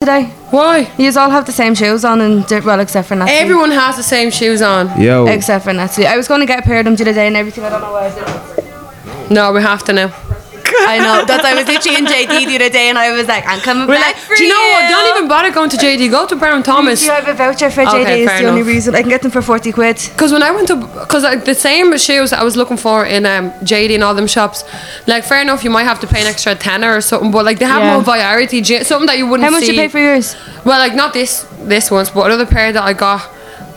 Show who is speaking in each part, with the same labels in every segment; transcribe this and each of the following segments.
Speaker 1: today.
Speaker 2: Why?
Speaker 1: You all have the same shoes on, and di- well, except for Nancy.
Speaker 2: Everyone has the same shoes on.
Speaker 3: Yo.
Speaker 1: Except for Nancy. I was going to get a pair of them the other day and everything. I don't know why I didn't.
Speaker 2: No, we have to now.
Speaker 1: I know. That's I was literally in JD the other day, and I was like, I'm coming
Speaker 2: We're
Speaker 1: back
Speaker 2: like,
Speaker 1: for
Speaker 2: do you know what? Don't even bother going to JD. Go to Brown
Speaker 1: Do
Speaker 2: Thomas.
Speaker 1: you have a voucher for
Speaker 2: Okay,
Speaker 1: JD? is the
Speaker 2: fair
Speaker 1: only
Speaker 2: enough.
Speaker 1: reason I can get them for forty quid.
Speaker 2: Because when I went to, because like the same shoes I was looking for in um, JD and all them shops, like fair enough, you might have to pay an extra tenner or something, but like they have
Speaker 1: Yeah.
Speaker 2: more variety, j- something that you wouldn't.
Speaker 1: How much
Speaker 2: see.
Speaker 1: you pay for yours?
Speaker 2: Well, like not this this ones, but another pair that I got.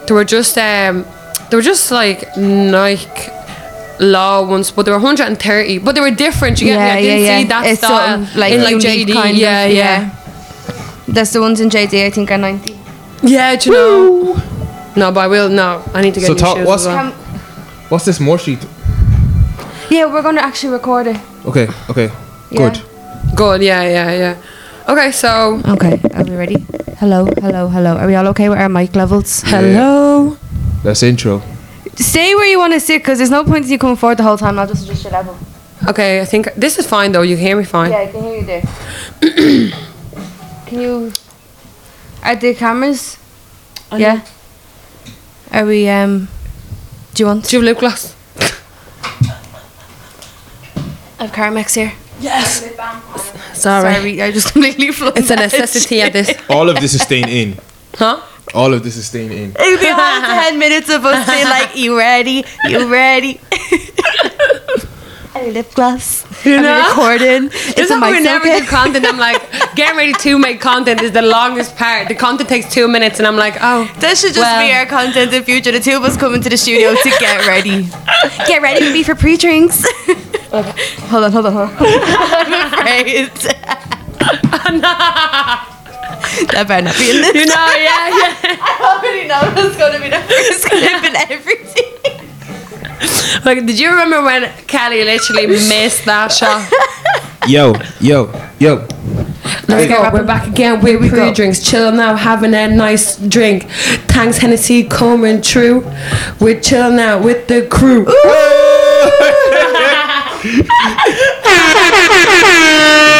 Speaker 2: They were just um, they were just like Nike law ones, but they were 130. But they were different. You get me? I didn't see that
Speaker 1: It's sort
Speaker 2: style
Speaker 1: of, like
Speaker 2: in like
Speaker 1: unique
Speaker 2: JD.
Speaker 1: kind of-
Speaker 2: yeah, yeah,
Speaker 1: That's the ones in JD. I think are ninety.
Speaker 2: yeah. do you know? No, but I will. No, I need to get
Speaker 3: So
Speaker 2: new
Speaker 3: talk-
Speaker 2: shoes.
Speaker 3: what's-
Speaker 2: as well.
Speaker 1: Um,
Speaker 3: What's this more sheet?
Speaker 1: yeah, we're going to actually record it.
Speaker 3: Okay, okay.
Speaker 1: Yeah.
Speaker 3: Good.
Speaker 2: Good. Yeah, yeah, yeah. Okay, so
Speaker 1: Okay, are we ready? Hello, hello, hello. Are we all okay with our mic levels?
Speaker 2: hello.
Speaker 3: That's intro.
Speaker 1: Stay where you want to sit, because there's no point in you coming forward the whole time. I'll just adjust your level.
Speaker 2: Okay, I think this is fine though. You can hear me fine.
Speaker 1: Yeah, I can hear you there. can you? Are the cameras? Oh, yeah. Are we? Um. Do you want?
Speaker 2: Do you have lip gloss?
Speaker 1: I have Carmex here.
Speaker 2: Sorry.
Speaker 1: Sorry, I just completely flunked.
Speaker 2: It's a
Speaker 1: that.
Speaker 2: necessity at this.
Speaker 3: All of this is staying in.
Speaker 2: Huh?
Speaker 3: All of this is staying in.
Speaker 1: It'd be all ten minutes of us being like, "You ready? You ready?" And lip gloss.
Speaker 2: You
Speaker 1: And we
Speaker 2: know?
Speaker 1: recording.
Speaker 2: This
Speaker 1: It's
Speaker 2: is
Speaker 1: a
Speaker 2: how we
Speaker 1: mic
Speaker 2: never
Speaker 1: socket.
Speaker 2: do content. I'm like, getting ready to make content is the longest part. The content takes two minutes, and I'm like, oh.
Speaker 1: That should just be
Speaker 2: Well-
Speaker 1: our content in future. The two of us coming to the studio to get ready. Get ready with me for pre-drinks. Hold on, hold on, hold on. I'm afraid. That better not be in this.
Speaker 2: You know, yeah, yeah.
Speaker 1: I already know that's going to be the first clip and everything.
Speaker 2: Like, did you remember when Kelly literally missed that shot?
Speaker 3: Yo, yo, yo.
Speaker 2: Let's
Speaker 1: go.
Speaker 2: go. We're back again with
Speaker 1: go.
Speaker 2: pre drinks. Chill now, having a nice drink. Thanks, Hennessy, coming true. We're chilling out with the crew.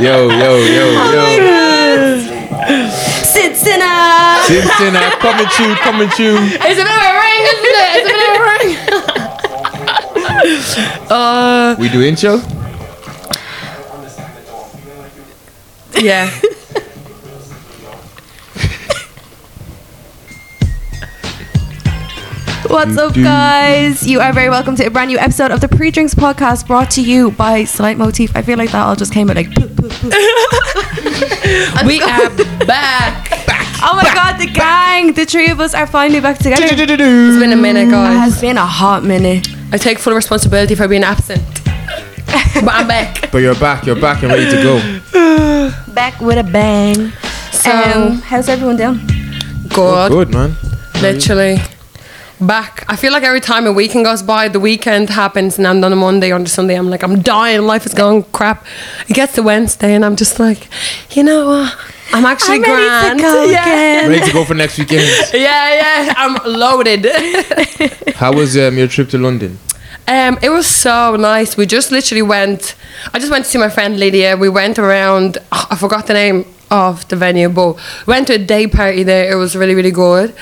Speaker 3: yo, yo, yo, yo.
Speaker 1: Cincinnati.
Speaker 3: Simpson, I'm coming to you, coming to you.
Speaker 2: It's a bit of a ring, isn't it? It's a bit of a ring. uh,
Speaker 3: We do intro?
Speaker 2: yeah.
Speaker 1: What's up, guys? You are very welcome to a brand new episode of the Pre Drinks Podcast brought to you by Slight Motif. I feel like that all just came out like. poof, poof, poof.
Speaker 2: We are back.
Speaker 1: Oh my god, the gang! The three of us are finally back together. It
Speaker 2: It's been a
Speaker 1: Mm.
Speaker 2: minute, guys.
Speaker 1: has been a hot minute.
Speaker 2: I take full responsibility for being absent. but I'm back.
Speaker 3: But you're back, you're back and ready to go.
Speaker 1: Back with a bang.
Speaker 2: So
Speaker 1: um, how's everyone doing?
Speaker 2: good,
Speaker 3: Oh, Good, man.
Speaker 2: literally. Back. I feel like every time a weekend goes by, the weekend happens, and I'm on a Monday or on a Sunday. I'm like, I'm dying. Life is going crap. It gets to Wednesday, and I'm just like, you know what? I'm actually
Speaker 1: I'm ready
Speaker 2: grand.
Speaker 1: to go
Speaker 2: yeah.
Speaker 1: again.
Speaker 3: Ready to go for next weekend.
Speaker 2: yeah, yeah. I'm loaded.
Speaker 3: How was um, your trip to London?
Speaker 2: Um, it was so nice. We just literally went. I just went to see my friend Lydia. We went around. oh, I forgot the name of the venue, but went to a day party there. It was really really good.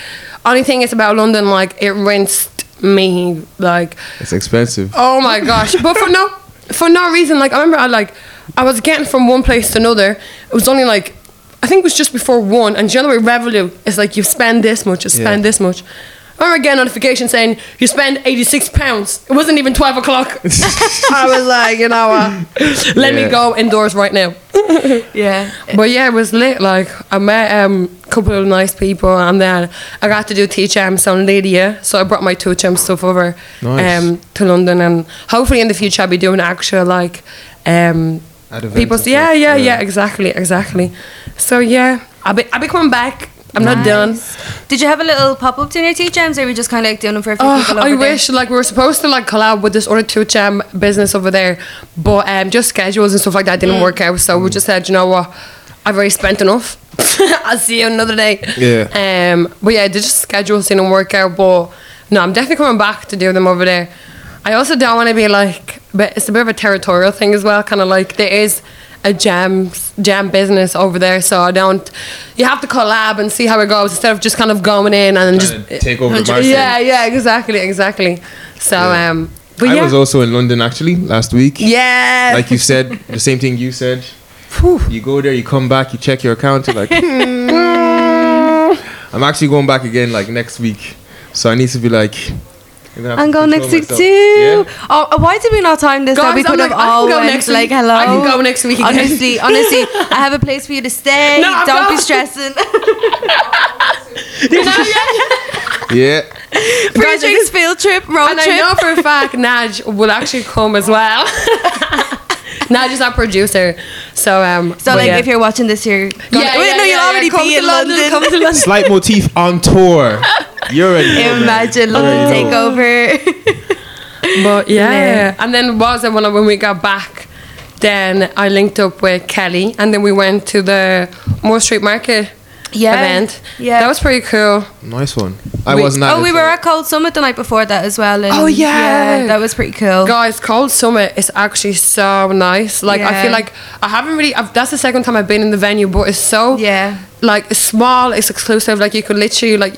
Speaker 2: Only thing is about London, like it rinsed me. Like
Speaker 3: It's expensive.
Speaker 2: oh my gosh, but for no for no reason. Like I remember, I like I was getting from one place to another. It was only like I think it was just before one. And generally, Revolut is like you spend this much, you spend
Speaker 3: Yeah.
Speaker 2: this much. I remember getting a notification saying you spend eighty six pounds. It wasn't even twelve o'clock. I was like, you know what? Let
Speaker 3: Yeah.
Speaker 2: me go indoors right now.
Speaker 1: Yeah.
Speaker 2: But yeah, it was lit. Like I met um, a couple of nice people, and then I got to do THMs on Lydia. So I brought my THM stuff over
Speaker 3: Nice.
Speaker 2: um, to London, and hopefully in the future I'll be doing actual like um,
Speaker 3: At events
Speaker 2: people.
Speaker 3: and
Speaker 2: Yeah,
Speaker 3: stuff,
Speaker 2: yeah,
Speaker 3: yeah.
Speaker 2: yeah, exactly, exactly. So yeah, I'll be I'll be coming back. I'm not done.
Speaker 1: Did you have a little pop up dinner, T James, or were you just kind of like doing them for a few
Speaker 2: Oh,
Speaker 1: people?
Speaker 2: I
Speaker 1: over there?
Speaker 2: wish like we were supposed to like collab with this other two jam business over there, but um, just schedules and stuff like that didn't
Speaker 1: Mm.
Speaker 2: work out. So we just said, you know what, I've already spent enough. I'll see you another day.
Speaker 3: Yeah.
Speaker 2: Um. But yeah, the just schedules didn't work out. But no, I'm definitely coming back to do them over there. I also don't want to be like, but it's a bit of a territorial thing as well. Kind of like there is a jam jam business over there, so I don't. You have to collab and see how it goes instead of just kind of going in and just
Speaker 3: Trying to take over the market.
Speaker 2: Yeah, yeah, exactly, exactly. So,
Speaker 3: Yeah.
Speaker 2: um, but
Speaker 3: I
Speaker 2: yeah,
Speaker 3: was also in London actually last week.
Speaker 2: yeah,
Speaker 3: Like you said, the same thing you said.
Speaker 2: Phew.
Speaker 3: You go there, you come back, you check your account, you're like, hmm. I'm actually going back again like next week. So I need to be like, I'm, gonna have
Speaker 1: I'm
Speaker 3: to
Speaker 1: going
Speaker 3: control
Speaker 1: next week too.
Speaker 3: myself. Yeah.
Speaker 1: Oh, why did we not time this? that
Speaker 2: Guys,
Speaker 1: we could
Speaker 2: I'm
Speaker 1: have
Speaker 2: like, I can
Speaker 1: all
Speaker 2: go
Speaker 1: went
Speaker 2: next
Speaker 1: like
Speaker 2: week.
Speaker 1: hello.
Speaker 2: I can go next week again.
Speaker 1: Honestly, honestly, I have a place for you to stay.
Speaker 2: No, I'm
Speaker 1: Don't be
Speaker 2: going.
Speaker 1: stressing.
Speaker 3: Yeah.
Speaker 1: Pre drinks field trip, road
Speaker 2: and
Speaker 1: trip.
Speaker 2: I know for a fact Naj will actually come as well. Naj is our producer, so um,
Speaker 1: So
Speaker 2: but
Speaker 1: like
Speaker 2: yeah.
Speaker 1: if you're watching this year,
Speaker 2: yeah,
Speaker 1: wait,
Speaker 2: yeah,
Speaker 1: no,
Speaker 2: yeah,
Speaker 1: you'll
Speaker 2: yeah,
Speaker 1: already
Speaker 2: come
Speaker 1: be
Speaker 2: to
Speaker 1: in London.
Speaker 2: Come to London.
Speaker 3: Slight motif on tour. You already know, man.
Speaker 1: Imagine London
Speaker 3: Already know.
Speaker 1: takeover.
Speaker 2: But yeah, and then was it when I, when we got back, then I linked up with Kelly, and then we went to the Moore Street Market
Speaker 1: Yeah,
Speaker 2: event.
Speaker 1: yeah.
Speaker 2: that was pretty cool.
Speaker 3: Nice one. I
Speaker 2: Wait,
Speaker 3: was not.
Speaker 1: oh, we were at Cold Summit the night before that as well. And
Speaker 2: Oh, yeah.
Speaker 1: that was pretty cool.
Speaker 2: Guys, Cold Summit is actually so nice. Like I
Speaker 1: Yeah.
Speaker 2: feel like I haven't really. I've, that's the second time I've been in the venue, but it's so
Speaker 1: Yeah.
Speaker 2: like it's small. It's exclusive. Like you could literally like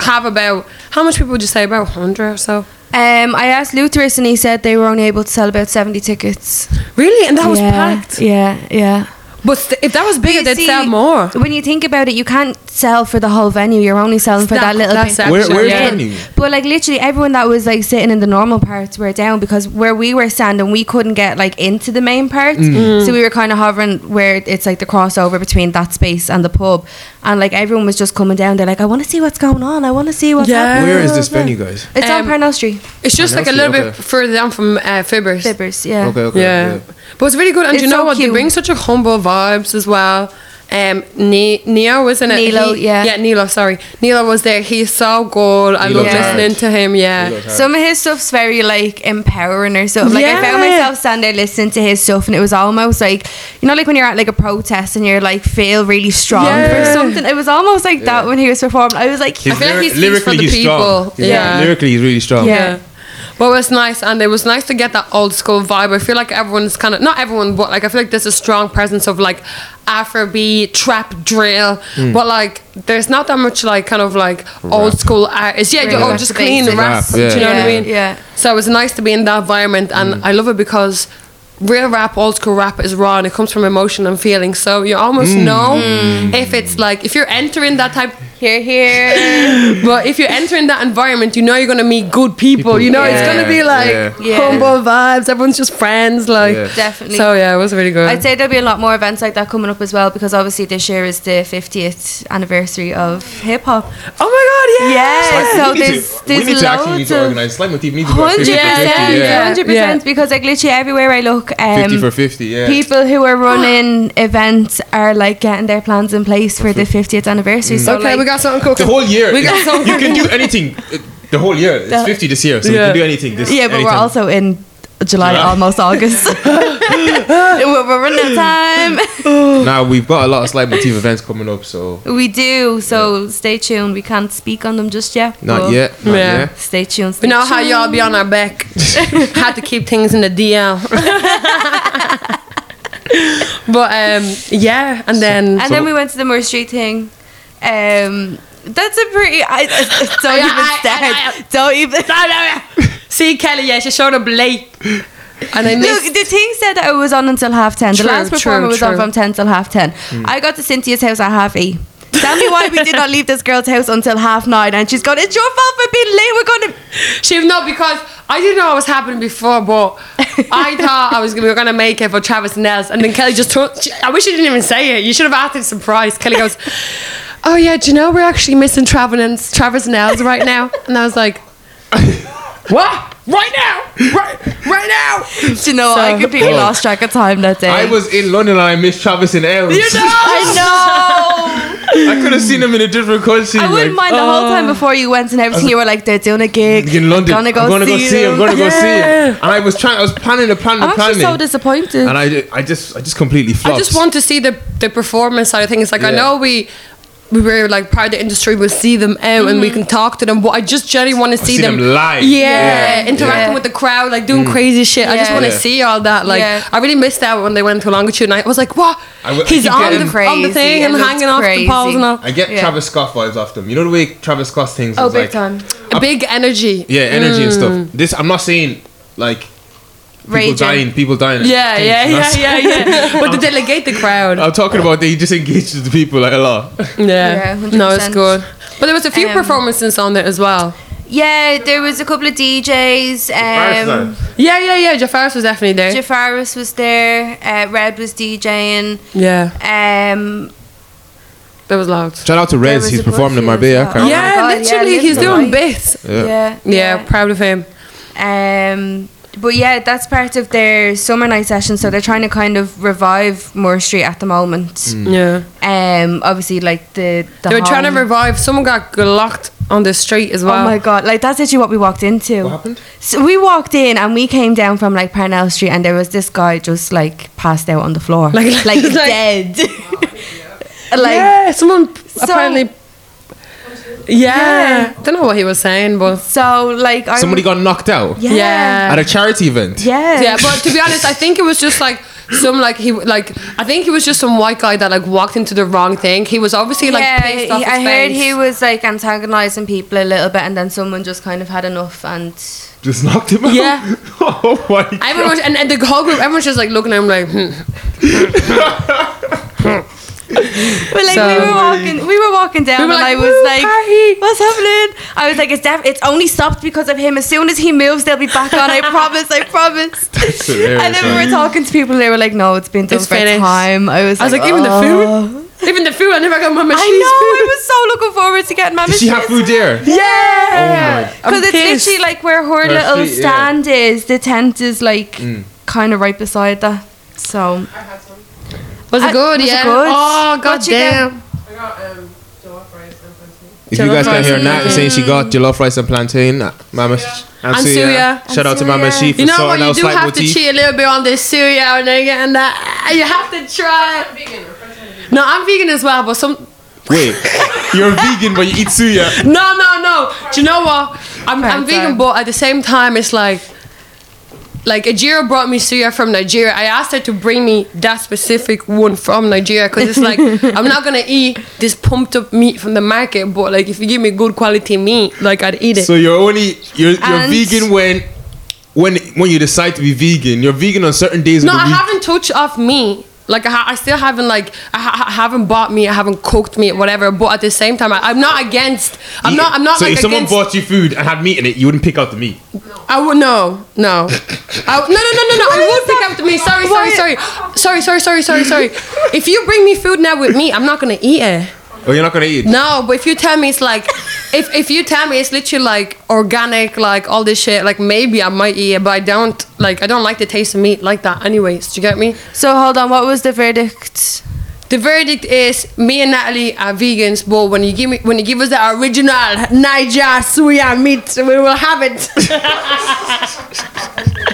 Speaker 2: have about how much people would you say about hundred or so?
Speaker 1: Um, I asked Lutherus and he said they were only able to sell about seventy tickets.
Speaker 2: Really, and that was
Speaker 1: yeah,
Speaker 2: packed.
Speaker 1: Yeah, yeah.
Speaker 2: But st- if that was
Speaker 1: But
Speaker 2: bigger,
Speaker 1: you
Speaker 2: they'd
Speaker 1: see,
Speaker 2: sell more.
Speaker 1: When you think about it, you can't sell for the whole venue. You're only selling for
Speaker 2: That-
Speaker 1: that, little
Speaker 2: that's
Speaker 1: bit.
Speaker 3: Where,
Speaker 2: Actually,
Speaker 3: where's
Speaker 2: yeah.
Speaker 3: the venue?
Speaker 1: But like literally everyone that was like sitting in the normal parts were down because where we were standing we couldn't get like into the main parts.
Speaker 3: Mm.
Speaker 2: Mm.
Speaker 1: So we were kind of hovering where it's like the crossover between that space and the pub. And like everyone was just coming down. They're like, I want to see what's going on. I want to see what's
Speaker 2: Yeah.
Speaker 1: happening.
Speaker 2: Where
Speaker 3: Where is this venue, guys?
Speaker 1: It's
Speaker 2: Um,
Speaker 1: on Parnell Street.
Speaker 2: It's just
Speaker 3: Oh,
Speaker 2: like a
Speaker 3: that's
Speaker 2: little
Speaker 3: it,
Speaker 2: bit
Speaker 3: okay.
Speaker 2: further down from uh, Fibbers.
Speaker 1: Fibbers, yeah.
Speaker 3: Okay, okay.
Speaker 2: Yeah. but it's really good, and
Speaker 1: It's
Speaker 2: you know
Speaker 1: so
Speaker 2: what? They
Speaker 1: cute.
Speaker 2: bring such a humble vibes as well. Um, ne- Neo isn't it?
Speaker 1: Nilo,
Speaker 2: He-
Speaker 1: yeah.
Speaker 2: yeah, Nilo. Sorry, Nilo was there. He's so good. I
Speaker 3: Nilo's
Speaker 2: love
Speaker 1: hard.
Speaker 2: listening to him. Yeah,
Speaker 3: Nilo's hard.
Speaker 1: Some of his stuff's very like empowering or something. Like I found
Speaker 2: Yeah.
Speaker 1: myself standing there listening to his stuff, and it was almost like you know, like when you're at like a protest and you're like feel really strong
Speaker 2: Yeah.
Speaker 1: for something. It was almost like that
Speaker 3: Yeah.
Speaker 1: when he was performing. I was like,
Speaker 2: I feel like he speaks for the
Speaker 3: strong.
Speaker 2: people. Yeah.
Speaker 3: Lyrically, he's really strong.
Speaker 1: Yeah.
Speaker 2: yeah. But it was nice, and it was nice to get that old school vibe. I feel like everyone's kind of not everyone, but like I feel like there's a strong presence of like Afrobeat, trap, drill, but like there's not that much like kind of like old
Speaker 3: Hmm. Rap.
Speaker 2: school artists. Yeah,
Speaker 1: Really,
Speaker 2: you're all
Speaker 1: that's
Speaker 2: just
Speaker 1: the
Speaker 2: clean
Speaker 1: basics.
Speaker 2: rap.
Speaker 3: Rap, yeah.
Speaker 2: Do you know
Speaker 1: yeah,
Speaker 2: what I mean?
Speaker 1: Yeah.
Speaker 2: So it was nice to be in that environment, and
Speaker 3: Mm.
Speaker 2: I love it because real rap, old school rap is raw and it comes from emotion and feeling. So you almost
Speaker 3: Mm.
Speaker 2: know if it's like if you're entering that type.
Speaker 1: Here, here.
Speaker 2: But if you're entering that environment, you know you're gonna meet good people.
Speaker 3: People.
Speaker 2: You know it's
Speaker 1: Yeah.
Speaker 2: gonna be like
Speaker 3: Yeah.
Speaker 1: Yeah.
Speaker 2: humble vibes. Everyone's just friends. Like
Speaker 3: Yeah.
Speaker 1: Definitely.
Speaker 2: So yeah, it was really good.
Speaker 1: I'd say there'll be a lot more events like that coming up as well because obviously this year is the 50th anniversary of hip hop.
Speaker 2: oh my god, yeah.
Speaker 1: Yeah, so
Speaker 3: We need to-
Speaker 1: there's
Speaker 3: we need
Speaker 1: there's
Speaker 3: to actually need
Speaker 1: loads
Speaker 3: to
Speaker 1: of
Speaker 3: organize. Slime Motif needs to go at
Speaker 1: Hundred
Speaker 3: 50 for 50.
Speaker 1: percent,
Speaker 3: Yeah.
Speaker 1: hundred
Speaker 2: Yeah.
Speaker 1: percent. Because like literally everywhere I look, um,
Speaker 3: 50 for 50, yeah.
Speaker 1: people who are running events are like getting their plans in place for the fiftieth anniversary.
Speaker 3: Mm.
Speaker 1: So
Speaker 2: Okay,
Speaker 1: like,
Speaker 2: we got something
Speaker 3: The
Speaker 2: cooking.
Speaker 3: whole year.
Speaker 2: We got
Speaker 3: is-
Speaker 2: some-
Speaker 3: you can do anything uh, the whole year. It's
Speaker 1: The-
Speaker 3: 50 this year, so
Speaker 2: Yeah.
Speaker 3: you can do anything. This,
Speaker 1: yeah, but we're
Speaker 3: anytime.
Speaker 1: also in July,
Speaker 3: July.
Speaker 1: almost August. we're, we're running out of time.
Speaker 3: Now, we've got a lot of Slime Motif events coming up, so
Speaker 1: we do. So stay tuned. We can't speak on them just yet.
Speaker 3: not
Speaker 1: but
Speaker 3: yet. Not
Speaker 2: Yeah.
Speaker 3: yet.
Speaker 1: Stay tuned. Stay
Speaker 2: We know
Speaker 1: tuned.
Speaker 2: how y'all be on our back. Had to keep things in the DL. but um, yeah, and then
Speaker 1: And
Speaker 3: So-
Speaker 1: then we went to the Moore Street thing. Um, that's a pretty. I, I- don't
Speaker 2: Yeah,
Speaker 1: even
Speaker 2: I-
Speaker 1: start.
Speaker 2: I- I-
Speaker 1: don't even.
Speaker 2: see Kelly. Yeah, she showed up late, and I
Speaker 1: Look,
Speaker 2: missed.
Speaker 1: the thing said that it was on until half ten. The
Speaker 2: True,
Speaker 1: last
Speaker 2: true,
Speaker 1: performer was on
Speaker 2: true.
Speaker 1: from ten till half ten.
Speaker 3: Hmm.
Speaker 1: I got to Cynthia's house at half eight. Tell me why we did not leave this girl's house until half nine, and she's going, "It's your fault for being late. We're going to."
Speaker 2: She no because I didn't know what was happening before, but I thought I was gonna, we were gonna make it for Travis Nels, and then Kelly just told. She, I wish you didn't even say it. You should have acted surprised. Kelly goes, "Oh yeah, do you know we're actually missing Travis and Travis Nels right now?" And I was like, "What? Right now? Right, right now?"
Speaker 1: Do you know, what? I
Speaker 2: So-
Speaker 1: completely
Speaker 3: Oh.
Speaker 1: lost track of time that day.
Speaker 3: I was in London and I missed Travis and Els.
Speaker 2: You know.
Speaker 1: I know.
Speaker 3: I could have seen him in a different country.
Speaker 1: I wouldn't
Speaker 3: like,
Speaker 1: mind the whole time before you went and everything. You were like, "They're doing a gig
Speaker 3: Oh. In London,
Speaker 1: I'm gonna go
Speaker 3: I'm gonna
Speaker 1: see,
Speaker 3: go see him. I'm
Speaker 1: them."
Speaker 3: gonna go see
Speaker 2: Yeah.
Speaker 3: him. And I was trying. I was planning and planning
Speaker 1: I'm
Speaker 3: and
Speaker 1: actually
Speaker 3: planning.
Speaker 1: so disappointed.
Speaker 3: and I, I just, I just completely flopped.
Speaker 2: I just want to see the the performance side of things. Like I
Speaker 3: Yeah.
Speaker 2: know we we were like part of the industry, we'll see them out and
Speaker 1: Mm-hmm.
Speaker 2: we can talk to them. But I just generally want to see,
Speaker 3: see them live.
Speaker 2: Yeah,
Speaker 3: Yeah. Mm.
Speaker 2: interacting
Speaker 1: Yeah.
Speaker 2: with the crowd, like doing crazy shit. I just
Speaker 1: Yeah.
Speaker 2: want to
Speaker 3: Yeah.
Speaker 2: see all that. Like,
Speaker 1: Yeah.
Speaker 2: I really missed out when they went to Longitude and I was like, what?
Speaker 3: I w- I
Speaker 2: He's
Speaker 3: keep
Speaker 2: on the,
Speaker 3: getting-
Speaker 2: on the
Speaker 1: Crazy.
Speaker 2: thing
Speaker 1: It
Speaker 2: and
Speaker 1: looks
Speaker 2: hanging off the
Speaker 1: crazy.
Speaker 2: poles and all.
Speaker 3: I get
Speaker 1: Yeah.
Speaker 3: Travis Scott vibes off them. You know the way Travis Scott things.
Speaker 1: Oh,
Speaker 3: is
Speaker 1: big
Speaker 3: like,
Speaker 1: time.
Speaker 2: A big energy. Mm.
Speaker 3: Yeah, energy and stuff. This I'm not saying like people
Speaker 1: Raging.
Speaker 3: dying, people dying. and
Speaker 2: Yeah,
Speaker 3: things.
Speaker 2: yeah, yeah,
Speaker 3: That's-
Speaker 2: yeah, yeah. But to delegate the crowd.
Speaker 3: I'm talking about they just engage with the people like a lot.
Speaker 2: Yeah.
Speaker 1: Yeah,
Speaker 2: no, it's
Speaker 1: 100%.
Speaker 2: good. But there was a few
Speaker 1: Um,
Speaker 2: performances on there as well.
Speaker 1: Yeah, there was a couple of DJs. Um,
Speaker 2: Yeah, yeah, yeah. Jafaris was definitely there.
Speaker 1: Jafaris was there. Uh, Red was DJing.
Speaker 2: yeah,
Speaker 1: Um,
Speaker 2: that was loud.
Speaker 3: Shout out to
Speaker 1: there
Speaker 3: Rez,
Speaker 1: was
Speaker 3: he's
Speaker 1: a good
Speaker 3: performing in
Speaker 1: few as
Speaker 3: Marbella.
Speaker 1: well.
Speaker 3: Carol.
Speaker 1: my
Speaker 2: yeah,
Speaker 1: God, yeah,
Speaker 2: literally, he's
Speaker 1: literally.
Speaker 2: doing bits.
Speaker 3: Yeah.
Speaker 1: yeah,
Speaker 2: Yeah, proud of him.
Speaker 1: Um, but yeah, that's part of their summer night session. So they're trying to kind of revive Moore Street at the moment.
Speaker 3: Mm.
Speaker 2: Yeah.
Speaker 1: Um, obviously, like the, the
Speaker 2: they were trying to
Speaker 1: home-
Speaker 2: revive. Someone got glocked on the street as well.
Speaker 1: Oh my god! Like that's actually what we walked into.
Speaker 3: What happened?
Speaker 1: So we walked in and we came down from like Parnell Street and there was this guy just like passed out on the floor, like
Speaker 2: Like- like- like-
Speaker 1: dead. like
Speaker 2: yeah, someone p-
Speaker 1: So-
Speaker 2: apparently. Yeah. don't know what he was saying, but
Speaker 1: so, like I
Speaker 3: Somebody got knocked out
Speaker 1: yeah
Speaker 2: Yeah.
Speaker 3: at a charity event.
Speaker 1: yeah
Speaker 2: yeah. But to be honest, I think it was just like some like he like I think he was just some white guy that like walked into the wrong thing. He was obviously like
Speaker 1: Yeah,
Speaker 2: pissed
Speaker 1: he-
Speaker 2: off. his
Speaker 1: I heard
Speaker 2: face.
Speaker 1: he was like antagonizing people a little bit, and then someone just kind of had enough. And
Speaker 3: Just knocked him out.
Speaker 2: Yeah.
Speaker 3: oh my god.
Speaker 2: Everyone was, and, and the whole group, everyone's just like looking at him like, hmm.
Speaker 1: but like we
Speaker 2: So-
Speaker 1: were walking, we were walking down,
Speaker 2: We were
Speaker 1: and
Speaker 2: like,
Speaker 1: I was
Speaker 2: "Woo,
Speaker 1: like,
Speaker 2: party."
Speaker 1: "What's happening?" I was like, "It's def- it's only stopped because of him. As soon as he moves, they'll be back on. I promise. I promise."
Speaker 3: That's hilarious,
Speaker 1: and then we
Speaker 3: man.
Speaker 1: were talking to people, they were like, "No, it's been done
Speaker 2: It's
Speaker 1: for
Speaker 2: finished.
Speaker 1: time." I was,
Speaker 2: I was like,
Speaker 1: like
Speaker 2: even the
Speaker 1: "Oh."
Speaker 2: food, even the food, I never got my
Speaker 1: I know.
Speaker 2: machine's
Speaker 1: I was so looking forward to getting my
Speaker 3: Did she have
Speaker 1: machines.
Speaker 3: food there?
Speaker 1: Yeah,
Speaker 2: Oh my-
Speaker 1: because
Speaker 2: I'm
Speaker 1: it's
Speaker 2: pissed.
Speaker 1: literally like where her
Speaker 3: Her
Speaker 1: little
Speaker 3: feet, yeah.
Speaker 1: stand is. The tent is like kind of right beside that. So
Speaker 2: Was it
Speaker 1: I-
Speaker 2: good?
Speaker 1: was it
Speaker 2: yeah.
Speaker 1: good?
Speaker 2: Oh
Speaker 1: What
Speaker 2: god
Speaker 1: you get?
Speaker 2: damn.
Speaker 4: I got um, jollof rice and plantain.
Speaker 3: If you guys
Speaker 2: Jollof
Speaker 3: can hear
Speaker 2: rice.
Speaker 3: Nat saying she got jollof rice and plantain, uh, Mama Sh- and
Speaker 2: And
Speaker 3: Suya.
Speaker 2: Suya.
Speaker 3: Shout out to
Speaker 1: And
Speaker 3: Mama
Speaker 1: Suya.
Speaker 3: She for
Speaker 2: You know what?
Speaker 3: sorting
Speaker 2: You
Speaker 3: out
Speaker 2: do
Speaker 3: slight
Speaker 2: have to
Speaker 3: motif.
Speaker 2: cheat a little bit on this cereal and then getting that. You have to try.
Speaker 4: I'm vegan. I'm French vegan.
Speaker 2: No, I'm vegan as well, but some.
Speaker 3: Wait, you're vegan but you eat Suya.
Speaker 2: No, no, no. Do you know what? I'm, I'm
Speaker 1: Part-time.
Speaker 2: vegan, but at the same time, it's like. Like Ajira brought me suya from Nigeria. I asked her to bring me that specific one from Nigeria because it's like I'm not gonna eat this pumped up meat from the market, but like if you give me good quality meat, like I'd eat it.
Speaker 3: So you're only you're you're
Speaker 1: And-
Speaker 3: vegan when when when you decide to be vegan. You're vegan on certain days
Speaker 2: No,
Speaker 3: of the
Speaker 2: I
Speaker 3: week.
Speaker 2: haven't touched off me. Like I, ha- I still haven't like I, ha- I haven't bought meat, I haven't cooked meat, whatever. But at the same time, I, I'm not against. I'm
Speaker 3: Eat
Speaker 2: not.
Speaker 3: it.
Speaker 2: I'm not
Speaker 3: So
Speaker 2: like
Speaker 3: if someone
Speaker 2: against.
Speaker 3: bought you food and had meat in it, you wouldn't pick out the meat.
Speaker 2: I would no, no, I, w- no, no, no, no, no. I would pick up the meat. Sorry, sorry, sorry, sorry, sorry, sorry, sorry, sorry. If you bring me food now with meat, I'm not gonna eat it.
Speaker 3: Oh, you're not gonna eat.
Speaker 2: No, but if you tell me it's like, if if you tell me it's literally like organic, like all this shit, like maybe I might eat it, but I don't like. I don't like the taste of meat like that. Anyways, do you get me?
Speaker 1: so hold on. What was the verdict?
Speaker 2: The verdict is me and Natalie are vegans, but when you give me when you give us the original Niger suya meat, we will have it.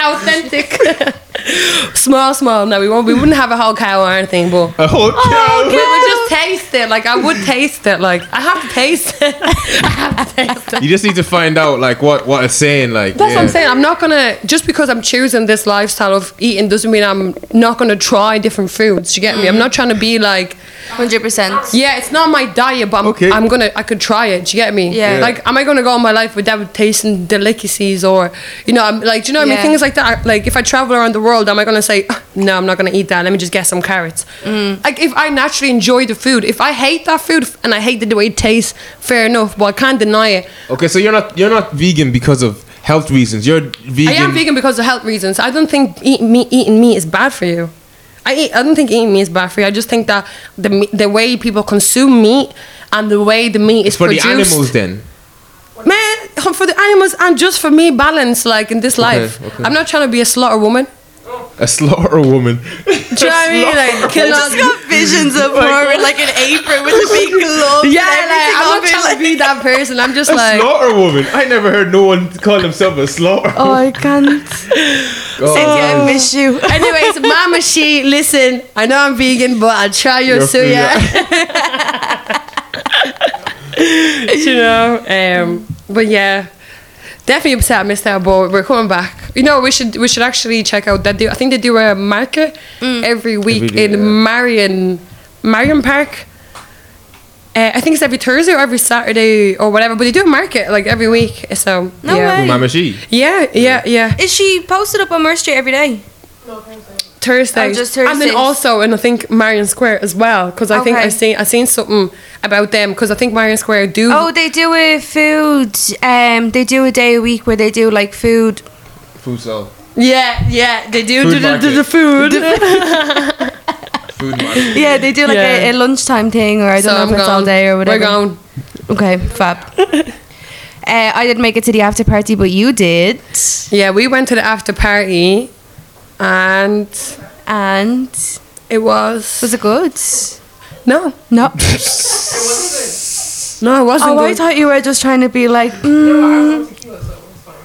Speaker 2: Authentic. small, small. No, we won't we wouldn't have a whole cow or anything, but
Speaker 3: A whole cow.
Speaker 2: we would just taste it. Like I would taste it. Like I have to taste it. I have to taste it.
Speaker 3: You just need to find out like what what it's saying. Like
Speaker 2: That's what I'm
Speaker 3: yeah.
Speaker 2: saying. I'm not gonna just because I'm choosing this lifestyle of eating doesn't mean I'm not gonna try different foods. Do you get me? I'm not trying to be like
Speaker 1: Hundred percent.
Speaker 2: Yeah, it's not my diet, but I'm,
Speaker 3: Okay.
Speaker 2: I'm gonna. I could try it. Do you get me?
Speaker 1: Yeah. Yeah.
Speaker 2: Like, am I gonna go all my life without tasting delicacies or, you know, I'm like, do you know what I mean?
Speaker 1: Yeah.
Speaker 2: Things like that. Like, if I travel around the world, am I gonna say, "Ah, no, I'm not gonna eat that. Let me just get some carrots.
Speaker 1: Mm.
Speaker 2: Like, if I naturally enjoy the food, if I hate that food f- and I hate the way it tastes, fair enough. But I can't deny it.
Speaker 3: Okay, so you're not you're not vegan because of health reasons. You're vegan.
Speaker 2: I am vegan because of health reasons. I don't think eat meat, eating meat is bad for you. I eat, I don't think eating meat is bad for you. I just think that the me- the way people consume meat and the way the meat is
Speaker 3: It's for
Speaker 2: produced.
Speaker 3: the animals then.
Speaker 2: Man, for the animals and just for me, balance like in this life.
Speaker 3: okay.
Speaker 2: I'm not trying to be a slaughter woman.
Speaker 3: A slaughter woman.
Speaker 2: Do you know what I mean? Like, kill all-
Speaker 1: got visions of her in like an apron with a big glove.
Speaker 2: Yeah, like, I'm not trying to be that person. I'm just
Speaker 3: A
Speaker 2: like,
Speaker 3: slaughter woman. I never heard no one call himself a slaughter.
Speaker 1: Oh, I can't.
Speaker 3: Oh.
Speaker 1: I miss you.
Speaker 2: anyways, Mama She, listen, I know I'm vegan, but I'll try your
Speaker 3: Your
Speaker 2: suya. you know. Um, but yeah, definitely upset I missed out. But we're coming back. You know, we should we should actually check out that. Do I think they do a market
Speaker 1: Mm.
Speaker 2: every week
Speaker 3: Every day,
Speaker 2: in
Speaker 3: yeah.
Speaker 2: Marion Marion Park. Uh, I think it's every Thursday or every Saturday or whatever. But they do a market like every week. So
Speaker 1: No
Speaker 2: yeah.
Speaker 1: way.
Speaker 3: Mama G.
Speaker 2: Yeah, yeah, yeah.
Speaker 1: Is she posted up on Mer Street every day?
Speaker 4: No, Thursday.
Speaker 2: Thursday.
Speaker 1: Oh, just
Speaker 2: And then
Speaker 1: Thursdays.
Speaker 2: also, and I think Marion Square as well, because I think
Speaker 1: Okay.
Speaker 2: I seen I seen something about them, because I think Marion Square do.
Speaker 1: Oh, they do a food. Um, they do a day a week where they do like food.
Speaker 3: Food cell.
Speaker 2: yeah, yeah, they do
Speaker 3: Food
Speaker 2: do the, do
Speaker 3: market.
Speaker 2: the food.
Speaker 3: Food market.
Speaker 1: Yeah, they do like a,
Speaker 2: Yeah.
Speaker 1: a lunchtime thing, or I don't
Speaker 2: So
Speaker 1: know if
Speaker 2: I'm
Speaker 1: it's all
Speaker 2: going.
Speaker 1: day or whatever.
Speaker 2: We're going.
Speaker 1: Okay, fab. uh, I didn't make it to the after party, but you did,
Speaker 2: Yeah, we went to the after party, and
Speaker 1: and was
Speaker 2: it was
Speaker 1: it good?
Speaker 2: no,
Speaker 1: No.
Speaker 2: no, it wasn't.
Speaker 1: Oh, I
Speaker 2: good.
Speaker 1: thought you were just trying to be like, mm,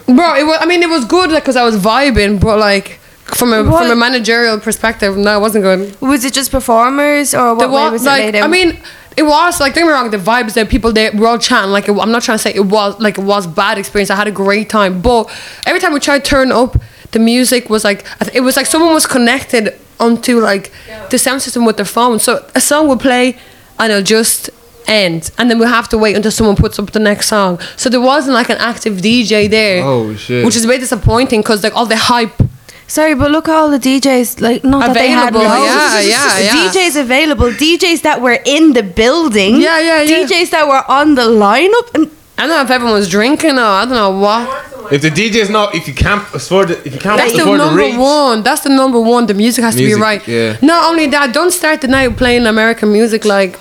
Speaker 2: Bro, it was, I mean, it was good because I was vibing, but like from a
Speaker 1: What?
Speaker 2: from a managerial perspective, no, it wasn't good.
Speaker 1: was it just performers or what
Speaker 2: There
Speaker 1: way
Speaker 2: was,
Speaker 1: was it
Speaker 2: like,
Speaker 1: made out?
Speaker 2: I mean, it was like don't get me wrong. The vibes there, people there, we were all chatting. Like it, I'm not trying to say it was like it was bad experience. I had a great time, but every time we tried to turn up, the music was like I th- it was like someone was connected onto like the sound system with their phone. So a song would play, and it'll just end, and then we have to wait until someone puts up the next song. So there wasn't like an active DJ there.
Speaker 3: Oh, shit.
Speaker 2: Which is a bit disappointing because like all the hype
Speaker 1: Sorry, but look at all the DJs. Like, not
Speaker 2: Available,
Speaker 1: that they had
Speaker 2: yeah,
Speaker 1: loads.
Speaker 2: yeah, yeah.
Speaker 1: DJs available. DJs that were in the building.
Speaker 2: Yeah, yeah, yeah.
Speaker 1: DJs that were on the lineup. And
Speaker 2: I don't know if everyone was drinking or I don't know what.
Speaker 3: If the DJ's not, if you can't afford, the, if you can't
Speaker 2: That's the
Speaker 3: afford the,
Speaker 2: number
Speaker 3: rates,
Speaker 2: one. That's the number one. The music has to
Speaker 3: Music,
Speaker 2: be right.
Speaker 3: yeah.
Speaker 2: Not only that, don't start the night playing American music like.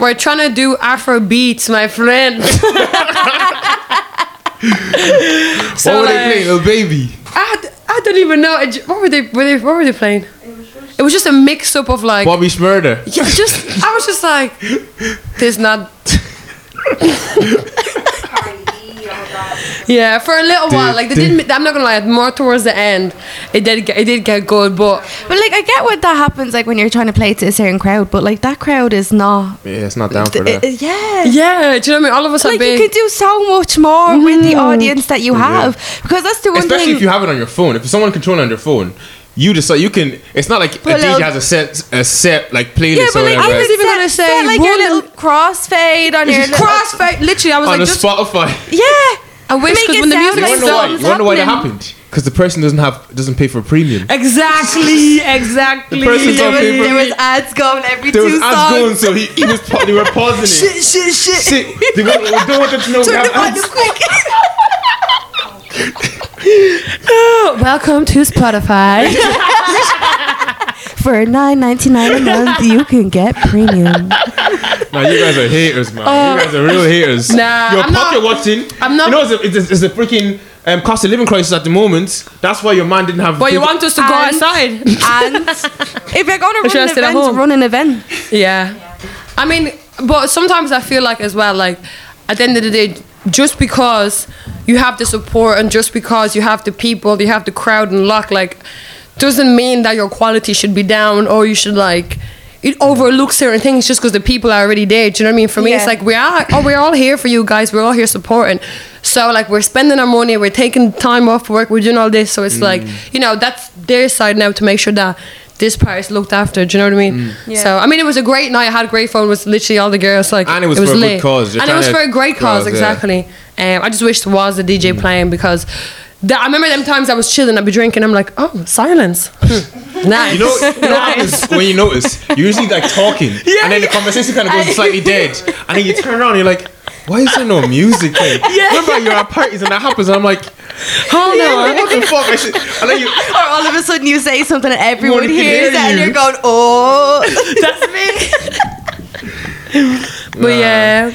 Speaker 2: We're trying to do Afro beats, my friend.
Speaker 3: what
Speaker 2: so
Speaker 3: were
Speaker 2: like,
Speaker 3: they playing? Little baby.
Speaker 2: I, I don't even know. I ju- What were they? Were they? What were they playing? It was just a mix up of like.
Speaker 3: Bobby Schmurder.
Speaker 2: Yeah, just I was just like, this not. yeah, for a little while, like they didn't. I'm not gonna lie, more towards the end, it did. Get, it did get good, but
Speaker 1: but like, I get what that happens. Like when you're trying to play to a certain crowd, but like that crowd is not.
Speaker 3: Yeah, it's not down for
Speaker 1: Th-
Speaker 3: that.
Speaker 1: it- yeah.
Speaker 2: yeah, do you know what I mean? All of us are
Speaker 1: Like you
Speaker 2: big.
Speaker 1: could do so much more with the
Speaker 2: Mm-hmm.
Speaker 1: audience that you have because that's the one
Speaker 3: Mm-hmm. Especially
Speaker 1: thing.
Speaker 3: if you have it on your phone. If someone controlling on your phone, you just you can. It's not like
Speaker 1: Put
Speaker 3: a
Speaker 1: a
Speaker 3: DJ
Speaker 1: little-
Speaker 3: has a set a set like playlist
Speaker 1: yeah,
Speaker 3: or
Speaker 1: but like
Speaker 3: whatever.
Speaker 1: I was even
Speaker 2: Set-
Speaker 1: gonna say
Speaker 2: set,
Speaker 1: like
Speaker 2: like,
Speaker 1: your
Speaker 2: your
Speaker 1: little crossfade on your little,
Speaker 2: Crossfade, literally, I was
Speaker 3: on
Speaker 2: like,
Speaker 3: a
Speaker 2: just
Speaker 3: Spotify.
Speaker 1: Yeah,
Speaker 2: I wish
Speaker 1: Make
Speaker 2: 'cause
Speaker 1: it
Speaker 2: when the
Speaker 1: sound
Speaker 2: music
Speaker 3: You
Speaker 1: like
Speaker 3: wonder why?
Speaker 1: something's
Speaker 3: You wonder why that
Speaker 1: happening.
Speaker 3: happened? Because the person doesn't have doesn't pay for premium.
Speaker 2: exactly, exactly.
Speaker 3: The person's
Speaker 1: There
Speaker 3: on
Speaker 1: was,
Speaker 3: paper.
Speaker 1: there was ads going every
Speaker 3: There was
Speaker 1: two
Speaker 3: ads
Speaker 1: songs.
Speaker 3: going, so he, he was pa- they were pausing it.
Speaker 1: Shit, shit, shit.
Speaker 3: Shit, they were- they don't want them to know we have ads.
Speaker 2: Oh, Welcome to Spotify.
Speaker 1: For nine ninety nine a month, you can get premium.
Speaker 3: Nah, you guys are haters, man. you guys are real haters.
Speaker 2: Nah,
Speaker 3: your
Speaker 2: I'm not-
Speaker 3: pocket watching.
Speaker 2: I'm not-
Speaker 3: You know, it's a, it's a, it's a freaking um, cost of living crisis at the moment. That's why your man didn't have.
Speaker 2: but you want us to go
Speaker 1: And-
Speaker 2: outside?
Speaker 1: And if you're gonna
Speaker 2: should I
Speaker 1: run an
Speaker 2: sit at
Speaker 1: event,
Speaker 2: home?
Speaker 1: run an event.
Speaker 2: Yeah. I mean, but sometimes I feel like as well, like at the end of the day, just because you have the support and just because you have the people, you have the crowd and luck, like doesn't mean that your quality should be down or you should like it overlooks certain things just because the people are already there. Do you know what I mean? For me,
Speaker 1: Yeah.
Speaker 2: it's like we are oh, we're all here for you guys. We're all here supporting. So like we're spending our money, we're taking time off work, we're doing all this. So it's
Speaker 3: Mm.
Speaker 2: like you know that's their side now to make sure that this part is looked after. Do you know what I
Speaker 3: Mm.
Speaker 2: mean?
Speaker 1: Yeah.
Speaker 2: So I mean, it was a great night. I had great fun with literally all the girls. Like
Speaker 3: And it was for a good cause. You're
Speaker 2: and it was
Speaker 3: trying
Speaker 2: for
Speaker 3: to-
Speaker 2: a great cause,
Speaker 3: cause, yeah. Mm.
Speaker 2: exactly. Um, I just wish there was a DJ playing because. The, I remember them times I was chilling, I'd be drinking, I'm like, oh, silence. Hmm. nice.
Speaker 3: You know, you know what happens when you notice? You're usually like talking, and then the conversation kind of goes slightly dead, and then you turn around and you're like, why is there no music playing? Remember, you're at parties and that happens, and I'm like,
Speaker 2: Hold on.
Speaker 3: what the fuck? I should, and then you,
Speaker 1: Or all of a sudden you say something and everyone
Speaker 3: Everyone can
Speaker 1: hears
Speaker 3: hear
Speaker 1: it and
Speaker 3: you.
Speaker 1: you're going, oh.
Speaker 2: But yeah,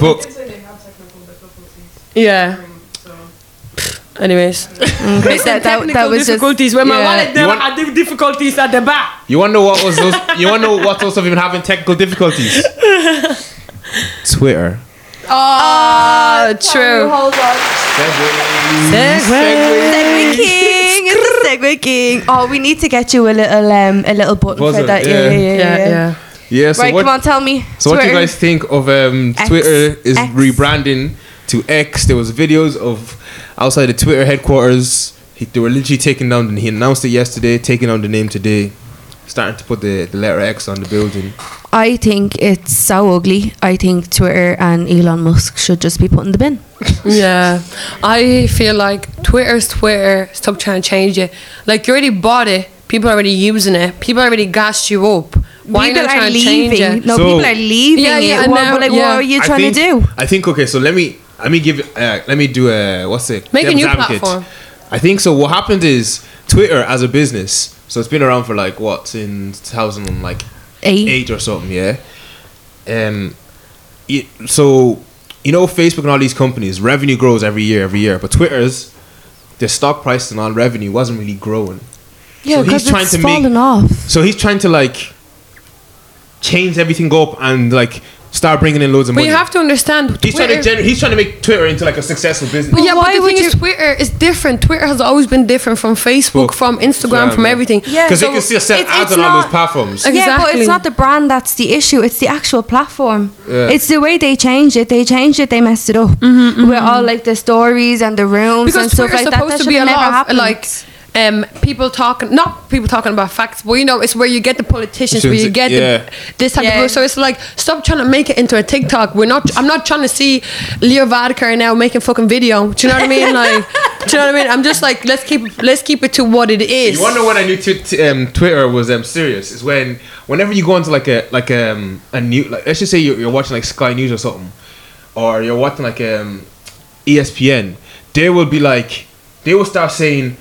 Speaker 3: But-
Speaker 4: They say they have technical difficulties.
Speaker 2: yeah.
Speaker 4: So,
Speaker 2: Anyways.
Speaker 1: that, that, that was just.
Speaker 2: when
Speaker 1: yeah. Uh,
Speaker 3: You want-
Speaker 2: had the difficulties at the back.
Speaker 3: you wonder what was those? You wonder what those of even having technical difficulties? Twitter.
Speaker 2: Oh, true.
Speaker 1: Hold on.
Speaker 3: Segway.
Speaker 1: Segway King. It's the Segway King. Oh, we need to get you a little um, a little button
Speaker 3: Buzzer,
Speaker 1: for that.
Speaker 3: yeah.
Speaker 1: Yeah, yeah, yeah.
Speaker 2: Yeah, yeah.
Speaker 3: Yeah, so
Speaker 1: right,
Speaker 3: what,
Speaker 1: come on, tell me.
Speaker 3: So what do you
Speaker 1: Twitter.
Speaker 3: guys think of um,
Speaker 1: X.
Speaker 3: Twitter is
Speaker 1: X.
Speaker 3: rebranding to X? There was videos of outside the Twitter headquarters. He, they were literally taking down. He announced it yesterday, taking down the name today, starting to put the, the letter X on the building.
Speaker 1: I think it's so ugly. I think Twitter and Elon Musk should just be put in the bin.
Speaker 2: Yeah, I feel like Twitter's Twitter. Stop trying to change it. Like you already bought it. People are already using it. People already gassed you up. Why
Speaker 1: people
Speaker 2: are you
Speaker 1: are
Speaker 2: trying to change
Speaker 1: leaving.
Speaker 2: it?
Speaker 1: No,
Speaker 3: So-
Speaker 1: people are leaving
Speaker 2: Yeah, yeah,
Speaker 1: it.
Speaker 2: I
Speaker 1: What,
Speaker 2: know,
Speaker 1: like,
Speaker 2: yeah.
Speaker 1: what are you
Speaker 3: I
Speaker 1: trying
Speaker 3: think-
Speaker 1: to do?
Speaker 3: I think okay. So let me let me give uh, let me do a what's it?
Speaker 2: Make a
Speaker 3: devil's
Speaker 2: new platform.
Speaker 3: I think so. What happened is Twitter as a business. So it's been around for like what since 2000 like
Speaker 1: Eight.
Speaker 3: eight or something. Yeah. Um. It, so you know Facebook and all these companies revenue grows every year every year, but Twitter's their stock price and all revenue wasn't really growing.
Speaker 1: Yeah,
Speaker 3: So he's
Speaker 1: because
Speaker 3: trying
Speaker 1: it's
Speaker 3: to make-
Speaker 1: fallen off.
Speaker 3: So he's trying to like change everything up and like start bringing in loads of
Speaker 2: But
Speaker 3: money.
Speaker 2: you have to understand.
Speaker 3: He's trying, to
Speaker 2: Twitter-
Speaker 3: gener- he's trying to make Twitter into like a successful business.
Speaker 2: But yeah,
Speaker 1: why
Speaker 2: but the
Speaker 1: would
Speaker 2: thing
Speaker 1: you-
Speaker 2: is, Twitter is different. Twitter has always been different from Facebook,
Speaker 3: Book.
Speaker 2: from Instagram,
Speaker 3: Yeah,
Speaker 2: from
Speaker 3: man.
Speaker 2: everything.
Speaker 1: Yeah.
Speaker 3: Because
Speaker 1: So
Speaker 3: they can still sell
Speaker 1: it's-
Speaker 3: ads
Speaker 1: it's
Speaker 3: on all
Speaker 1: not-
Speaker 3: those platforms.
Speaker 2: Like-
Speaker 1: Yeah, but
Speaker 2: Exactly.
Speaker 1: it's not the brand that's the issue. It's the actual platform.
Speaker 3: Yeah.
Speaker 1: It's the way they changed it. They changed it. They messed it up. With all like the stories and the rooms
Speaker 2: Mm-hmm, because
Speaker 1: and stuff
Speaker 2: Twitter's
Speaker 1: like that.
Speaker 2: supposed
Speaker 1: That
Speaker 2: to
Speaker 1: should
Speaker 2: be a
Speaker 1: never
Speaker 2: lot of
Speaker 1: happen.
Speaker 2: like um, people talking, not people talking about facts, but you know, it's where you get the politicians, where you get
Speaker 3: Yeah.
Speaker 2: the, this type
Speaker 1: Yeah.
Speaker 2: of. So it's like stop trying to make it into a TikTok. We're not. I'm not trying to see Leo Varadkar now making fucking video. Do you know what I mean? Like, do you know what I mean? I'm just like let's keep let's keep it to what it is.
Speaker 3: You wonder when I knew t- t- um, Twitter was um, serious is when whenever you go into like a like um, a new like let's just say you're, you're watching like Sky News or something, or you're watching like um, ESPN, they will be like they will start saying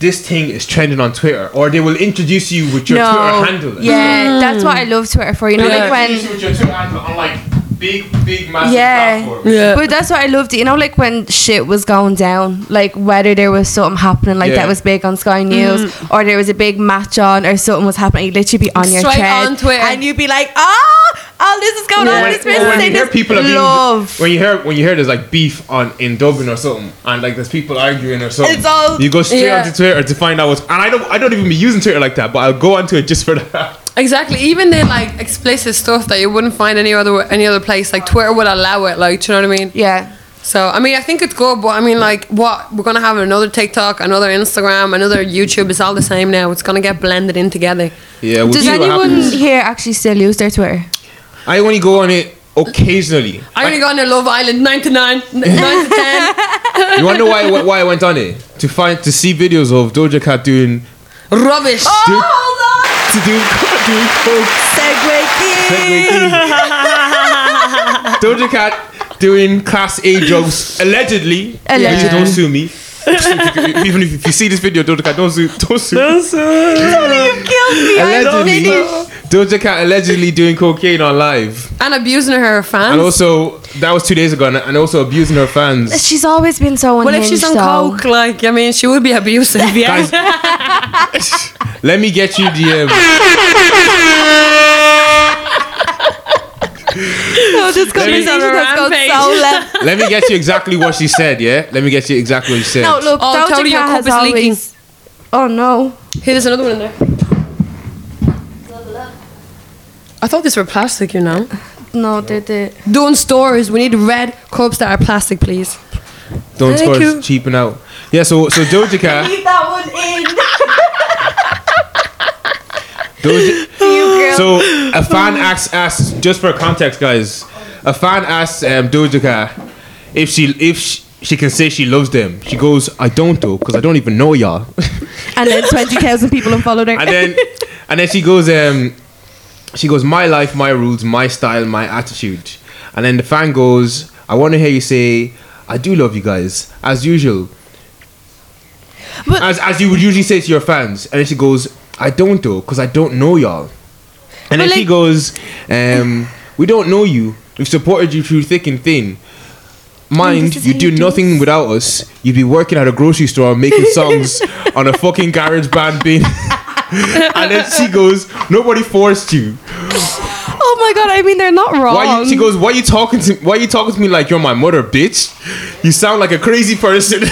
Speaker 3: this thing is trending on Twitter, or they will introduce you with your Twitter handle.
Speaker 1: Yeah, that's what I love Twitter for. You know,
Speaker 2: Mm. Yeah.
Speaker 1: like when
Speaker 3: with your Twitter handle on like big big massive
Speaker 1: yeah.
Speaker 2: Yeah.
Speaker 1: But that's what I loved. You know, like when shit was going down, like whether there was something happening like
Speaker 3: Yeah.
Speaker 1: that was big on Sky News
Speaker 2: Mm.
Speaker 1: or there was a big match on or something was happening, you'd literally be on your
Speaker 2: Straight
Speaker 1: thread
Speaker 2: on Twitter.
Speaker 1: and you'd be like, oh, all this is going
Speaker 2: Yeah.
Speaker 1: on.
Speaker 3: when,
Speaker 1: This person's
Speaker 3: when you
Speaker 1: saying
Speaker 3: hear
Speaker 1: this.
Speaker 3: people are being-
Speaker 1: love.
Speaker 3: when you hear when you hear there's like beef on in Dublin or something, and like there's people arguing or something,
Speaker 1: It's all-
Speaker 3: you go straight
Speaker 2: Yeah.
Speaker 3: onto Twitter to find out what's. And I don't I don't even be using Twitter like that, but I'll go onto it just for that.
Speaker 2: Exactly. Even the like explicit stuff that you wouldn't find any other any other place. Like Twitter would allow it. Like, do you know what I mean?
Speaker 1: Yeah.
Speaker 2: So I mean, I think it's good, but I mean, like, what we're gonna have another TikTok, another Instagram, another YouTube. It's all the same now. It's gonna get blended in together.
Speaker 3: Yeah, we'll
Speaker 1: Does
Speaker 3: see what
Speaker 1: anyone
Speaker 3: happens.
Speaker 1: here actually still use their Twitter?
Speaker 3: I only go on it occasionally.
Speaker 2: I only got on Love Island nine to nine, n- nine to ten.
Speaker 3: You wonder why I- why I went on it to find to see videos of Doja Cat doing
Speaker 2: Rubbish.
Speaker 3: do, to do doing coke. Segway King. Doja Cat doing class A drugs allegedly.
Speaker 1: Allegedly.
Speaker 3: Please Don't sue me. Even if, if you see this video, Doja Cat, don't sue. Don't sue. me. allegedly, Doja Cat allegedly doing cocaine on live,
Speaker 2: And abusing her fans.
Speaker 3: and also that was two days ago, and, and also abusing her fans.
Speaker 1: She's always been so
Speaker 2: well,
Speaker 1: unhinged.
Speaker 2: if she's on
Speaker 1: though.
Speaker 2: coke, like, I mean, she would be abusive. Yeah.
Speaker 3: Guys, let me get you the. Um,
Speaker 1: No, this conversation
Speaker 2: on a
Speaker 1: has gone
Speaker 2: rampage.
Speaker 1: so left.
Speaker 3: let me get you exactly what she said. Yeah, let me get you exactly what she said.
Speaker 1: No, look,
Speaker 2: Oh,
Speaker 1: Doja
Speaker 2: totally, your
Speaker 1: Cat
Speaker 2: cup
Speaker 1: has
Speaker 2: is
Speaker 1: always.
Speaker 2: leaking.
Speaker 1: Oh no!
Speaker 2: Hey, there's another one in there. I thought these were plastic, you know.
Speaker 1: No, they're the
Speaker 2: Doing stores, we need red cups that are plastic, please.
Speaker 3: Don't
Speaker 2: Thank
Speaker 3: score
Speaker 2: you.
Speaker 3: cheaping out. Yeah, so so Doja Cat,
Speaker 1: that one in.
Speaker 3: Doja,
Speaker 1: you girl.
Speaker 3: So a fan asks, asks just for context, guys. A fan asks um, Doja Cat if she if she, she can say she loves them. She goes, I don't though, because I don't even know y'all.
Speaker 1: and then twenty thousand people unfollowed her.
Speaker 3: and then and then she goes, um, she goes, my life, my rules, my style, my attitude. And then the fan goes, I want to hear you say, I do love you guys as usual,
Speaker 1: But-
Speaker 3: as as you would usually say to your fans. And then she goes, I don't though, because I don't know y'all. And then
Speaker 1: But,
Speaker 3: she
Speaker 1: like-
Speaker 3: goes, um, "We don't know you. We've supported you through thick and thin. Mind
Speaker 1: this is
Speaker 3: you
Speaker 1: how
Speaker 3: do
Speaker 1: you do
Speaker 3: nothing without us. You'd be working at a grocery store making songs on a fucking garage band bin." and then she goes, "Nobody forced you.
Speaker 1: oh my god! I mean, they're not wrong.
Speaker 3: Why?" You, she goes, "Why you talking to? Why you talking to me like you're my mother, bitch? You sound like a crazy person."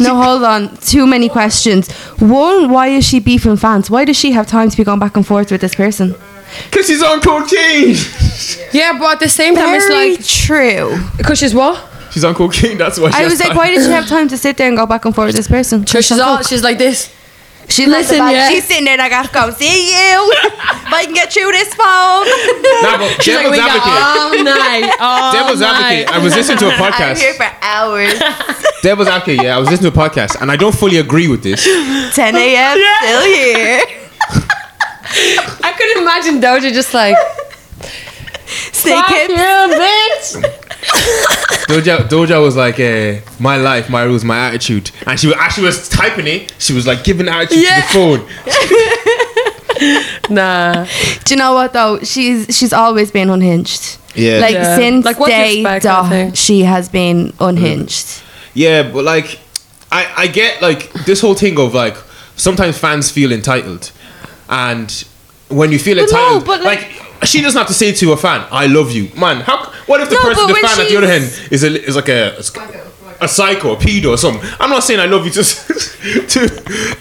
Speaker 1: no, hold on. Too many questions. One, why is she beefing fans? Why does she have time to be going back and forth with this person?
Speaker 3: Because she's on cocaine.
Speaker 2: Yeah, but at the same time,
Speaker 1: Very
Speaker 2: it's like
Speaker 1: true.
Speaker 2: because she's what?
Speaker 3: She's on cocaine. That's why. She
Speaker 1: I
Speaker 3: has
Speaker 1: was like,
Speaker 3: time.
Speaker 1: why did she have time to sit there and go back and forth with this person?
Speaker 2: Because she's all she's like this.
Speaker 1: She listen,
Speaker 2: Listen, yeah.
Speaker 1: she's sitting there like, I gotta go see you. if I can get through this phone.
Speaker 3: Nah, but
Speaker 2: She's like
Speaker 3: devil's
Speaker 2: we got
Speaker 3: advocate.
Speaker 2: all night. All
Speaker 3: Devil's
Speaker 2: night.
Speaker 3: advocate. I was listening to a
Speaker 1: I'm here
Speaker 3: podcast.
Speaker 1: for hours.
Speaker 3: Devil's advocate. Yeah, I was listening to a podcast, and I don't fully agree with this.
Speaker 1: 10 a.m. still here.
Speaker 2: I could imagine Doja just like
Speaker 1: Snake
Speaker 2: "Fuck
Speaker 1: hip.
Speaker 2: you, bitch.
Speaker 3: Doja, Doja was like, eh, my life, my rules, my attitude. And she was, as she was typing it, she was like giving attitude
Speaker 2: Yeah.
Speaker 3: to the phone.
Speaker 2: Nah.
Speaker 1: Do you know what though? She's she's always been unhinged.
Speaker 3: Yeah.
Speaker 1: Like
Speaker 2: Yeah.
Speaker 1: since
Speaker 2: Like, what do you
Speaker 1: day
Speaker 2: expect, I
Speaker 1: dot,
Speaker 2: think?
Speaker 1: she has been unhinged.
Speaker 3: Yeah, but like, I, I get like this whole thing of like, sometimes fans feel entitled. And when you feel
Speaker 1: But no,
Speaker 3: entitled,
Speaker 1: but, like-
Speaker 3: like, she doesn't have to say to a fan, I love you. Man, how, what if the
Speaker 1: No,
Speaker 3: person,
Speaker 1: but
Speaker 3: the
Speaker 1: when
Speaker 3: fan at the other
Speaker 1: she's-
Speaker 3: end is, a, is like a, a psycho, a pedo or something. I'm not saying I love you to, to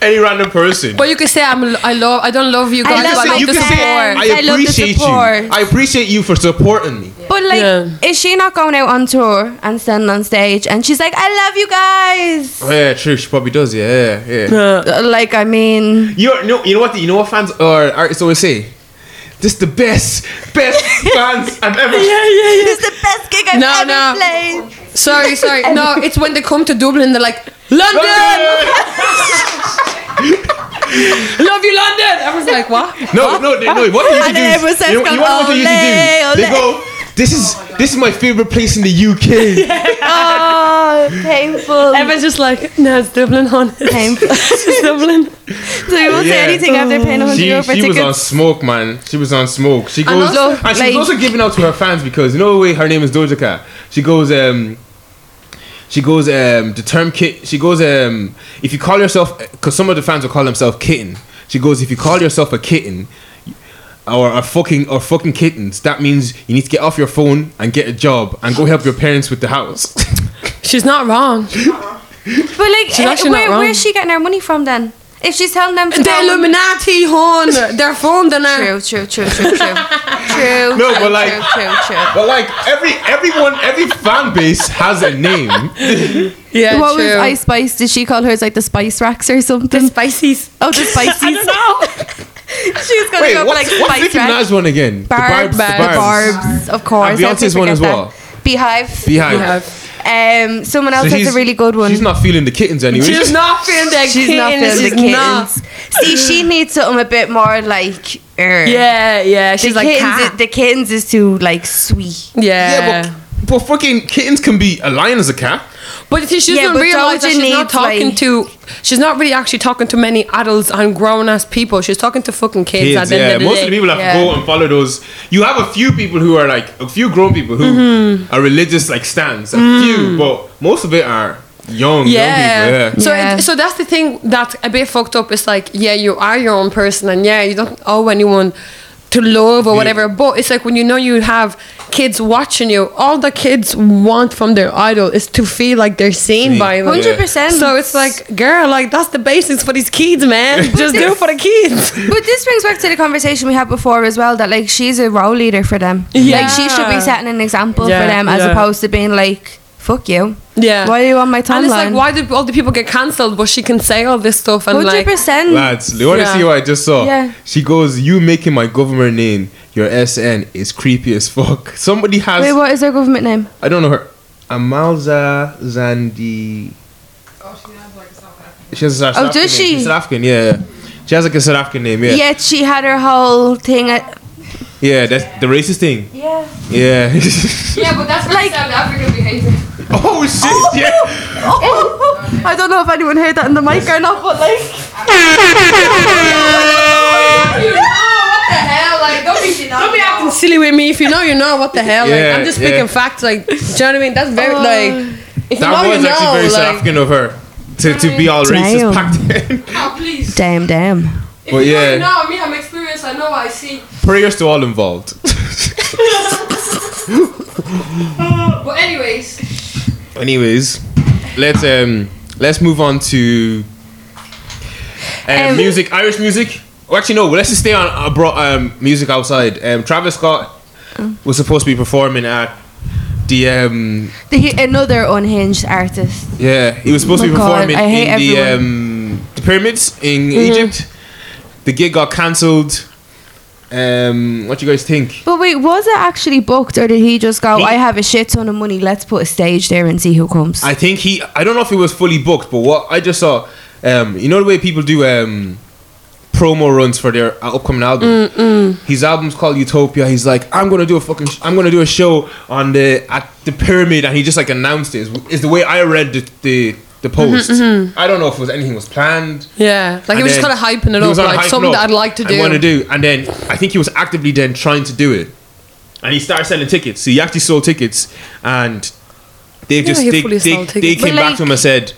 Speaker 3: any random person.
Speaker 2: But you could say I'm. I love. I don't love you
Speaker 1: I
Speaker 2: guys.
Speaker 1: love
Speaker 2: but I
Speaker 1: my
Speaker 2: love the
Speaker 1: friends. I
Speaker 2: support.
Speaker 3: I
Speaker 1: love the
Speaker 3: appreciate you.
Speaker 1: support.
Speaker 3: I appreciate you for supporting me.
Speaker 1: But like,
Speaker 2: Yeah.
Speaker 1: is she not going out on tour and standing on stage and she's like, I love you guys?
Speaker 3: Oh, yeah, true. She probably does. Yeah, yeah. yeah.
Speaker 2: um,
Speaker 1: Uh, Like, I mean,
Speaker 3: You're, no, you know what? You know what fans or artists always say. This the best, best fans I've ever.
Speaker 1: this is the best gig I've
Speaker 2: No,
Speaker 1: ever
Speaker 2: no.
Speaker 1: played.
Speaker 2: Sorry, sorry. No, it's when they come to Dublin, they're like London. Love you, London. I was like, what?
Speaker 3: No, no, they- no. What they usually
Speaker 1: And
Speaker 3: do?
Speaker 1: then everyone
Speaker 3: Is,
Speaker 1: says,
Speaker 3: you know, you know what they usually
Speaker 1: "Ole,
Speaker 3: do? They
Speaker 1: ole."
Speaker 3: go. This is this is my favorite place in the UK.
Speaker 1: Oh, painful.
Speaker 2: Everyone's just like, no, it's Dublin, hon.
Speaker 1: painful.
Speaker 2: It's Dublin.
Speaker 1: So you won't say
Speaker 3: Yeah.
Speaker 1: anything after paying 100
Speaker 3: She,
Speaker 1: euro for
Speaker 3: she was on
Speaker 1: tickets.
Speaker 3: smoke, man. She was on smoke. She goes, and,
Speaker 2: also,
Speaker 3: she
Speaker 1: like-
Speaker 3: was also giving out to her fans because you know the way her name is Doja Cat. She goes, um, she goes, um, the term kit. She goes, um, if you call yourself, because some of the fans will call themselves kitten. She goes, if you call yourself a kitten, or a fucking or fucking kittens, that means you need to get off your phone and get a job and go help your parents with the house.
Speaker 2: She's not wrong.
Speaker 1: But like,
Speaker 2: She's
Speaker 1: eh,
Speaker 2: actually not
Speaker 1: where,
Speaker 2: wrong.
Speaker 1: where's she getting her money from then? If she's telling them to
Speaker 2: The
Speaker 1: go-
Speaker 2: Illuminati, hon. They're from the now.
Speaker 1: True, true, true, true, true, true. true,
Speaker 3: No, but, like-
Speaker 1: true, true, true.
Speaker 3: but like every everyone, every fan base has a name.
Speaker 2: Yeah,
Speaker 1: What
Speaker 2: true.
Speaker 1: was Ice Spice? Did she call hers like the Spice Racks or something?
Speaker 2: Spices.
Speaker 1: Oh, the Spices.
Speaker 2: I don't know.
Speaker 1: She was gonna
Speaker 3: Wait,
Speaker 1: go for like
Speaker 3: what's, what's
Speaker 1: Spice
Speaker 3: Nicki
Speaker 1: Racks.
Speaker 3: Minaj one again? The
Speaker 1: Barbs,
Speaker 3: Barbs,
Speaker 1: the Barbs, of course.
Speaker 3: And
Speaker 1: How could
Speaker 3: Beyonce's
Speaker 1: we
Speaker 3: one as
Speaker 1: forget
Speaker 3: well.
Speaker 1: that? Beehive.
Speaker 3: Beehive.
Speaker 1: Um, someone
Speaker 3: So
Speaker 1: else has
Speaker 3: he's-
Speaker 1: a really good one.
Speaker 3: She's not feeling the kittens anyway.
Speaker 2: She's not feeling the
Speaker 1: She's not
Speaker 2: kittens.
Speaker 1: feeling the
Speaker 2: She's not.
Speaker 1: kittens. See, she needs something a bit more like. er,
Speaker 2: Yeah, yeah.
Speaker 1: The
Speaker 2: She's like,
Speaker 1: kittens,
Speaker 2: cat.
Speaker 1: is, the kittens is too like sweet.
Speaker 2: yeah.
Speaker 3: yeah, but, but fucking kittens can be a lion as a cat.
Speaker 2: But you see, she
Speaker 1: Yeah,
Speaker 2: doesn't
Speaker 1: but
Speaker 2: realize that
Speaker 1: Doja
Speaker 2: she's not
Speaker 1: needs,
Speaker 2: talking
Speaker 1: like-
Speaker 2: to. She's not really actually talking to many adults and grown ass people. She's talking to fucking kids. at the end
Speaker 3: yeah.
Speaker 2: of the
Speaker 3: Most
Speaker 2: day.
Speaker 3: of the people have
Speaker 1: Yeah.
Speaker 3: to go and follow those. You have a few people who are like a few grown people who
Speaker 2: Mm-hmm.
Speaker 3: are religious like stands. A few, but most of it are young, young
Speaker 2: Mm. yeah.
Speaker 3: people. Yeah.
Speaker 2: So
Speaker 1: Yeah.
Speaker 2: It, so that's the thing that's a bit fucked up. It's like yeah, you are your own person, and yeah, you don't owe anyone to love or
Speaker 3: Yeah.
Speaker 2: whatever. But it's like when you know you have kids watching you, all the kids want from their idol is to feel like they're seen
Speaker 3: Seen.
Speaker 2: by them.
Speaker 3: Yeah.
Speaker 1: 100%.
Speaker 2: So it's like, girl, like that's the basics for these kids, man. Just do it for the kids.
Speaker 1: But this brings back to the conversation we had before as well that like she's a role leader for them.
Speaker 2: Yeah.
Speaker 1: Like she should be setting an example
Speaker 2: Yeah,
Speaker 1: for them as
Speaker 2: yeah.
Speaker 1: opposed to being like, fuck you.
Speaker 2: Yeah.
Speaker 1: Why are you on my
Speaker 2: And
Speaker 1: timeline?
Speaker 2: it's like, why do all the people get cancelled? But she can say all this stuff and like,
Speaker 1: 100%.
Speaker 3: Lads, you want to
Speaker 2: Mm. Yeah.
Speaker 3: see what I just saw?
Speaker 1: Yeah.
Speaker 3: She goes, "You making my government name your SN is creepy as fuck." Somebody has
Speaker 1: Wait, what is their government name?
Speaker 3: I don't know her. Amalza Zandi.
Speaker 4: Oh, she has like a South African.
Speaker 3: She has a South
Speaker 1: Oh,
Speaker 3: African
Speaker 1: does
Speaker 3: name.
Speaker 1: she?
Speaker 3: She's South African, yeah, yeah. She has like a South African name, yeah. Yeah,
Speaker 1: Yet she had her whole thing at.
Speaker 3: that's the racist thing.
Speaker 1: Yeah.
Speaker 3: Yeah.
Speaker 2: yeah, but that's like South African behavior.
Speaker 3: oh shit, yeah.
Speaker 1: I don't know if anyone heard that in the mic or not, but like.
Speaker 2: You know what the hell? Like, don't be, don't be acting silly with me. If you know, you know. What the hell? Like,
Speaker 3: Yeah,
Speaker 2: I'm just
Speaker 3: yeah.
Speaker 2: speaking facts. Like, do you know what I mean? That's very
Speaker 1: Oh.
Speaker 2: like. If you
Speaker 3: That
Speaker 2: know,
Speaker 3: was
Speaker 2: you know.
Speaker 3: actually very South
Speaker 2: like,
Speaker 3: African of her. To, to be all
Speaker 1: Damn.
Speaker 3: racist back then.
Speaker 2: oh, please.
Speaker 1: Damn, damn.
Speaker 2: If
Speaker 3: But
Speaker 2: you know,
Speaker 3: yeah.
Speaker 2: you know. Me, I'm experienced. I know what I see.
Speaker 3: Prayers to all involved.
Speaker 2: But anyways,
Speaker 3: Anyways, let's um let's move on to uh,
Speaker 1: Um,
Speaker 3: music, Irish music. Well, actually, no. Let's just stay on uh, bro- um, music outside. Um, Travis Scott
Speaker 1: Mm.
Speaker 3: was supposed to be performing at the um,
Speaker 1: The, another unhinged artist.
Speaker 3: yeah. He was supposed to be
Speaker 1: Oh My God,
Speaker 3: performing
Speaker 1: I hate
Speaker 3: in the
Speaker 1: everyone. Mm-hmm.
Speaker 3: um, the pyramids in Egypt. The gig got cancelled. Um, what do you guys think?
Speaker 1: But wait, was it actually booked or did he just go,
Speaker 3: He-
Speaker 1: I have a shit ton of money, let's put a stage there and see who comes?
Speaker 3: I think he. I don't know if it was fully booked, but what I just saw, um, you know the way people do um, promo runs for their uh, upcoming album. His album's called Utopia. He's like, I'm gonna do a fucking. Sh- I'm gonna do a show on the at the pyramid, and he just like announced it. Is, is the way I read the the, the post. I don't know if it was anything was planned.
Speaker 2: Yeah, like
Speaker 3: And
Speaker 2: he was just
Speaker 3: then
Speaker 2: kind of hyping it
Speaker 3: he
Speaker 2: up,
Speaker 3: was on a
Speaker 2: like
Speaker 3: hype
Speaker 2: something
Speaker 3: up.
Speaker 2: that I'd like to
Speaker 3: I
Speaker 2: do.
Speaker 3: want to do, and then I think he was actively then trying to do it, and he started selling tickets. So he actually sold tickets, and they just
Speaker 2: he
Speaker 3: they,
Speaker 2: fully
Speaker 3: they,
Speaker 2: sold
Speaker 3: they
Speaker 2: tickets.
Speaker 1: But
Speaker 3: came back
Speaker 1: like-
Speaker 3: to him and said,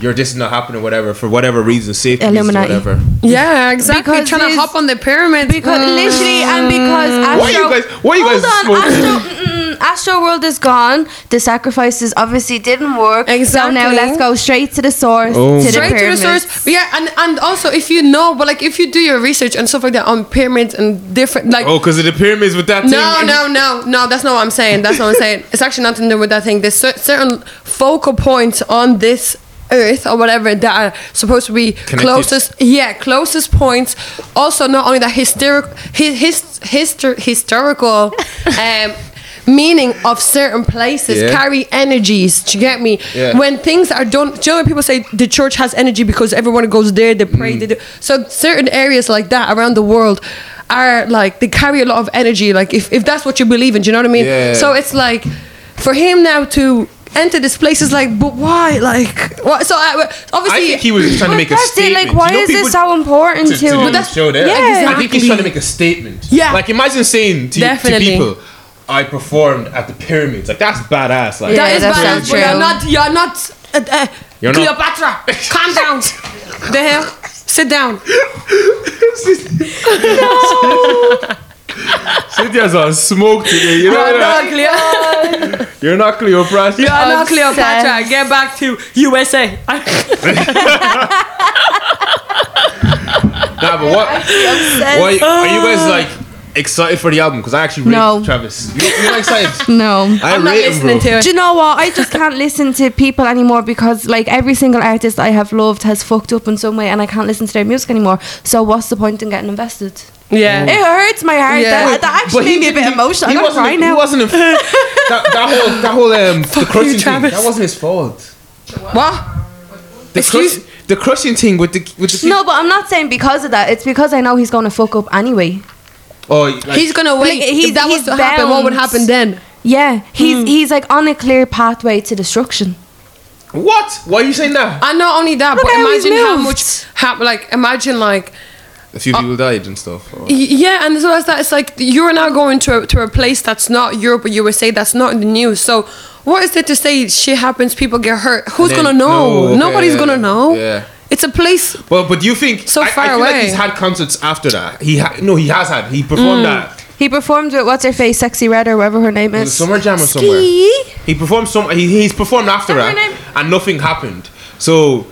Speaker 3: "Your this is not happening, whatever, for whatever reason, safety reasons,
Speaker 1: Illuminati.
Speaker 3: whatever."
Speaker 2: Yeah, exactly.
Speaker 1: Because
Speaker 2: trying to
Speaker 1: his-
Speaker 2: hop on the Mm. pyramid.
Speaker 1: Because literally, and because Astro,
Speaker 3: Mm. Why you guys- why you
Speaker 1: hold
Speaker 3: guys
Speaker 1: on,
Speaker 3: smoking?
Speaker 1: Astro, mm, mm, Astro World is gone. The sacrifices obviously didn't work. So now
Speaker 2: Exactly.
Speaker 1: let's go straight to the source.
Speaker 3: Oh.
Speaker 1: To
Speaker 2: straight
Speaker 1: the
Speaker 2: to the
Speaker 1: pyramids.
Speaker 2: source. But Yeah, and and also if you know, but like if you do your research and stuff like that on pyramids and different like.
Speaker 3: Oh, because of the pyramids with that.
Speaker 2: No,
Speaker 3: thing.
Speaker 2: no, no, no. That's not what I'm saying. That's not what I'm saying. It's actually nothing to do with that thing. There's cer- certain focal points on this earth or whatever that are supposed to be closest. Yeah, closest points. Also, not only that hysteric, his, his, histor- historical. Um, Meaning of certain places
Speaker 3: Yeah.
Speaker 2: carry energies. Do you get me?
Speaker 3: Yeah.
Speaker 2: When things are done, do you know when people say the church has energy because everyone goes there, they pray, they do.
Speaker 3: Mm.
Speaker 2: So certain areas like that around the world are like they carry a lot of energy. Like if, if that's what you believe in, do you know what I mean?
Speaker 3: Yeah.
Speaker 2: So it's like for him now to enter this place is like, but why? Like what? So I,
Speaker 3: I
Speaker 2: obviously
Speaker 3: think he was just trying
Speaker 1: But
Speaker 3: to make a
Speaker 1: that's it.
Speaker 3: statement.
Speaker 1: Like, why
Speaker 3: You know
Speaker 1: is
Speaker 3: people-
Speaker 1: this so important
Speaker 3: to,
Speaker 1: to,
Speaker 3: to do
Speaker 1: him?
Speaker 3: the show there.
Speaker 1: Yeah.
Speaker 3: I think he's trying to make a statement.
Speaker 2: Yeah.
Speaker 3: Like imagine saying to, to
Speaker 2: Definitely.
Speaker 3: people, I performed at the pyramids. Like that's badass. Like
Speaker 1: Yeah,
Speaker 2: that is
Speaker 1: that's
Speaker 2: bad.
Speaker 1: not
Speaker 2: But you're
Speaker 1: true.
Speaker 2: not. You're not. Uh, uh,
Speaker 3: You're not-
Speaker 2: Cleopatra. Calm down. the hell. Sit down.
Speaker 3: Cynthia's on smoke today. You know
Speaker 2: You're
Speaker 3: what I
Speaker 2: not
Speaker 3: mean?
Speaker 2: Cleo-
Speaker 3: You're not Cleopatra.
Speaker 2: You're not
Speaker 1: Obsessed.
Speaker 2: Cleopatra. Get back to USA.
Speaker 3: Nah, but what? Why are you
Speaker 2: Ah.
Speaker 3: guys like excited for the album? Because I actually rate
Speaker 1: No.
Speaker 3: Travis. You, you're not excited.
Speaker 1: No.
Speaker 3: I
Speaker 2: I'm not
Speaker 3: rate him, bro.
Speaker 2: listening to it.
Speaker 1: Do you know what? I just can't listen to people anymore because, like, every single artist I have loved has fucked up in some way, and I can't listen to their music anymore. So, what's the point in getting invested?
Speaker 2: Yeah.
Speaker 1: It hurts my heart.
Speaker 2: Yeah.
Speaker 1: That, that
Speaker 3: But
Speaker 1: actually
Speaker 3: he
Speaker 1: made me a bit
Speaker 3: didn't-
Speaker 1: emotional.
Speaker 3: He,
Speaker 1: I'm gonna
Speaker 3: he wasn't.
Speaker 1: cry
Speaker 3: He
Speaker 1: now.
Speaker 3: wasn't. A, that, that whole. That whole. Um, the crushing thing.
Speaker 2: Travis.
Speaker 3: That wasn't his fault.
Speaker 2: What?
Speaker 3: The, crush,
Speaker 2: Excuse-
Speaker 3: the crushing thing with the with the.
Speaker 1: No, but I'm not saying because of that. It's because I know he's going to fuck up anyway.
Speaker 3: Oh, like,
Speaker 2: he's gonna wait.
Speaker 1: Like, he's-
Speaker 2: if that was
Speaker 1: he's
Speaker 2: to happen, what would
Speaker 1: bound.
Speaker 2: happen then?
Speaker 1: Yeah, he's
Speaker 2: Hmm.
Speaker 1: he's like on a clear pathway to destruction.
Speaker 3: what? Why are you saying that?
Speaker 2: And not only that,
Speaker 1: Look
Speaker 2: but
Speaker 1: how he's
Speaker 2: imagine how
Speaker 1: moved.
Speaker 2: much, how, like, imagine like,
Speaker 3: A few people died and stuff.
Speaker 2: y- yeah, and as well as that, it's like you're now going to a, to a place that's not Europe or USA, that's not in the news. So, what is there to say? Shit happens, people get hurt. Who's
Speaker 3: then-
Speaker 2: gonna know?
Speaker 3: no, okay,
Speaker 2: Nobody's
Speaker 3: yeah,
Speaker 2: gonna know.
Speaker 3: yeah.
Speaker 2: It's a place.
Speaker 3: Well, but do you think
Speaker 2: So
Speaker 3: I- I
Speaker 2: far
Speaker 3: feel Like
Speaker 2: away.
Speaker 3: he's had concerts after that. He ha- no, he has had. He performed
Speaker 2: Mm.
Speaker 3: that.
Speaker 1: He performed with what's her face, sexy red or whatever her name
Speaker 3: Was it
Speaker 1: is.
Speaker 3: Summer Jam or somewhere? He performed some. He, he's performed after
Speaker 1: Remember
Speaker 3: that,
Speaker 1: when
Speaker 3: and nothing happened. So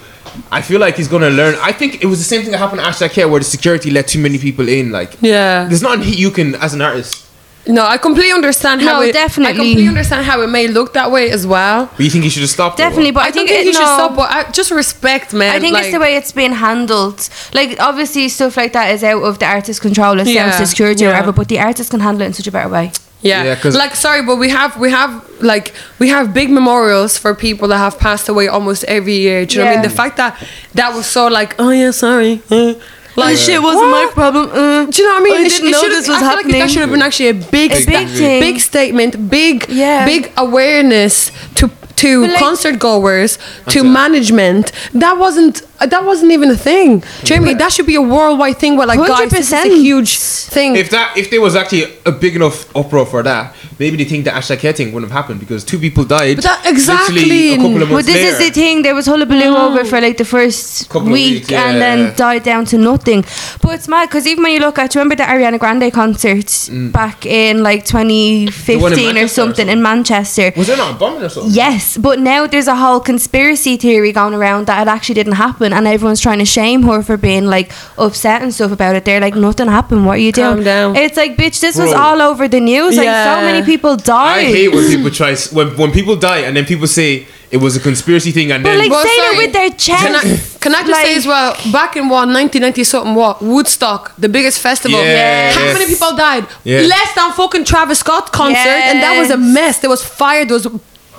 Speaker 3: I feel like he's gonna learn. I think it was the same thing that happened at Ashton Care, where the security let too many people in. Like,
Speaker 2: Yeah.
Speaker 3: there's nothing he- you can as an artist.
Speaker 2: No, I completely understand how
Speaker 1: No,
Speaker 2: it. I
Speaker 1: definitely.
Speaker 2: completely understand how it may look that way as well.
Speaker 3: But you think he should have stopped? or what?
Speaker 1: Definitely, but I,
Speaker 2: I,
Speaker 1: think,
Speaker 2: don't think
Speaker 1: it,
Speaker 2: you should
Speaker 1: no.
Speaker 2: stop. But I, just respect, man.
Speaker 1: I think it's
Speaker 2: like-
Speaker 1: the way it's being handled. Like obviously stuff like that is out of the artist's control, it's
Speaker 2: Yeah,
Speaker 1: down to security
Speaker 2: yeah.
Speaker 1: or whatever, but the artist can handle it in such a better way.
Speaker 2: Yeah,
Speaker 3: Yeah, 'cause-
Speaker 2: like sorry, but we have we have like we have big memorials for people that have passed away almost every year. Do you know what I mean? The
Speaker 1: Yeah.
Speaker 2: fact that that was so like, oh yeah, sorry, uh, like what?
Speaker 1: problem.
Speaker 2: Do you know what I mean?
Speaker 1: I
Speaker 2: It sh-
Speaker 1: didn't
Speaker 2: it
Speaker 1: know
Speaker 2: should've-
Speaker 1: this was
Speaker 2: I feel Like
Speaker 1: happening.
Speaker 2: that should have been actually a big,
Speaker 1: A big
Speaker 2: sta-
Speaker 1: thing.
Speaker 2: big statement, big,
Speaker 1: Yeah.
Speaker 2: big awareness to to
Speaker 1: But like-
Speaker 2: concert goers, to
Speaker 3: it.
Speaker 2: management. That wasn't uh, that wasn't even a thing, Jamie. That should be a worldwide thing. Where like, guys, this is a
Speaker 1: 100%.
Speaker 2: huge thing.
Speaker 3: If that, if there was actually a big enough uproar for that, maybe they think the Ashton Care thing wouldn't have happened because two people died.
Speaker 2: But that-
Speaker 3: literally
Speaker 2: exactly.
Speaker 3: A couple of
Speaker 1: But
Speaker 3: months
Speaker 1: this is
Speaker 3: later.
Speaker 1: the thing. There was hullabaloo
Speaker 2: Mm.
Speaker 1: over for like the first
Speaker 3: Couple of
Speaker 1: week,
Speaker 3: weeks, yeah.
Speaker 1: and then died down to nothing. But it's mad because even when you look at, do you remember the Ariana Grande concert
Speaker 3: Mm.
Speaker 1: back in like 2015
Speaker 3: Manchester
Speaker 1: or something
Speaker 3: or something?
Speaker 1: in Manchester?
Speaker 3: Was there not a bombing or something?
Speaker 1: Yes, but now there's a whole conspiracy theory going around that it actually didn't happen. happened and everyone's trying to shame her for being like upset and stuff about it. They're like, nothing happened. What are you
Speaker 2: Calm
Speaker 1: doing?
Speaker 2: down.
Speaker 1: It's like, bitch, this was
Speaker 3: Bro.
Speaker 1: all over the news. Like,
Speaker 2: Yeah.
Speaker 1: so many people died.
Speaker 3: I hate when people try s- when when people die and then people say it was a conspiracy thing and
Speaker 1: but
Speaker 3: then
Speaker 1: like,
Speaker 2: Well,
Speaker 1: say
Speaker 2: sorry.
Speaker 1: it with their chest.
Speaker 2: Can I, can I just
Speaker 1: Like-
Speaker 2: say as well, back in what, 1990 something, what? Woodstock, the biggest festival.
Speaker 3: Yeah,
Speaker 2: How
Speaker 3: yes.
Speaker 2: many people died?
Speaker 3: Yeah.
Speaker 2: Less than fucking Travis Scott concert, and that was a
Speaker 1: Yes.
Speaker 2: mess. There was fire, there was.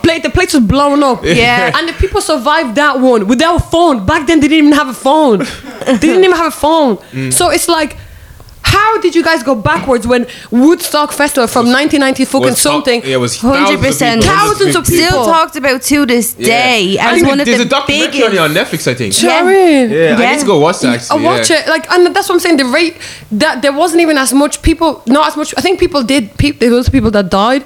Speaker 2: Plate, the place was blown up.
Speaker 1: Yeah.
Speaker 2: And the people survived that one without a phone. Back then, they didn't even have a phone. they didn't even have a phone.
Speaker 3: Mm.
Speaker 2: So it's like, how did you guys go backwards when Woodstock Festival from 1990 fucking
Speaker 3: was top-
Speaker 2: something?
Speaker 3: Yeah, it was
Speaker 1: Hundred
Speaker 3: hundred
Speaker 1: percent.
Speaker 2: Thousands of people.
Speaker 1: Still talked about to this day
Speaker 3: I
Speaker 1: as
Speaker 3: think
Speaker 1: one of
Speaker 3: there's
Speaker 1: the
Speaker 3: a documentary
Speaker 1: biggest.
Speaker 3: on it on Netflix. I think.
Speaker 1: Yeah.
Speaker 2: Jerry.
Speaker 3: Yeah, I
Speaker 1: Yeah.
Speaker 3: need to go watch that. Actually,
Speaker 2: I watch
Speaker 3: yeah.
Speaker 2: it like, and that's what I'm saying. The rate that there wasn't even as much people, not as much. I think people did. Pe- there was people that died,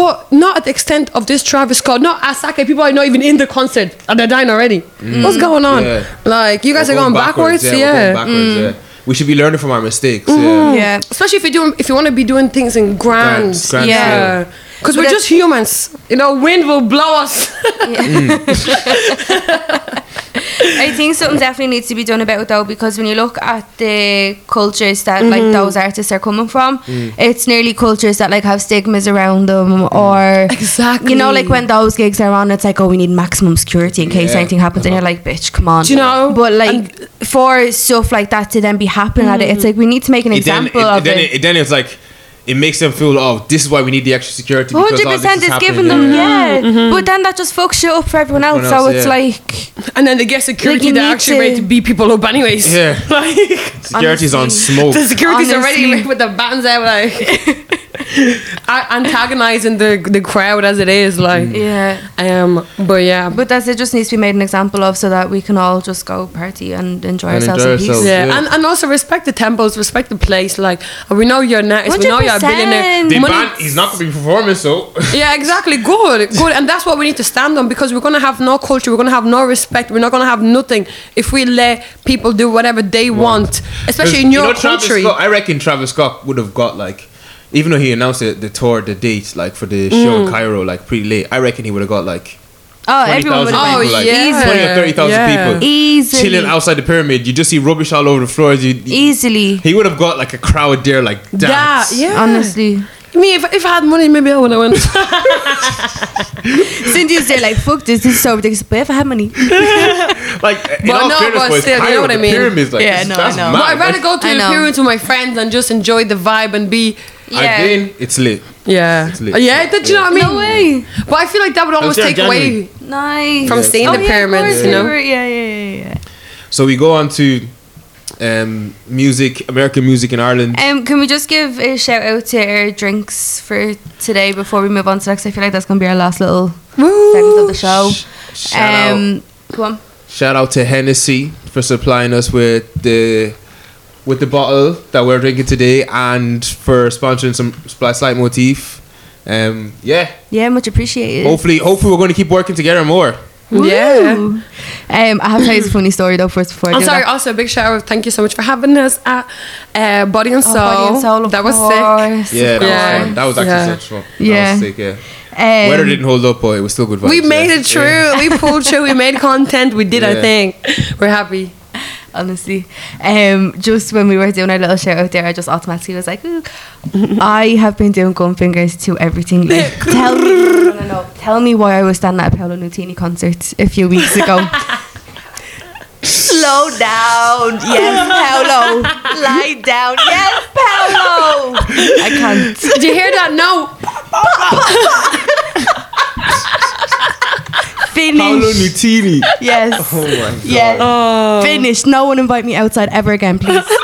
Speaker 2: but not at the extent of this Travis Scott. Not Asake. People are not even in the concert and they're dying already. What's going on?
Speaker 3: Yeah.
Speaker 2: Like you guys
Speaker 3: We're
Speaker 2: are going backwards.
Speaker 3: we're
Speaker 2: yeah.
Speaker 3: going backwards, yeah. We should be learning from our mistakes. Yeah.
Speaker 1: Mm. Mm-hmm. Yeah.
Speaker 2: Especially if you doing, if you want to be doing things in grand,
Speaker 3: Grand- grand
Speaker 2: yeah, because
Speaker 1: But
Speaker 2: we're
Speaker 1: that-
Speaker 2: just humans. You know, wind will blow us.
Speaker 1: I think something definitely needs to be done about it though because when you look at the cultures that
Speaker 2: Mm-hmm.
Speaker 1: like those artists are coming from,
Speaker 3: Mm.
Speaker 1: it's nearly cultures that like have stigmas around them or
Speaker 2: Exactly.
Speaker 1: You know, like when those gigs are on, it's like, oh, we need maximum security in case
Speaker 3: Yeah.
Speaker 1: anything happens, and you're like, bitch, come on.
Speaker 2: Do you know?
Speaker 1: But like for stuff like that to then be happening at
Speaker 2: Mm.
Speaker 1: it, it's like we need to make an
Speaker 3: It then, it,
Speaker 1: example of
Speaker 3: then
Speaker 1: it.
Speaker 3: it, then it's like it makes them feel oh this is why we need the extra security. because all this
Speaker 1: Hundred percent
Speaker 3: is
Speaker 1: is
Speaker 3: happening,
Speaker 1: giving them,
Speaker 3: yeah.
Speaker 1: yeah. But then that just fucks shit up for everyone else.
Speaker 3: Everyone
Speaker 1: so it's
Speaker 3: else, yeah.
Speaker 1: like,
Speaker 2: and then they get security
Speaker 1: you
Speaker 2: that
Speaker 1: need
Speaker 2: actually
Speaker 1: to-
Speaker 2: ready to beat people up anyways.
Speaker 3: Yeah.
Speaker 2: Like
Speaker 3: Security's on
Speaker 1: Honestly.
Speaker 3: smoke.
Speaker 2: The security's already
Speaker 1: Honestly.
Speaker 2: with the bands out, like a- antagonizing the the crowd as it is, like
Speaker 3: Mm.
Speaker 1: yeah.
Speaker 2: Um, but yeah, but
Speaker 1: But that's it. Just needs to be made an example of so that we can all just go party and enjoy
Speaker 3: And
Speaker 1: ourselves
Speaker 3: enjoy
Speaker 1: in peace.
Speaker 3: ourselves.
Speaker 2: yeah,
Speaker 3: Oh, Yeah.
Speaker 2: and, and also respect the temples, respect the place. Like we know you're nice, we know you're a
Speaker 1: 100%.
Speaker 3: They
Speaker 2: billionaire.
Speaker 3: ban- he's not gonna be performing, so
Speaker 2: Yeah, exactly. Good, good, and that's what we need to stand on because we're gonna have no culture, we're gonna have no respect, we're not gonna have nothing if we let people do whatever they want, especially in
Speaker 3: You
Speaker 2: your
Speaker 3: know, Travis
Speaker 2: country.
Speaker 3: Scott- I reckon Travis Scott would have got like, even though he announced the, the tour, the date like for the show
Speaker 2: Mm.
Speaker 3: in Cairo like pretty late. I reckon he would have got like
Speaker 1: Oh,
Speaker 3: twenty
Speaker 1: everyone would
Speaker 3: thousand people,
Speaker 1: have
Speaker 2: been
Speaker 1: been
Speaker 3: like
Speaker 2: yeah.
Speaker 3: twenty or thirty thousand
Speaker 2: Yeah.
Speaker 3: people
Speaker 1: easily,
Speaker 3: chilling outside the pyramid. You just see rubbish all over the floors. You, you-
Speaker 1: easily.
Speaker 3: He would have got like a crowd there, like
Speaker 2: yeah,
Speaker 3: dance.
Speaker 2: yeah.
Speaker 1: Honestly,
Speaker 2: I mean, if, if I had money, maybe I would have went.
Speaker 1: Cindy's there like, fuck this, this is so ridiculous. But if I had money,
Speaker 3: Like, in
Speaker 2: But
Speaker 3: all
Speaker 2: no,
Speaker 3: fairness,
Speaker 2: but
Speaker 3: boys,
Speaker 2: still, you know
Speaker 3: Cairo,
Speaker 2: what I
Speaker 3: the
Speaker 2: mean?
Speaker 3: Pyramids, like,
Speaker 1: Yeah,
Speaker 3: it's-
Speaker 1: no, I
Speaker 3: that's
Speaker 1: know.
Speaker 3: mad.
Speaker 2: But I'd rather go to
Speaker 1: I
Speaker 2: the
Speaker 1: know.
Speaker 2: appearance with my friends and just enjoy the vibe and be.
Speaker 1: yeah,
Speaker 3: I've been. It's lit.
Speaker 2: Yeah.
Speaker 3: It's lit.
Speaker 2: Yeah, that, you know what I mean?
Speaker 1: No way.
Speaker 2: But I feel like that would almost
Speaker 3: there in
Speaker 2: take away
Speaker 3: January.
Speaker 1: nice.
Speaker 2: from seeing
Speaker 1: Oh,
Speaker 2: the
Speaker 1: yeah, of
Speaker 2: pyramids,
Speaker 1: course,
Speaker 2: you
Speaker 1: we
Speaker 2: know?
Speaker 1: were- Yeah, yeah, yeah, yeah.
Speaker 3: So we go on to um, music, American music in Ireland.
Speaker 1: Um, can we just give a shout out to our drinks for today before we move on to next? I feel like that's gonna be our last little segment of the show.
Speaker 3: Shout out.
Speaker 1: um, go on.
Speaker 3: Shout out to Hennessy for supplying us with the with the bottle that we're drinking today, and for sponsoring some Splice Slight Motif. Um, yeah.
Speaker 1: Yeah, much appreciated.
Speaker 3: Hopefully, hopefully we're going to keep working together more.
Speaker 2: Yeah.
Speaker 1: Woo. Um, I have to tell you a funny story though first before I
Speaker 2: I'm
Speaker 1: do
Speaker 2: sorry,
Speaker 1: that.
Speaker 2: also a big shout out. Thank you so much for having us at uh, Body and Soul.
Speaker 1: Oh, Body and Soul, of
Speaker 2: that was sick.
Speaker 1: course,
Speaker 3: Yeah,
Speaker 1: of
Speaker 3: that
Speaker 2: Yeah.
Speaker 3: was fun. That was actually
Speaker 2: Yeah.
Speaker 3: such fun. That
Speaker 1: Yeah.
Speaker 3: was sick, yeah.
Speaker 1: Um,
Speaker 3: Weather didn't hold up, but it was still good vibes.
Speaker 2: We
Speaker 3: yeah.
Speaker 2: made it through.
Speaker 3: Yeah.
Speaker 2: We pulled through. We made content. We did
Speaker 3: Yeah.
Speaker 2: our thing. We're happy.
Speaker 1: honestly. Um, just when we were doing our little shout out there, I just automatically was like, "Ooh." I have been doing gun fingers to everything. Like, tell me, no, no, no. Tell me why I was standing at a Paolo Nutini concert a few weeks ago. Slow down, yes, Paolo. Lie down, yes, Paolo. I can't.
Speaker 2: Did you hear that? No.
Speaker 1: Finish.
Speaker 3: Paolo Nutini.
Speaker 1: Yes.
Speaker 3: Oh my god.
Speaker 1: Yes.
Speaker 2: Oh.
Speaker 1: Finish. No one invite me outside ever again, please.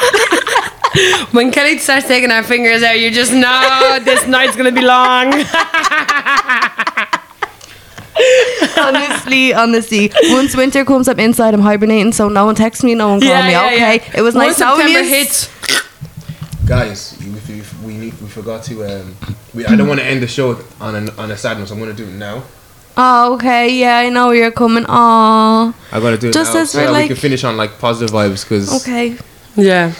Speaker 2: When Kelly starts taking her fingers out, you just know this night's gonna be long.
Speaker 1: honestly, honestly. Once winter comes up inside, I'm hibernating, so no one texts me, no one call me. okay, it was
Speaker 2: Once
Speaker 1: nice knowing
Speaker 2: September
Speaker 1: you.
Speaker 2: hits.
Speaker 3: Guys, we, we, we, need, we forgot to. Um, we, I don't want to end the show on a, on a sad note, so I'm going to do it now.
Speaker 1: Oh, okay, yeah, I know you're coming. Aw,
Speaker 3: I'm going to do it
Speaker 1: Just
Speaker 3: now
Speaker 1: as
Speaker 3: so
Speaker 1: we're
Speaker 3: that we
Speaker 1: like-
Speaker 3: can finish on like positive vibes because.
Speaker 1: okay.
Speaker 2: Yeah.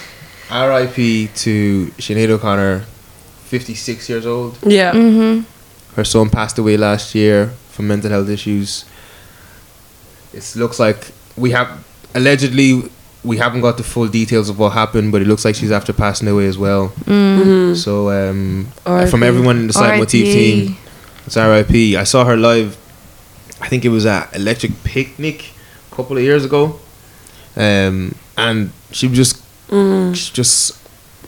Speaker 3: R.I.P. to Sinead O'Connor, 56 years old.
Speaker 2: Yeah.
Speaker 1: Mm-hmm.
Speaker 3: Her son passed away last year from mental health issues. It looks like we have allegedly, we haven't got the full details of what happened, but it looks like she's after passing away as well. So, um,
Speaker 2: RIP.
Speaker 3: from everyone in the Side Motif
Speaker 1: RIP.
Speaker 3: team, it's RIP. I saw her live, I think it was at Electric Picnic a couple of years ago. Um, and she was just, she just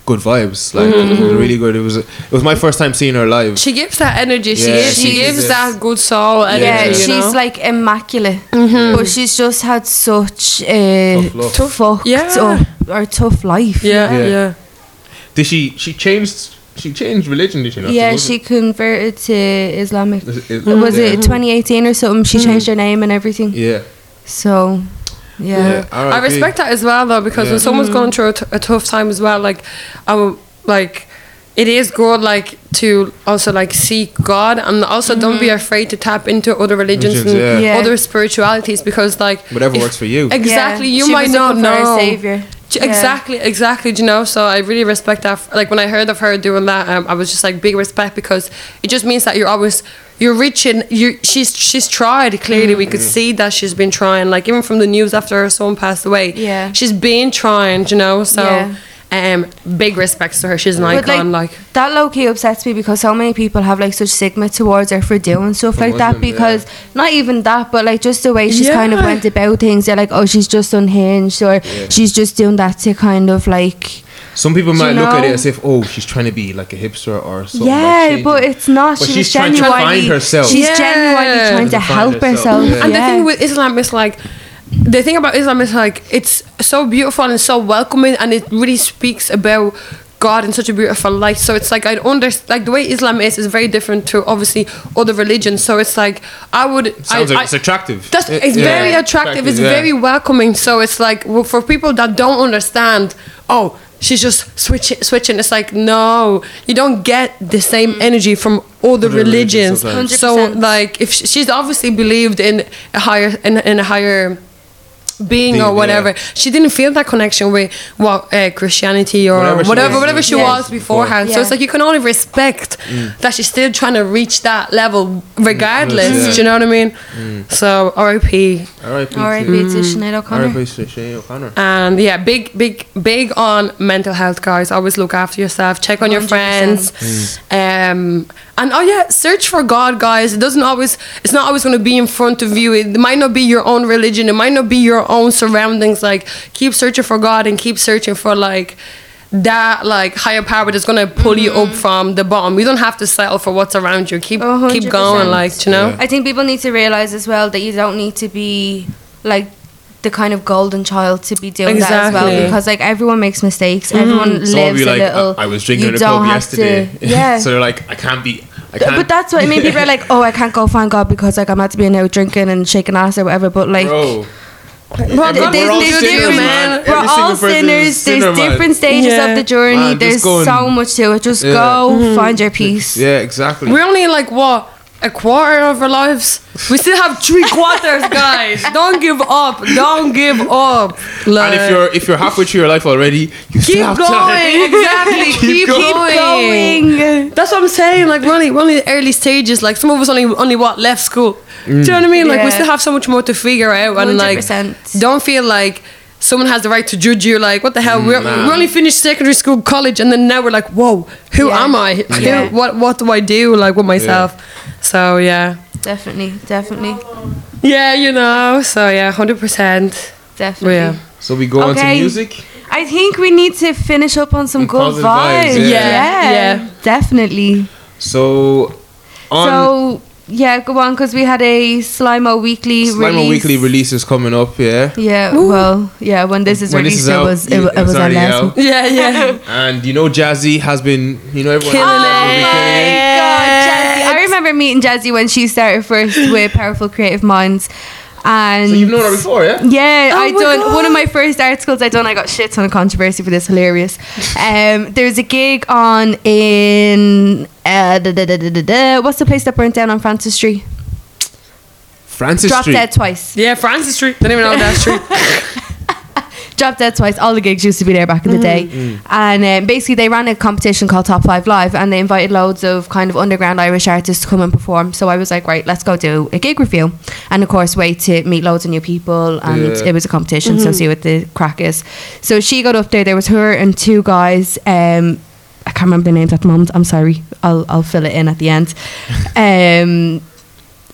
Speaker 3: good vibes. Like, it was really good. It was, it was my first time seeing her live.
Speaker 2: She gives that energy. she
Speaker 3: Yeah,
Speaker 2: gives, she
Speaker 3: she
Speaker 2: gives
Speaker 3: gives.
Speaker 2: that good soul energy.
Speaker 1: Yeah,
Speaker 2: you
Speaker 1: she's
Speaker 2: know?
Speaker 1: like immaculate, but she's just had such a
Speaker 3: Tough luck.
Speaker 1: tough, fucked
Speaker 2: Yeah.
Speaker 1: up or tough life.
Speaker 2: yeah, yeah,
Speaker 3: Yeah. did she, she changed, she changed religion, did she not?
Speaker 1: yeah.
Speaker 3: Wasn't-
Speaker 1: She converted to Islamic.
Speaker 3: Is- is-
Speaker 1: Was
Speaker 3: yeah.
Speaker 1: it 2018 or something? She changed her name and everything.
Speaker 3: Yeah.
Speaker 1: So, yeah.
Speaker 3: Yeah. RIP.
Speaker 2: I respect that as well, though, because when
Speaker 3: Yeah.
Speaker 1: Mm.
Speaker 2: someone's going through a, t- a tough time as well, like, I w- like, it is good, like, to also like seek God, and also don't be afraid to tap into other religions
Speaker 3: Religions,
Speaker 2: and
Speaker 1: Mm-hmm. yeah. Yeah.
Speaker 2: other spiritualities, because like
Speaker 3: Whatever
Speaker 2: if-
Speaker 3: works for you.
Speaker 2: Exactly,
Speaker 1: Yeah.
Speaker 2: you
Speaker 1: She
Speaker 2: might
Speaker 1: was
Speaker 2: not
Speaker 1: looking for her
Speaker 2: know.
Speaker 1: savior.
Speaker 2: J-
Speaker 1: Yeah.
Speaker 2: Exactly, exactly. do You know, so I really respect that. f- Like when I heard of her doing that, um, I was just like big respect because it just means that you're always you're reaching. You she's she's tried clearly. We could see that she's been trying. Like even from the news after her son passed away,
Speaker 1: Yeah.
Speaker 2: she's been trying. do You know, so
Speaker 1: Yeah.
Speaker 2: um, big respects to her. She's an
Speaker 1: But,
Speaker 2: icon. Like,
Speaker 1: that low key upsets me because so many people have like such stigma towards her for doing stuff like that
Speaker 3: Muslim, yeah.
Speaker 1: because not even that but like just the way she's kind of
Speaker 2: Yeah.
Speaker 1: went about things they're like oh she's just unhinged or she's just doing that to kind of like
Speaker 3: Some people
Speaker 1: Do you
Speaker 3: might look at
Speaker 1: know?
Speaker 3: it as if, oh, she's trying to be like a hipster or something. like
Speaker 1: yeah
Speaker 3: changing.
Speaker 1: but it's not
Speaker 3: But
Speaker 1: she
Speaker 3: she's
Speaker 1: was
Speaker 3: trying to
Speaker 1: genuinely
Speaker 3: find herself.
Speaker 1: she's
Speaker 2: Yeah.
Speaker 1: genuinely trying to
Speaker 3: To find
Speaker 1: help herself,
Speaker 3: herself, yeah.
Speaker 2: and the
Speaker 1: yeah.
Speaker 2: thing with Islam is like. The thing about Islam is like it's so beautiful and so welcoming, and it really speaks about God in such a beautiful light. So it's like I understand, like the way Islam is is very different to obviously other religions. So it's like I would.
Speaker 3: Sounds
Speaker 2: I,
Speaker 3: like
Speaker 2: I-
Speaker 3: it's attractive.
Speaker 2: That's,
Speaker 3: It-
Speaker 2: it's
Speaker 3: yeah.
Speaker 2: very attractive. It's
Speaker 3: yeah.
Speaker 2: very welcoming. So it's like well, for people that don't understand, oh, she's just switching. Switching. It's like no, you don't get the
Speaker 1: Mm.
Speaker 2: same energy from other religions.
Speaker 3: religions sometimes.
Speaker 2: So
Speaker 1: 100%.
Speaker 2: like, if sh- she's obviously believed in a higher in, in a higher being
Speaker 3: Being,
Speaker 2: or whatever,
Speaker 3: yeah.
Speaker 2: she didn't feel that connection with what uh, Christianity or whatever
Speaker 3: Whatever she
Speaker 2: whatever she
Speaker 3: was-
Speaker 2: was,
Speaker 1: Yeah.
Speaker 2: beforehand. So
Speaker 1: Yeah.
Speaker 2: it's like you can only respect
Speaker 3: Mm.
Speaker 2: that she's still trying to reach that level regardless.
Speaker 3: Yeah. Mm.
Speaker 2: Do you know what I mean? So R.I.P.
Speaker 3: R.I.P. to-
Speaker 1: R.I.P. to Sinead O'Connor
Speaker 3: R.I.P. to Shane O'Connor.
Speaker 2: And yeah, big, big, big on mental health, guys. Always look after yourself. Check on your
Speaker 1: 100%.
Speaker 2: friends. Um, and oh yeah, search for God, guys. It doesn't always. It's not always going to be in front of you. It might not be your own religion. It might not be your own surroundings. Like keep searching for God and keep searching for like that like higher power that's going to pull you up
Speaker 1: Mm-hmm.
Speaker 2: from the bottom. You don't have to settle for what's around you. Keep
Speaker 1: A hundred
Speaker 2: keep going,
Speaker 1: percent.
Speaker 2: like do you know.
Speaker 3: Yeah.
Speaker 1: I think people need to realize as well that you don't need to be like the kind of golden child to be doing that as
Speaker 2: Exactly.
Speaker 1: well because like everyone makes mistakes. Everyone
Speaker 3: Mm-hmm. Some will
Speaker 1: lives
Speaker 3: be like,
Speaker 1: a little.
Speaker 3: I, I was drinking
Speaker 1: you
Speaker 3: at a
Speaker 1: don't
Speaker 3: club
Speaker 1: have to-
Speaker 3: yesterday.
Speaker 1: yeah.
Speaker 3: so they're like, I can't be. I can't.
Speaker 1: but that's what I mean. People are like, "Oh, I can't go find God because like I'm out to be out drinking and shaking ass or whatever." But like,
Speaker 3: Bro.
Speaker 1: Bro,
Speaker 3: Every-
Speaker 1: there's-
Speaker 2: we're all
Speaker 1: there's
Speaker 2: sinners,
Speaker 1: different-
Speaker 2: man.
Speaker 1: We're
Speaker 3: Every single
Speaker 1: all
Speaker 3: person is a
Speaker 1: sinners.
Speaker 3: sinner,
Speaker 1: there's
Speaker 3: man.
Speaker 1: different stages
Speaker 2: Yeah.
Speaker 1: of the journey.
Speaker 3: Man, just
Speaker 1: there's
Speaker 3: go
Speaker 1: so
Speaker 3: and-
Speaker 1: much to it. Just
Speaker 3: Yeah. Mm-hmm.
Speaker 1: go find your peace.
Speaker 3: Yeah, exactly.
Speaker 2: We're only like what a quarter of our lives. We still have three quarters, guys. Don't give up. Don't give up. Like,
Speaker 3: and if you're if you're halfway through your life already, you
Speaker 2: keep
Speaker 3: still have
Speaker 2: going,
Speaker 3: time.
Speaker 2: exactly. keep,
Speaker 3: going.
Speaker 2: going.
Speaker 1: Going.
Speaker 2: That's what I'm saying. Like we're only, we're only in the early stages. Like some of us only only what left school. Do you know what I mean? Like we
Speaker 1: Yeah.
Speaker 2: still have so much more to figure out, and like
Speaker 1: 100%.
Speaker 2: don't feel like. Someone has the right to judge you. Like, what the hell? We're,
Speaker 3: nah.
Speaker 2: we only finished secondary school, college, and then now we're like, whoa, who
Speaker 1: Yeah.
Speaker 2: am I? Who,
Speaker 1: Yeah.
Speaker 2: What What do I do? Like with myself? So yeah.
Speaker 1: Definitely, definitely,
Speaker 2: Yeah, you know. So yeah, hundred percent.
Speaker 1: definitely.
Speaker 2: Yeah.
Speaker 3: So we go on to
Speaker 1: Okay.
Speaker 3: music.
Speaker 1: I think we need to finish up on some
Speaker 3: And
Speaker 1: good
Speaker 3: positive
Speaker 1: vibes.
Speaker 3: vibes, yeah.
Speaker 2: Yeah,
Speaker 1: Yeah,
Speaker 2: yeah.
Speaker 1: definitely.
Speaker 3: So on
Speaker 1: so yeah, go on because we had a Slimo weekly
Speaker 3: Slime
Speaker 1: release.
Speaker 3: Weekly release is coming up. Yeah.
Speaker 1: Yeah, well, yeah. When this is
Speaker 3: When this
Speaker 1: released,
Speaker 3: is
Speaker 1: it
Speaker 3: out,
Speaker 1: was it,
Speaker 3: you-
Speaker 1: wa- it
Speaker 3: it's
Speaker 1: was our
Speaker 3: already
Speaker 1: last
Speaker 3: out.
Speaker 1: one.
Speaker 2: Yeah, yeah.
Speaker 3: And you know, Jazzy has been, you know, everyone
Speaker 2: Killing
Speaker 3: has
Speaker 2: it.
Speaker 3: been killing it.
Speaker 1: Oh God, Jazzy. I remember meeting Jazzy when she started first with Powerful Creative Minds. And
Speaker 3: So you've known her before, yeah?
Speaker 1: Yeah,
Speaker 2: Oh
Speaker 1: I
Speaker 2: my
Speaker 1: done
Speaker 2: God.
Speaker 1: one of my first articles I done. I got shit ton of controversy for this. Hilarious. Um, there was a gig on in uh, da, da, da, da, da, da. what's the place that burnt down on Francis Street?
Speaker 3: Francis
Speaker 1: Drop
Speaker 3: Street.
Speaker 1: dead twice.
Speaker 2: Yeah, Francis Street. Don't even know that street.
Speaker 1: Drop Dead Twice, all the gigs used to be there back in the day. And um, basically, they ran a competition called Top Five Live, and they invited loads of kind of underground Irish artists to come and perform. So I was like, right, let's go do a gig review, and of course, way to meet loads of new people. And
Speaker 3: Yeah.
Speaker 1: it was a competition, so see what the crack is. So she got up there. There was her and two guys. Um, I can't remember their names at the moment. I'm sorry. I'll I'll fill it in at the end. Um,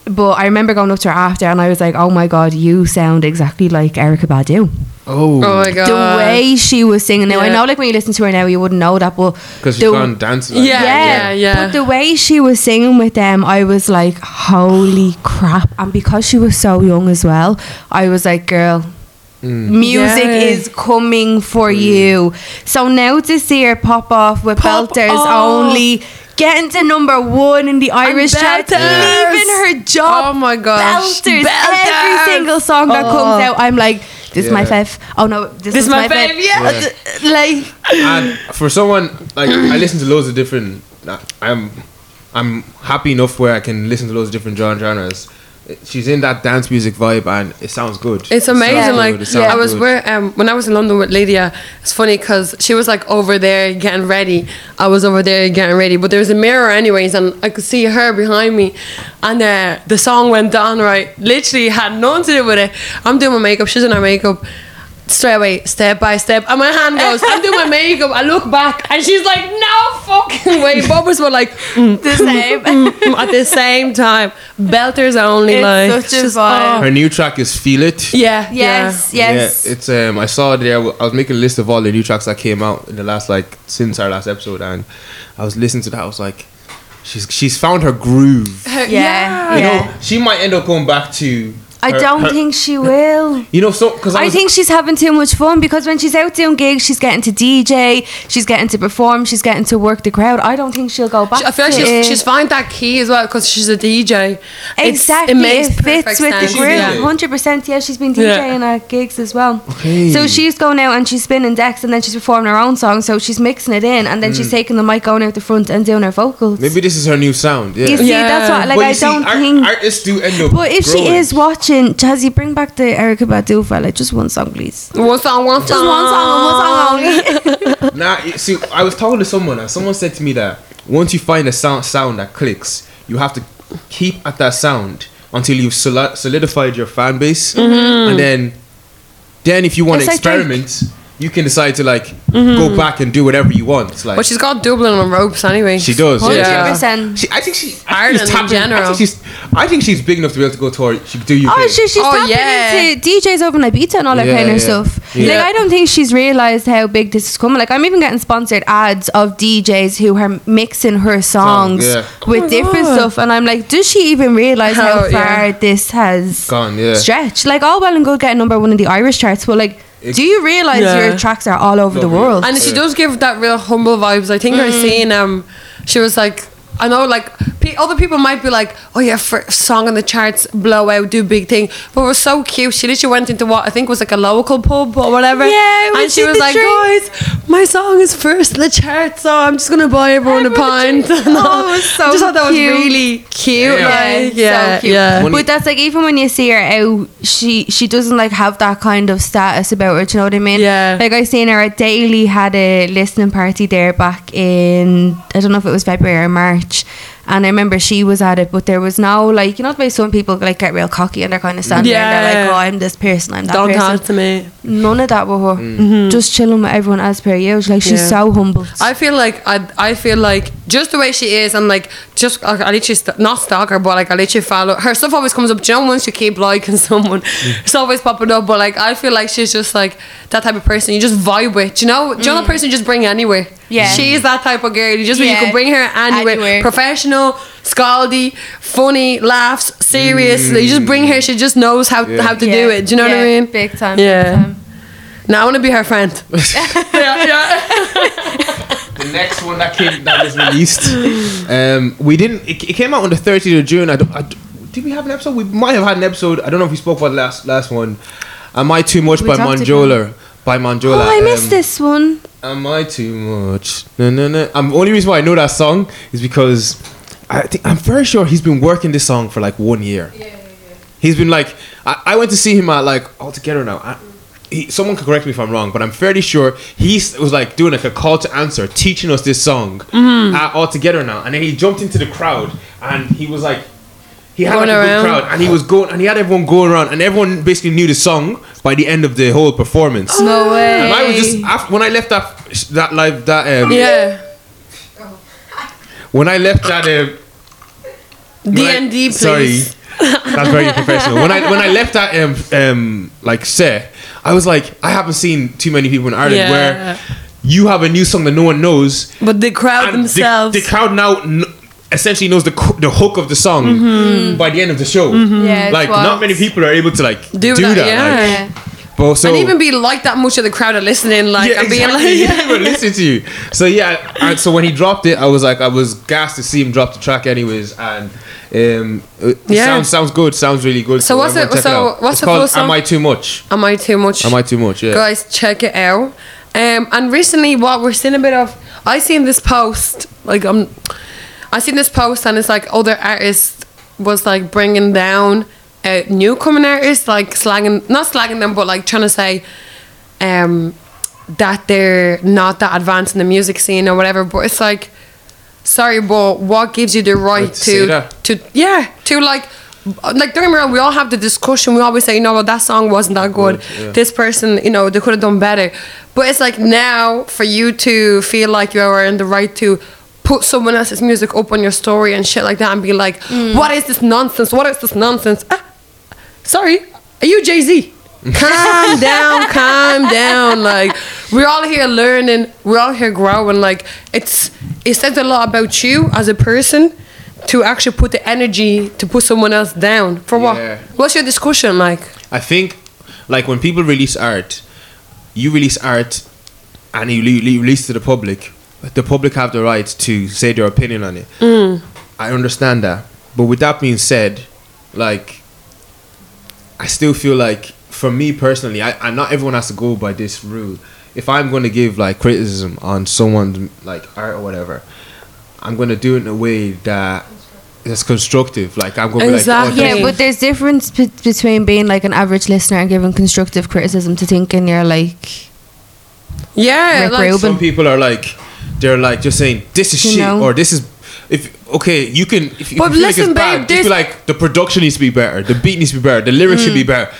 Speaker 1: but I remember going up to her after, and I was like, "Oh my god, you sound exactly like Erica Badu."
Speaker 3: Oh,
Speaker 2: Oh my god.
Speaker 1: the way she was singing. Now I
Speaker 2: Yeah.
Speaker 1: know, like when you listen to her now, you wouldn't know that, but
Speaker 3: because
Speaker 1: the-
Speaker 3: you've gone dancing. Like
Speaker 2: Yeah,
Speaker 3: that.
Speaker 2: yeah, yeah.
Speaker 1: But the way she was singing with them, I was like, "Holy crap!" And because she was so young as well, I was like, "Girl."
Speaker 3: Mm.
Speaker 1: Music
Speaker 2: Yeah.
Speaker 1: is coming for you. So now to see her pop off with
Speaker 2: Pop
Speaker 1: Belters
Speaker 2: off.
Speaker 1: only, getting to number one in the Irish charts,
Speaker 2: Belters.
Speaker 1: leaving her job.
Speaker 2: Oh my gosh.
Speaker 1: Belters,
Speaker 2: Belters. Oh.
Speaker 1: every single song that comes out, I'm like, this is my
Speaker 3: Yeah.
Speaker 1: fave. Oh no, this,
Speaker 2: This
Speaker 1: is
Speaker 2: is my
Speaker 1: fave.
Speaker 2: fave, yeah.
Speaker 1: Like,
Speaker 3: and for someone like I listen to loads of different. I'm I'm happy enough where I can listen to loads of different gen- genres. She's in that dance music vibe, and it sounds good.
Speaker 2: It's
Speaker 3: It sounds
Speaker 2: amazing.
Speaker 3: good,
Speaker 2: Like
Speaker 3: it sounds
Speaker 2: I was
Speaker 3: good.
Speaker 2: where um, when I was in London with Lydia. It's funny because she was like over there getting ready. I was over there getting ready, but there was a mirror anyways, and I could see her behind me. And uh, the song went down right. Literally had nothing to do with it. I'm doing my makeup. She's doing her makeup. Straight away, step by step, and my hand goes. I'm doing my makeup. I look back, and she's like, "No fucking way!" Bobbers were like, mm,
Speaker 1: the same.
Speaker 2: mm, mm, at the same time, belters only.
Speaker 1: It's
Speaker 2: like,
Speaker 1: such a
Speaker 2: just,
Speaker 1: vibe.
Speaker 2: oh.
Speaker 3: Her new track is "Feel It."
Speaker 2: Yeah. yeah.
Speaker 1: Yes, yes.
Speaker 3: Yeah, it's um. I saw there. I was making a list of all the new tracks that came out in the last like since our last episode, and I was listening to that. I was like, she's she's found her groove.
Speaker 2: Her-
Speaker 1: Yeah,
Speaker 3: You
Speaker 1: yeah.
Speaker 3: know, she might end up going back to.
Speaker 1: I
Speaker 3: her-
Speaker 1: don't
Speaker 3: her-
Speaker 1: think she will.
Speaker 3: you know. So because I,
Speaker 1: I
Speaker 3: was-
Speaker 1: think she's having too much fun because when she's out doing gigs, she's getting to DJ, she's getting to perform, she's getting to work the crowd. I don't think she'll go back.
Speaker 2: I feel like
Speaker 1: to
Speaker 2: she's,
Speaker 1: it.
Speaker 2: she's found that key as well because she's a DJ. It's-
Speaker 1: Exactly, it, fits
Speaker 2: perfect
Speaker 1: with
Speaker 2: sense.
Speaker 1: the
Speaker 3: group.
Speaker 1: group.
Speaker 3: Yeah.
Speaker 1: Hundred percent. Yeah, she's been
Speaker 2: Yeah.
Speaker 1: DJing at gigs as well.
Speaker 3: Okay.
Speaker 1: So she's going out and she's spinning decks, and then she's performing her own song. So she's mixing it in, and then she's taking the mic, going out the front, and doing her vocals.
Speaker 3: Mm. maybe this is her new sound. Yeah.
Speaker 1: you see,
Speaker 2: Yeah.
Speaker 1: that's what like
Speaker 3: But
Speaker 1: I
Speaker 3: you see,
Speaker 1: don't
Speaker 3: art-
Speaker 1: think.
Speaker 3: artists do end up.
Speaker 1: but if she
Speaker 3: growing.
Speaker 1: is watching, Jazzy, bring back the Erica Badu fella. Just one song, please.
Speaker 2: One song, one song.
Speaker 1: Just one song, and one song only.
Speaker 3: Nah, you see, I was talking to someone, and someone said to me that once you find a sound sound that clicks, you have to keep at that sound until you've soli- solidified your fan base, and then, then if you want
Speaker 1: Mm-hmm.
Speaker 3: to
Speaker 1: It's like Mm-hmm. Drake.
Speaker 3: experiment, you can decide to like go back and do whatever you want. It's Like
Speaker 2: But she's got Dublin on ropes anyway.
Speaker 3: she does,
Speaker 1: Hundred
Speaker 3: yeah.
Speaker 2: Yeah.
Speaker 1: percent.
Speaker 3: She, I think she. I
Speaker 2: Ireland
Speaker 3: think she's
Speaker 2: in
Speaker 3: tapping- I
Speaker 2: general.
Speaker 3: think she's. I think she's big enough to be able to go tour. She could do UK.
Speaker 1: Oh, she, she's
Speaker 2: Oh,
Speaker 1: tapping
Speaker 2: yeah.
Speaker 1: into DJs over in Ibiza and all that
Speaker 3: Yeah,
Speaker 1: kind of
Speaker 3: yeah.
Speaker 1: stuff.
Speaker 3: Yeah.
Speaker 1: Like, I don't think she's realized how big this is coming. Like, I'm even getting sponsored ads of DJs who are mixing her songs
Speaker 3: yeah.
Speaker 2: Oh
Speaker 1: with different stuff, and I'm like, does she even realize how,
Speaker 2: How-
Speaker 1: far
Speaker 2: yeah.
Speaker 1: this has
Speaker 3: Gone, yeah.
Speaker 1: stretched? Like, all well and good getting number one in the Irish charts, but like,
Speaker 3: It-
Speaker 1: do you realize
Speaker 2: Yeah.
Speaker 1: your tracks are all over the
Speaker 3: Lovely.
Speaker 1: world?
Speaker 2: And she
Speaker 3: Yeah.
Speaker 2: does give that real humble vibes. I think I
Speaker 1: Mm.
Speaker 2: seen um, she was like, I know like pe- other people might be like, oh yeah, for song on the charts, blow out, do big thing. But it was so cute. She literally went into what I think was like a local pub or whatever.
Speaker 1: Yeah, when
Speaker 2: and
Speaker 1: she
Speaker 2: she was
Speaker 1: did
Speaker 2: like,
Speaker 1: drink.
Speaker 2: guys, my song is first in the charts, so I'm just gonna buy everyone a pint.
Speaker 1: Oh, it was so
Speaker 2: I just thought that was
Speaker 1: cute.
Speaker 2: really cute.
Speaker 3: Yeah.
Speaker 2: Like, yeah,
Speaker 1: so cute.
Speaker 2: yeah.
Speaker 3: When you-
Speaker 1: But that's like even when you see her out, she she doesn't like have that kind of status about her. Do you know what I mean?
Speaker 2: Yeah.
Speaker 1: Like I seen her at Daily had a listening party there back in I don't know if it was February or March. And I remember she was at it, but there was no like you know the way some people like get real cocky and they're kind of standing there and they're like,
Speaker 2: Yeah.
Speaker 1: oh, I'm this person, I'm that
Speaker 2: Don't
Speaker 1: person.
Speaker 2: talk to me.
Speaker 1: None of that with her.
Speaker 3: Mm.
Speaker 1: Just chilling with everyone as per usual. Like she's
Speaker 2: Mm-hmm. Yeah.
Speaker 1: so humble.
Speaker 2: I feel like I, I feel like just the way she is and like just like, I literally st- not stalk her but like I literally follow her stuff always comes up. Do you know once you keep liking someone, it's always popping up. But like I feel like she's just like that type of person you just vibe with. Do you know? Do you know the person you just bring anywhere?
Speaker 1: Mm. Yeah.
Speaker 2: she is that type of girl. You just you
Speaker 1: Yeah.
Speaker 2: can bring her anywhere.
Speaker 1: Anywhere.
Speaker 2: Professional, scaldy, funny, laughs, serious. You just bring her. She just knows how
Speaker 3: Yeah.
Speaker 2: how to
Speaker 1: Yeah.
Speaker 2: do it. Do you know what
Speaker 1: Yeah,
Speaker 2: I mean?
Speaker 1: Big time.
Speaker 2: Yeah.
Speaker 1: Big time.
Speaker 2: Now I want to be her friend. yeah, yeah.
Speaker 3: The next one that came that was released, um, we didn't. It, it came out on the 30th of June. I don't, I d- did we have an episode? We might have had an episode. I don't know if we spoke about the last last one. Am I too much
Speaker 1: We
Speaker 3: by
Speaker 1: talked
Speaker 3: Manjola? By Manjola.
Speaker 1: Oh, I missed
Speaker 3: um,
Speaker 1: this one.
Speaker 3: Am I too much? No, no, no. Um, only reason why I know that song is because I think I'm very sure he's been working this song for like one year. He's been like, I, I went to see him at like all together now. I, he, someone could correct me if I'm wrong, but I'm fairly sure he s- was like doing like a call to answer, teaching us this song
Speaker 2: Mm-hmm.
Speaker 3: uh, all together now. And then he jumped into the crowd and he was like, he had
Speaker 2: Going
Speaker 3: like a
Speaker 2: around.
Speaker 3: good crowd and he was going and he had everyone going around and everyone basically knew the song by the end of the whole
Speaker 2: Oh,
Speaker 3: performance.
Speaker 1: No way.
Speaker 3: And I was just after, when I left that that live that um,
Speaker 2: Yeah.
Speaker 3: when I left that um,
Speaker 2: D
Speaker 3: Right.
Speaker 2: and D, please.
Speaker 3: Sorry, that's very professional. When I when I left that um um like set, I was like, I haven't seen too many people in Ireland
Speaker 2: Yeah.
Speaker 3: where you have a new song that no one knows,
Speaker 2: But the crowd
Speaker 3: and the,
Speaker 2: themselves.
Speaker 3: the crowd now. Kn- essentially knows the co- the hook of the song
Speaker 2: Mm-hmm.
Speaker 3: by the end of the show
Speaker 1: Yeah, it's
Speaker 3: like
Speaker 1: wild.
Speaker 3: not many people are able to like
Speaker 2: Do
Speaker 3: do,
Speaker 2: that,
Speaker 3: that,
Speaker 2: yeah.
Speaker 3: like,
Speaker 1: yeah.
Speaker 3: but so
Speaker 2: and even be like that much of the crowd are listening, like and being like,
Speaker 3: You didn't even listen to you. So yeah, and so when he dropped it, I was like, I was gassed to see him drop the track, anyways. And um, it
Speaker 2: Yeah.
Speaker 3: sounds sounds good. Sounds really good.
Speaker 2: So what's
Speaker 3: everyone
Speaker 2: it-
Speaker 3: check
Speaker 2: so
Speaker 3: out.
Speaker 2: what's
Speaker 3: It's
Speaker 2: the
Speaker 3: called
Speaker 2: full song?
Speaker 3: Am I too much?
Speaker 2: "Am I too much?"
Speaker 3: Am I too much? Yeah.
Speaker 2: Guys, check it out. Um, and recently, what we're seeing a bit of, I seen this post. Like, um, I seen this post, and it's like other artists was like bringing down uh, new coming artists, like slanging, not slanging them, but like trying to say, um, that they're not that advanced in the music scene or whatever. But it's like, sorry, but what gives you the right
Speaker 3: to say
Speaker 2: to
Speaker 3: that?
Speaker 2: to yeah to like. Like don't get me wrong, we all have the discussion. We always say, you know what, that song wasn't that good.
Speaker 3: Good, yeah.
Speaker 2: This person, you know, they could have done better. But it's like now for you to feel like you are in the right to put someone else's music up on your story and shit like that, and be like, what is this nonsense? What is this nonsense? Ah, sorry, are you Jay Z? calm down, calm down. Like we're all here learning, we're all here growing. Like it's it says a lot about you as a person to actually put the energy to put someone else down for what?
Speaker 3: Yeah.
Speaker 2: What's your discussion like?
Speaker 3: I think, like when people release art, you release art, and you le- le- release to the public. The public have the right to say their opinion on it. I understand that, but with that being said, like, I still feel like, for me personally, I, I not everyone has to go by this rule. If I'm going to give like criticism on someone's like art or whatever, I'm going to do it in a way that that's constructive. Like I'm going to be
Speaker 2: Exactly.
Speaker 3: like, oh,
Speaker 1: Yeah, but there's difference be- between being like an average listener and giving constructive criticism to thinking you're like
Speaker 2: Yeah,
Speaker 1: Rick
Speaker 2: like
Speaker 1: Rubin.
Speaker 3: some people are like they're like just saying this is
Speaker 1: You
Speaker 3: shit
Speaker 1: know?
Speaker 3: or this is if okay you can if, if
Speaker 2: But
Speaker 3: you feel like
Speaker 2: listen,
Speaker 3: it's bad
Speaker 2: babe,
Speaker 3: just
Speaker 2: there's-
Speaker 3: be like the production needs to be better the beat needs to be better the lyrics should be better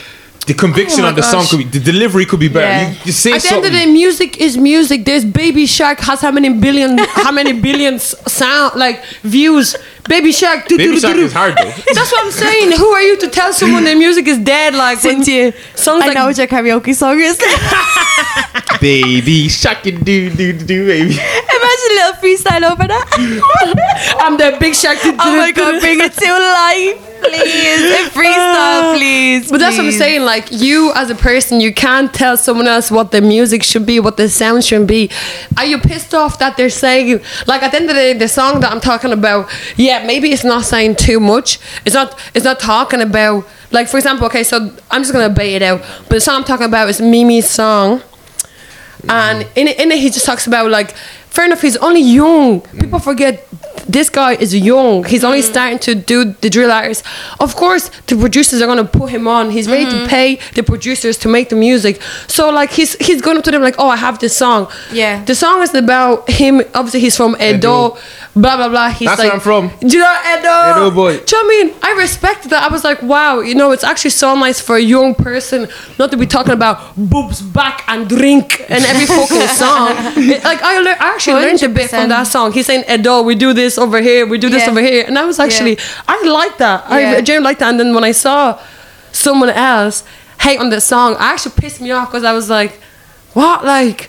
Speaker 3: the conviction
Speaker 2: Mm. Oh my
Speaker 3: on the
Speaker 2: gosh.
Speaker 3: song could be the delivery could be better
Speaker 1: Yeah.
Speaker 3: you, you say
Speaker 2: At the end
Speaker 3: something
Speaker 2: of the day, music is music. There's Baby Shark has how many billion, how many billions sound like views. Baby Shark. do- do-
Speaker 3: Baby
Speaker 2: do-
Speaker 3: Shark
Speaker 2: do-
Speaker 3: is hard though
Speaker 2: That's what I'm saying. Who are you to tell someone their music is dead? Like when
Speaker 1: Cynthia.
Speaker 2: songs like
Speaker 1: your karaoke song is.
Speaker 3: baby shark do do do do baby
Speaker 1: Imagine a little freestyle over that.
Speaker 2: I'm the big shark.
Speaker 1: oh my god, bring it to life, please. A freestyle, please.
Speaker 2: Uh, But that's what I'm
Speaker 1: please.
Speaker 2: saying. Like you, as a person, you can't tell someone else what their music should be, what their sound should be. Are you pissed off that they're saying, like, at the end of the day, the song that I'm talking about? Yeah, maybe it's not saying too much. It's not. It's not talking about, like, for example. Okay, so I'm just gonna bait it out. But the song I'm talking about is Mimi's song. And in it, in it, he just talks about like, fair enough, he's only young. People
Speaker 3: Mm.
Speaker 2: forget this guy is young. He's only starting to do the drill artists. Of course, the producers are gonna put him on. He's ready
Speaker 3: Mm-hmm.
Speaker 2: to pay the producers to make the music. So like, he's he's going up to them like, oh, I have this song.
Speaker 1: Yeah.
Speaker 2: The song is about him. Obviously, he's from Edo.
Speaker 3: Edo.
Speaker 2: Blah blah blah. He's
Speaker 3: That's
Speaker 2: like,
Speaker 3: where I'm from.
Speaker 2: Do you know Edo?
Speaker 1: oh,
Speaker 3: Edo boy.
Speaker 2: Do you know what I mean? I respect that. I was like, wow, you know, it's actually so nice for a young person not to be talking about boobs, back, and drink in every fucking song. It- like, I, lear- I actually learned a bit from
Speaker 1: 100%.
Speaker 2: that song. He's saying, Edo, we do this over here, we do this
Speaker 1: Yeah.
Speaker 2: over here. And I was actually, I like that. I
Speaker 1: Yeah.
Speaker 2: genuinely like that. And then when I saw someone else hate on that song, I actually pissed me off because I was like, what? Like,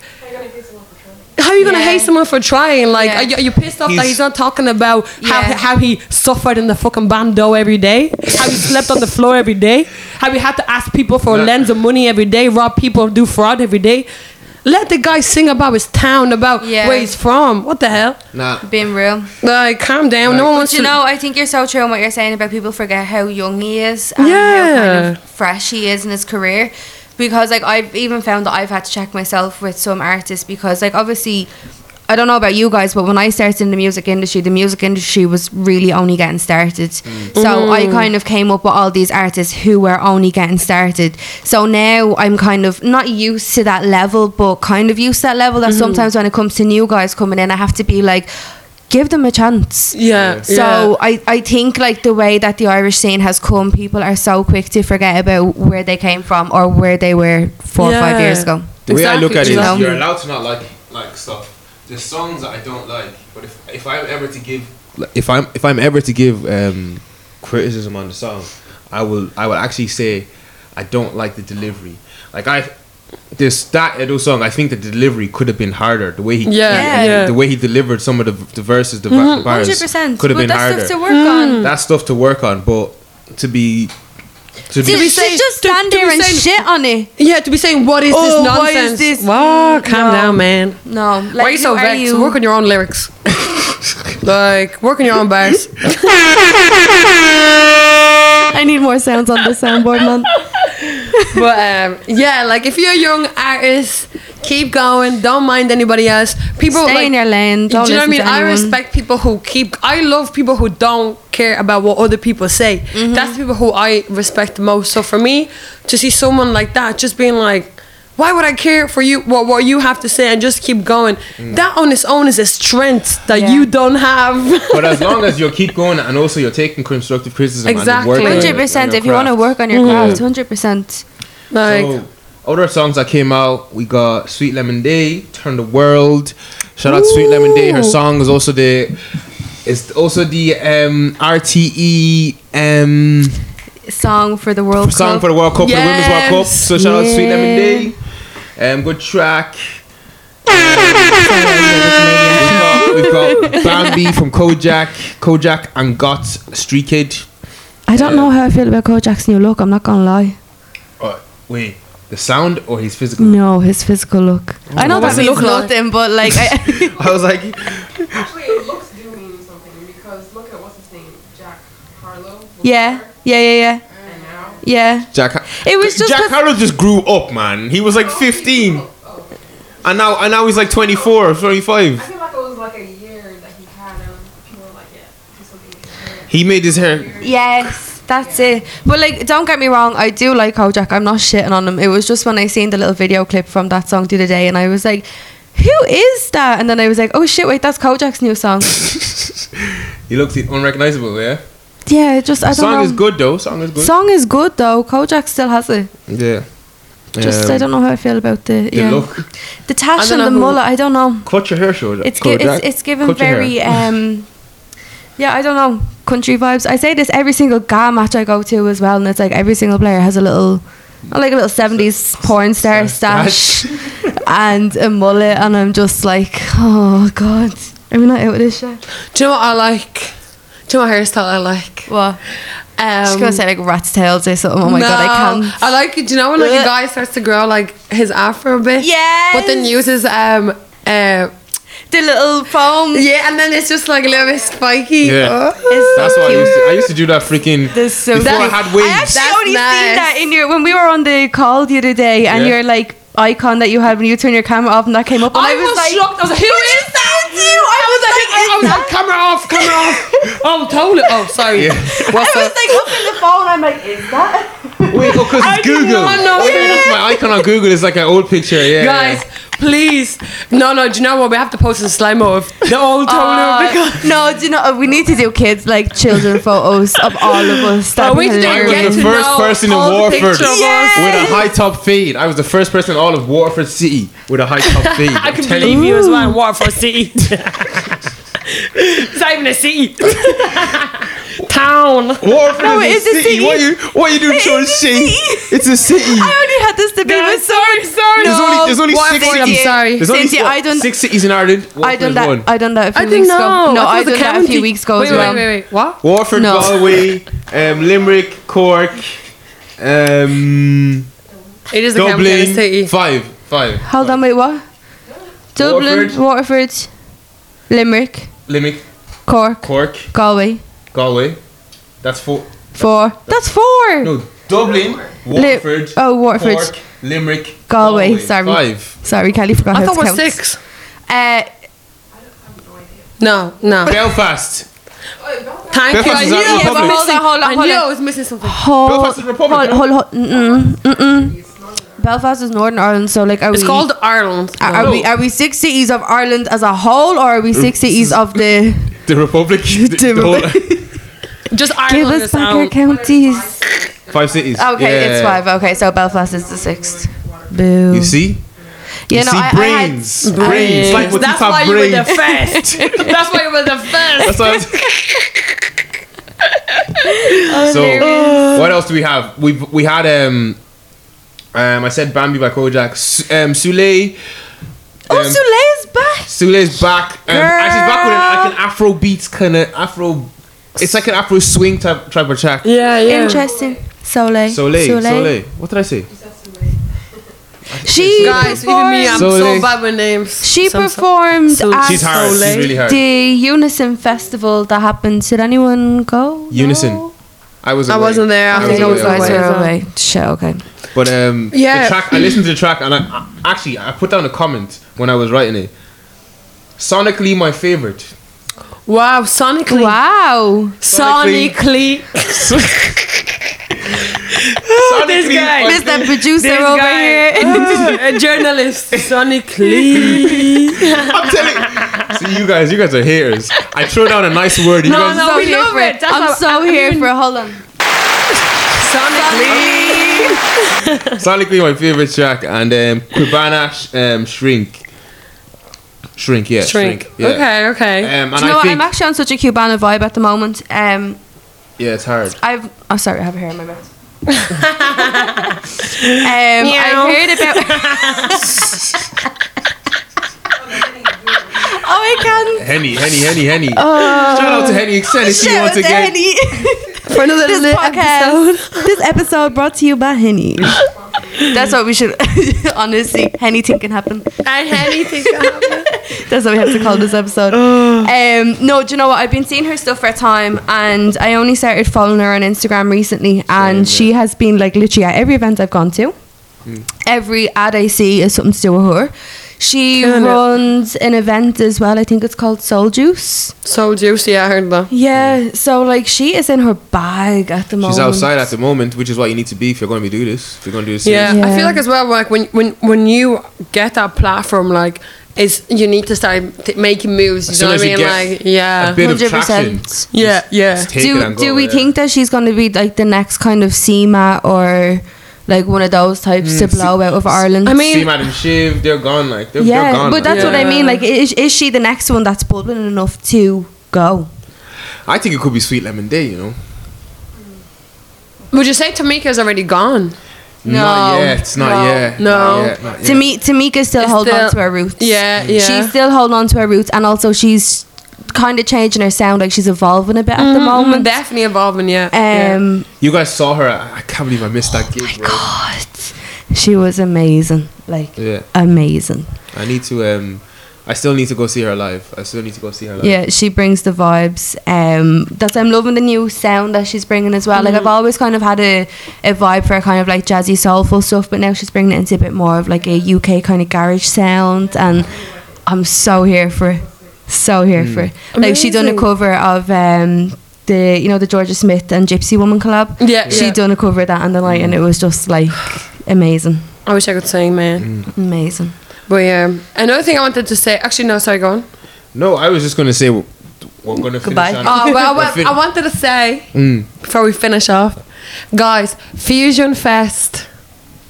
Speaker 2: how are you gonna
Speaker 1: Yeah.
Speaker 2: hate someone for trying? Like,
Speaker 1: Yeah.
Speaker 2: are, you, are you pissed off that
Speaker 3: He's-
Speaker 2: he's not talking about
Speaker 1: Yeah.
Speaker 2: how, how he suffered in the fucking bando every day? How he slept on the floor every day? How he had to ask people for
Speaker 3: No.
Speaker 2: lends of money every day, rob people, do fraud every day? Let the guy sing about his town, about
Speaker 1: Yeah.
Speaker 2: where he's from. What the hell?
Speaker 3: nah
Speaker 1: Being real.
Speaker 2: Like, calm down. No one
Speaker 1: But
Speaker 2: wants
Speaker 1: you
Speaker 2: to.
Speaker 1: know, I think you're so true on what you're saying about people forget how young he is and how
Speaker 2: Yeah.
Speaker 1: kind of fresh he is in his career. Because like I've even found that I've had to check myself with some artists because like obviously I I don't know about you guys, but when I started in the music industry, the music industry was really only getting started. So I kind of came up with all these artists who were only getting started. So now I'm kind of not used to that level, but kind of used to that level that sometimes when it comes to new guys coming in, I have to be like, give them a chance.
Speaker 2: Yeah.
Speaker 1: So I, I think like the way that the Irish scene has come, people are so quick to forget about where they came from or where they were four or five
Speaker 2: Yeah.
Speaker 1: years ago.
Speaker 3: The way I look at
Speaker 2: Exactly,
Speaker 3: it, is
Speaker 1: exactly.
Speaker 3: you're allowed to not like like stuff. There's songs that I don't like, but if if I'm ever to give, if I'm if I'm ever to give um, criticism on the song, I will I will actually say I don't like the delivery. Like I this that Edo song, I think the delivery could have been harder. The way he
Speaker 2: Yeah,
Speaker 1: Yeah. Mm-hmm.
Speaker 2: yeah.
Speaker 3: the way he delivered some of the, the verses, the, va- the bars
Speaker 1: Hundred percent.
Speaker 3: could have
Speaker 1: But
Speaker 3: been
Speaker 1: that's
Speaker 3: harder.
Speaker 1: stuff to work
Speaker 2: Hmm.
Speaker 1: on.
Speaker 3: That's stuff to work on, but to be to
Speaker 1: Did
Speaker 3: be
Speaker 2: we
Speaker 1: she
Speaker 2: say-
Speaker 1: just
Speaker 2: did-
Speaker 1: stand
Speaker 2: did
Speaker 1: there
Speaker 2: we
Speaker 1: and
Speaker 2: say-
Speaker 1: shit on it?
Speaker 2: Yeah, to be saying what is
Speaker 1: Oh,
Speaker 2: this
Speaker 1: why is
Speaker 2: nonsense?
Speaker 1: this-
Speaker 2: Wow, calm
Speaker 1: No.
Speaker 2: down, man.
Speaker 1: No. Like,
Speaker 2: Why are you so
Speaker 1: who
Speaker 2: vexed?
Speaker 1: you?
Speaker 2: Work on your own lyrics. like work on your own bars.
Speaker 1: I need more sounds on this soundboard, man.
Speaker 2: but um, yeah, like if you're a young artist, keep going. Don't mind anybody else. People
Speaker 1: Stay
Speaker 2: like,
Speaker 1: in your lane. Don't
Speaker 2: do you know
Speaker 1: listen
Speaker 2: what I mean?
Speaker 1: to
Speaker 2: I
Speaker 1: anyone.
Speaker 2: respect people who keep. I love people who don't care about what other people say.
Speaker 1: Mm-hmm.
Speaker 2: That's the people who I respect the most. So for me, to see someone like that, just being like. Why would I care for you? What what you have to say and just keep going. That on its own is a strength that
Speaker 1: Yeah.
Speaker 2: you don't have.
Speaker 3: but as long as you keep going and also you're taking constructive criticism
Speaker 2: Exactly.
Speaker 3: and working on your-
Speaker 1: Hundred percent.
Speaker 3: on your
Speaker 1: If you want to
Speaker 3: craft.
Speaker 1: work on your craft, hundred percent.
Speaker 2: like
Speaker 3: So, other songs that came out, we got Sweet Lemon Day, Turn the World. Shout out to Sweet Lemon Day. Her
Speaker 2: Ooh.
Speaker 3: song is also the it's also the um, RTE um,
Speaker 1: Song for the World
Speaker 3: song
Speaker 1: Cup.
Speaker 3: for the World Cup, for the Women's World Cup.
Speaker 2: Yes.
Speaker 3: So shout out to Sweet Lemon
Speaker 1: Yeah.
Speaker 3: Day. Um, good track.
Speaker 1: Sorry,
Speaker 3: We've got, we've got Bambi from Kojak, Kojak and Got Street Kid.
Speaker 1: I don't know how I feel about Cole Jack's new look. I'm not gonna lie.
Speaker 3: Uh, wait, the sound or his physical?
Speaker 1: No, his physical look. I know
Speaker 2: What
Speaker 1: that
Speaker 2: does it
Speaker 1: means
Speaker 2: look like?
Speaker 1: nothing, but like, I,
Speaker 3: I was like,
Speaker 4: Actually, it looks doing something because look at what's his name, Jack Harlow. before
Speaker 1: yeah, yeah, yeah, yeah,
Speaker 4: And now.
Speaker 1: yeah.
Speaker 3: Jack.
Speaker 1: It was just
Speaker 3: Jack
Speaker 1: 'cause-
Speaker 3: Harlow just grew up, man. He was like 15,
Speaker 4: Oh,
Speaker 3: and now and now he's like 24, or
Speaker 4: I
Speaker 3: 25.
Speaker 4: feel like it was like a year that he had him. People were like, yeah, do something. with his hair.
Speaker 3: He made his hair.
Speaker 1: Yes, that's it. But like, don't get me wrong, I do like Kojak. I'm not shitting on him. It was just when I seen the little video clip from that song the other day, and I was like, "Who is that?" And then I was like, "Oh shit, wait, that's Kojak's new song."
Speaker 3: He looks unrecognizable. Yeah.
Speaker 1: yeah, it just I don't
Speaker 3: Song
Speaker 1: know.
Speaker 3: is good though. Song is good.
Speaker 1: Song is good though. Kojak still has it.
Speaker 3: yeah.
Speaker 1: Just I don't know how I feel about the,
Speaker 3: Um, The
Speaker 1: yeah.
Speaker 3: look.
Speaker 1: the tash
Speaker 2: I don't
Speaker 1: and the
Speaker 2: know who-
Speaker 1: mullet. I don't know.
Speaker 3: Cut your hair, shoulder.
Speaker 1: It's gi- it's, it's given very um, yeah, I don't know, country vibes. I say this every single GA match I go to as well, and it's like every single player has a little, like a little seventies porn star stash and a mullet, and I'm just like, oh god, are we not out of this shit?
Speaker 2: Do you know what I like? Do you know what hairstyle I like?
Speaker 1: What?
Speaker 2: Um,
Speaker 1: She's gonna say like rat's tails or something. Oh my god, I
Speaker 2: no,
Speaker 1: can't.
Speaker 2: I like it. Do you know when like a
Speaker 1: Ugh.
Speaker 2: guy starts to grow like his afro a bit?
Speaker 1: Yes.
Speaker 2: But then uses um uh yeah,
Speaker 1: The little foam.
Speaker 2: and then it's just like a little bit spiky. Oh.
Speaker 3: Yeah.
Speaker 1: It's
Speaker 3: That's why I used to, I used to do that freaking.
Speaker 1: That's so
Speaker 3: before
Speaker 1: funny.
Speaker 3: I had wigs.
Speaker 1: I actually
Speaker 2: That's
Speaker 1: only
Speaker 2: nice.
Speaker 1: seen that in your when we were on the call the other day, and
Speaker 3: Yeah.
Speaker 1: your like icon that you had when you turned your camera off, and that came up. And
Speaker 2: I was
Speaker 1: like,
Speaker 2: shocked. I was like, who
Speaker 1: "What
Speaker 2: is
Speaker 1: is that? You? I
Speaker 2: I
Speaker 1: was
Speaker 2: was
Speaker 1: like,
Speaker 2: like, camera off, camera off. Oh, totally. Oh, sorry.
Speaker 3: Yeah.
Speaker 1: I
Speaker 2: What's up?
Speaker 1: was like, up in the phone. I'm like, is that?
Speaker 3: Wait, oh, cause it's Google.
Speaker 2: not know
Speaker 3: Yeah, that's my icon on Google is like an old picture. Yeah.
Speaker 2: Guys, please. No, no. Do you know what? We have to post a slime of the old toner
Speaker 1: Uh,
Speaker 2: because
Speaker 1: no, do you know? We need to do kids like children photos of all of us. That'd
Speaker 2: Oh,
Speaker 1: be
Speaker 2: we should do
Speaker 1: hilarious.
Speaker 2: it Get
Speaker 3: I was the
Speaker 2: to
Speaker 3: first
Speaker 2: know
Speaker 3: person in
Speaker 2: all the
Speaker 3: Warford with
Speaker 2: picture of us.
Speaker 3: a high top fade. I was the first person in all of Warford City with a high top fade.
Speaker 2: I
Speaker 3: I'm
Speaker 2: can
Speaker 3: telling
Speaker 2: believe you as well in Waterford City. it's not even a city. Town.
Speaker 3: you. Warford
Speaker 1: No,
Speaker 3: is
Speaker 1: it's a
Speaker 3: a city.
Speaker 1: city.
Speaker 3: What you what you doing,
Speaker 1: It
Speaker 3: George
Speaker 1: is a
Speaker 3: Shane?
Speaker 1: city.
Speaker 3: It's a city.
Speaker 1: I only had this to be with
Speaker 2: sorry, sorry.
Speaker 3: There's only there's only
Speaker 1: What
Speaker 3: six
Speaker 1: Cynthia-
Speaker 3: cities.
Speaker 2: sorry.
Speaker 3: There's only
Speaker 1: Cynthia,
Speaker 3: what,
Speaker 1: I don't-
Speaker 3: six cities in Ireland. Warford
Speaker 1: I done
Speaker 3: is
Speaker 1: that.
Speaker 3: one.
Speaker 1: I done that a few
Speaker 2: I
Speaker 1: weeks
Speaker 2: think no.
Speaker 1: ago. No, I,
Speaker 2: thought the
Speaker 1: done that a
Speaker 2: county-
Speaker 1: few weeks ago
Speaker 2: Wait,
Speaker 1: as
Speaker 2: wait,
Speaker 1: well.
Speaker 2: wait, wait. What?
Speaker 3: Warford,
Speaker 1: No.
Speaker 3: Galway, um, Limerick, Cork, um,
Speaker 2: It is a Dublin.
Speaker 3: Dublin.
Speaker 2: city.
Speaker 3: Five, five.
Speaker 1: Hold on, wait, what? Dublin, Waterford, Limerick,
Speaker 3: Limerick,
Speaker 1: Cork,
Speaker 3: Cork,
Speaker 1: Galway.
Speaker 3: Galway. That's four.
Speaker 1: Four. That's four.
Speaker 3: No, Dublin, Waterford.
Speaker 1: oh, Waterford.
Speaker 3: Cork, Limerick,
Speaker 1: Galway, sorry.
Speaker 3: Five.
Speaker 1: Sorry, Kelly forgot.
Speaker 2: I
Speaker 1: how
Speaker 2: thought
Speaker 1: to
Speaker 2: we're
Speaker 1: count.
Speaker 2: six.
Speaker 1: Uh,
Speaker 2: No, no.
Speaker 3: Belfast.
Speaker 4: Wait, Belfast-
Speaker 2: Thank
Speaker 3: Belfast
Speaker 2: you.
Speaker 3: is
Speaker 2: I
Speaker 3: out
Speaker 2: knew,
Speaker 3: in
Speaker 2: I was
Speaker 3: public.
Speaker 2: missing-
Speaker 1: Hold on, hold on,
Speaker 2: I
Speaker 1: hold
Speaker 2: knew
Speaker 1: on.
Speaker 2: I was missing something.
Speaker 1: Whole,
Speaker 3: Belfast is Republic,
Speaker 1: Whole,
Speaker 3: no?
Speaker 1: whole, whole, mm-mm, mm-mm. Belfast is Northern Ireland, so like, are
Speaker 2: It's
Speaker 1: we?
Speaker 2: called Ireland.
Speaker 1: Are, are we are we six cities of Ireland as a whole, or are we six cities of the?
Speaker 3: The Republic. The, the whole,
Speaker 2: Just
Speaker 1: Give
Speaker 2: Ireland
Speaker 1: us
Speaker 2: is
Speaker 1: back our
Speaker 2: out.
Speaker 1: counties.
Speaker 3: five cities.
Speaker 1: Okay,
Speaker 3: Yeah.
Speaker 1: it's five. Okay, so Belfast is the sixth. Boo.
Speaker 3: You see?
Speaker 1: You
Speaker 3: you
Speaker 1: know,
Speaker 3: see
Speaker 1: I- I had-
Speaker 3: brains. brains.
Speaker 2: Brains.
Speaker 3: Like with
Speaker 2: That's
Speaker 3: Tifa
Speaker 2: why you were the
Speaker 3: brains.
Speaker 2: first. That's why you were the first.
Speaker 3: That's what I was- so what else do we have? We have we had um um I said Bambi by Kojak. S- um Sule.
Speaker 1: oh,
Speaker 3: um,
Speaker 1: Sule's back.
Speaker 3: Sule's back. Um, and she's back with an, like an Afro beats kind of Afro. It's like an Afro swing type type of track.
Speaker 2: Yeah,
Speaker 1: Interesting. Eh, Soleil.
Speaker 3: Soleil, Soleil. What did I say?
Speaker 1: She
Speaker 2: Guys, even me, I'm
Speaker 1: performed-
Speaker 2: so,
Speaker 3: Soleil.
Speaker 2: bad with names.
Speaker 1: she
Speaker 2: So-
Speaker 1: performed
Speaker 2: Soleil.
Speaker 1: at
Speaker 3: She's hard.
Speaker 2: Soleil.
Speaker 3: She's really hard.
Speaker 1: the Unison festival that happened. Did anyone go?
Speaker 3: Unison.
Speaker 1: No?
Speaker 3: I was.
Speaker 2: I
Speaker 3: away.
Speaker 2: wasn't there. I
Speaker 1: I
Speaker 2: was
Speaker 1: think
Speaker 2: away,
Speaker 1: it was
Speaker 2: I
Speaker 1: guys
Speaker 2: was
Speaker 1: were
Speaker 2: away.
Speaker 1: away. Shit. Okay.
Speaker 3: But um,
Speaker 2: Yeah.
Speaker 3: the track. I listened to the track and I, I actually I put down a comment when I was writing it. Sonically, my favorite.
Speaker 2: Wow, sonically.
Speaker 1: Wow.
Speaker 2: Sonically. this
Speaker 3: Sonically,
Speaker 2: guy.
Speaker 3: my
Speaker 2: This
Speaker 1: Mr. Producer
Speaker 2: This
Speaker 1: over
Speaker 2: guy, Oh.
Speaker 1: here.
Speaker 2: a journalist. Sonically.
Speaker 3: I'm telling you. See, you guys, you guys are haters. I throw down a nice word. You
Speaker 2: No,
Speaker 3: guys,
Speaker 2: no. we
Speaker 1: here
Speaker 2: love
Speaker 1: for
Speaker 2: it. That's
Speaker 1: I'm
Speaker 2: what-
Speaker 1: so
Speaker 2: I
Speaker 1: here
Speaker 2: mean-
Speaker 1: for. Hold on.
Speaker 2: Sonically.
Speaker 3: Sonically, my favorite track. And um, Quibana, sh- um, Shrink. Shrink, yeah.
Speaker 2: Shrink.
Speaker 3: yeah.
Speaker 2: Okay,
Speaker 3: Um,
Speaker 2: okay.
Speaker 3: and
Speaker 1: Do you know
Speaker 3: I
Speaker 1: what?
Speaker 3: think,
Speaker 1: I'm actually on such a Cubana vibe at the moment. Um,
Speaker 3: yeah, it's hard.
Speaker 1: I've. Oh, sorry. I have a hair in my mouth. um, I heard about. oh, I can't.
Speaker 3: Henny, Henny, Henny, Henny. Shout out to Henny Excellency
Speaker 1: Shit,
Speaker 3: once
Speaker 1: with the
Speaker 3: again.
Speaker 1: Henny.
Speaker 2: For another
Speaker 1: this
Speaker 2: little
Speaker 1: podcast. This episode brought to you by Henny. That's what we should. honestly, anything can happen.
Speaker 2: I had anything happen.
Speaker 1: That's what we have to call this episode. um, no, do you know what? I've been seeing her stuff for a time, and I only started following her on Instagram recently, and she has been like literally at every event I've gone to. Every ad I see is something to do with her. She
Speaker 2: Killing it.
Speaker 1: runs an event as well. I think it's called Soul Juice.
Speaker 2: So juicy, I heard that.
Speaker 1: Yeah. So like she is in her bag at the moment.
Speaker 3: She's outside at the moment, which is what you need to be if you're going to be doing this. If you're going to do this,
Speaker 2: Yeah.
Speaker 1: Yeah.
Speaker 2: I feel like as well, like when when when you get that platform, like is you need to start t- making moves. You
Speaker 3: As
Speaker 2: know what
Speaker 3: soon
Speaker 2: I
Speaker 3: as you
Speaker 2: mean?
Speaker 3: get
Speaker 2: Like yeah,
Speaker 3: a bit of
Speaker 1: 100%.
Speaker 3: traction.
Speaker 2: yeah, yeah.
Speaker 3: just take it
Speaker 1: do
Speaker 3: and
Speaker 1: do
Speaker 3: go,
Speaker 1: we
Speaker 3: yeah.
Speaker 1: think that she's going to be like the next kind of Seema or like one of those types
Speaker 3: Hmm,
Speaker 1: to blow out of Ireland?
Speaker 2: I mean-
Speaker 3: See, Madam Shiv, they're gone. Like they're,
Speaker 1: yeah,
Speaker 3: they're gone.
Speaker 1: but
Speaker 3: like.
Speaker 1: that's what I mean.
Speaker 2: Yeah.
Speaker 1: Like, is, is she the next one that's bold enough to go?
Speaker 3: I think it could be Sweet Lemon Day. You know,
Speaker 2: Would you say Tamika's already gone?
Speaker 3: not
Speaker 2: No.
Speaker 3: yet, not
Speaker 2: No.
Speaker 3: yet,
Speaker 2: No.
Speaker 3: not yet, not yet.
Speaker 1: To me, Tamika still
Speaker 2: It's
Speaker 1: hold
Speaker 2: still-
Speaker 1: on to her roots.
Speaker 2: Yeah, yeah.
Speaker 1: She's still holding on to her roots, and also she's kind of changing her sound. Like she's evolving a bit at the moment.
Speaker 2: Mm-hmm. definitely evolving. Yeah. yeah.
Speaker 1: Um,
Speaker 3: You guys saw her. I I can't believe I missed that gig, bro.
Speaker 1: God, she was amazing. Like
Speaker 3: Yeah,
Speaker 1: amazing.
Speaker 3: I need to. Um, I still need to go see her live. I still need to go see her live.
Speaker 1: Yeah, she brings the vibes. Um, that's I'm loving the new sound that she's bringing as well. Like
Speaker 2: Mm-hmm.
Speaker 1: I've always kind of had a, a vibe for kind of like jazzy soulful stuff, but now she's bringing it into a bit more of like a UK kind of garage sound, and I'm so here for it. So here for it. Like she done a
Speaker 2: Amazing.
Speaker 1: cover of um the you know the Georgia Smith and Gypsy Woman collab.
Speaker 2: Yeah,
Speaker 1: she
Speaker 2: yeah.
Speaker 1: done a cover of that on the night, and it was just like amazing,
Speaker 2: I wish I could sing,
Speaker 3: Mm.
Speaker 2: man.
Speaker 1: amazing.
Speaker 2: But yeah, another thing I wanted to say. Actually, no, sorry, go on.
Speaker 3: No, I was just gonna say we're we're gonna
Speaker 1: Goodbye.
Speaker 3: finish on.
Speaker 2: Oh, well, I,
Speaker 3: We're fin-
Speaker 2: wa- I wanted to say
Speaker 3: Mm.
Speaker 2: before we finish off, guys, Fusion Fest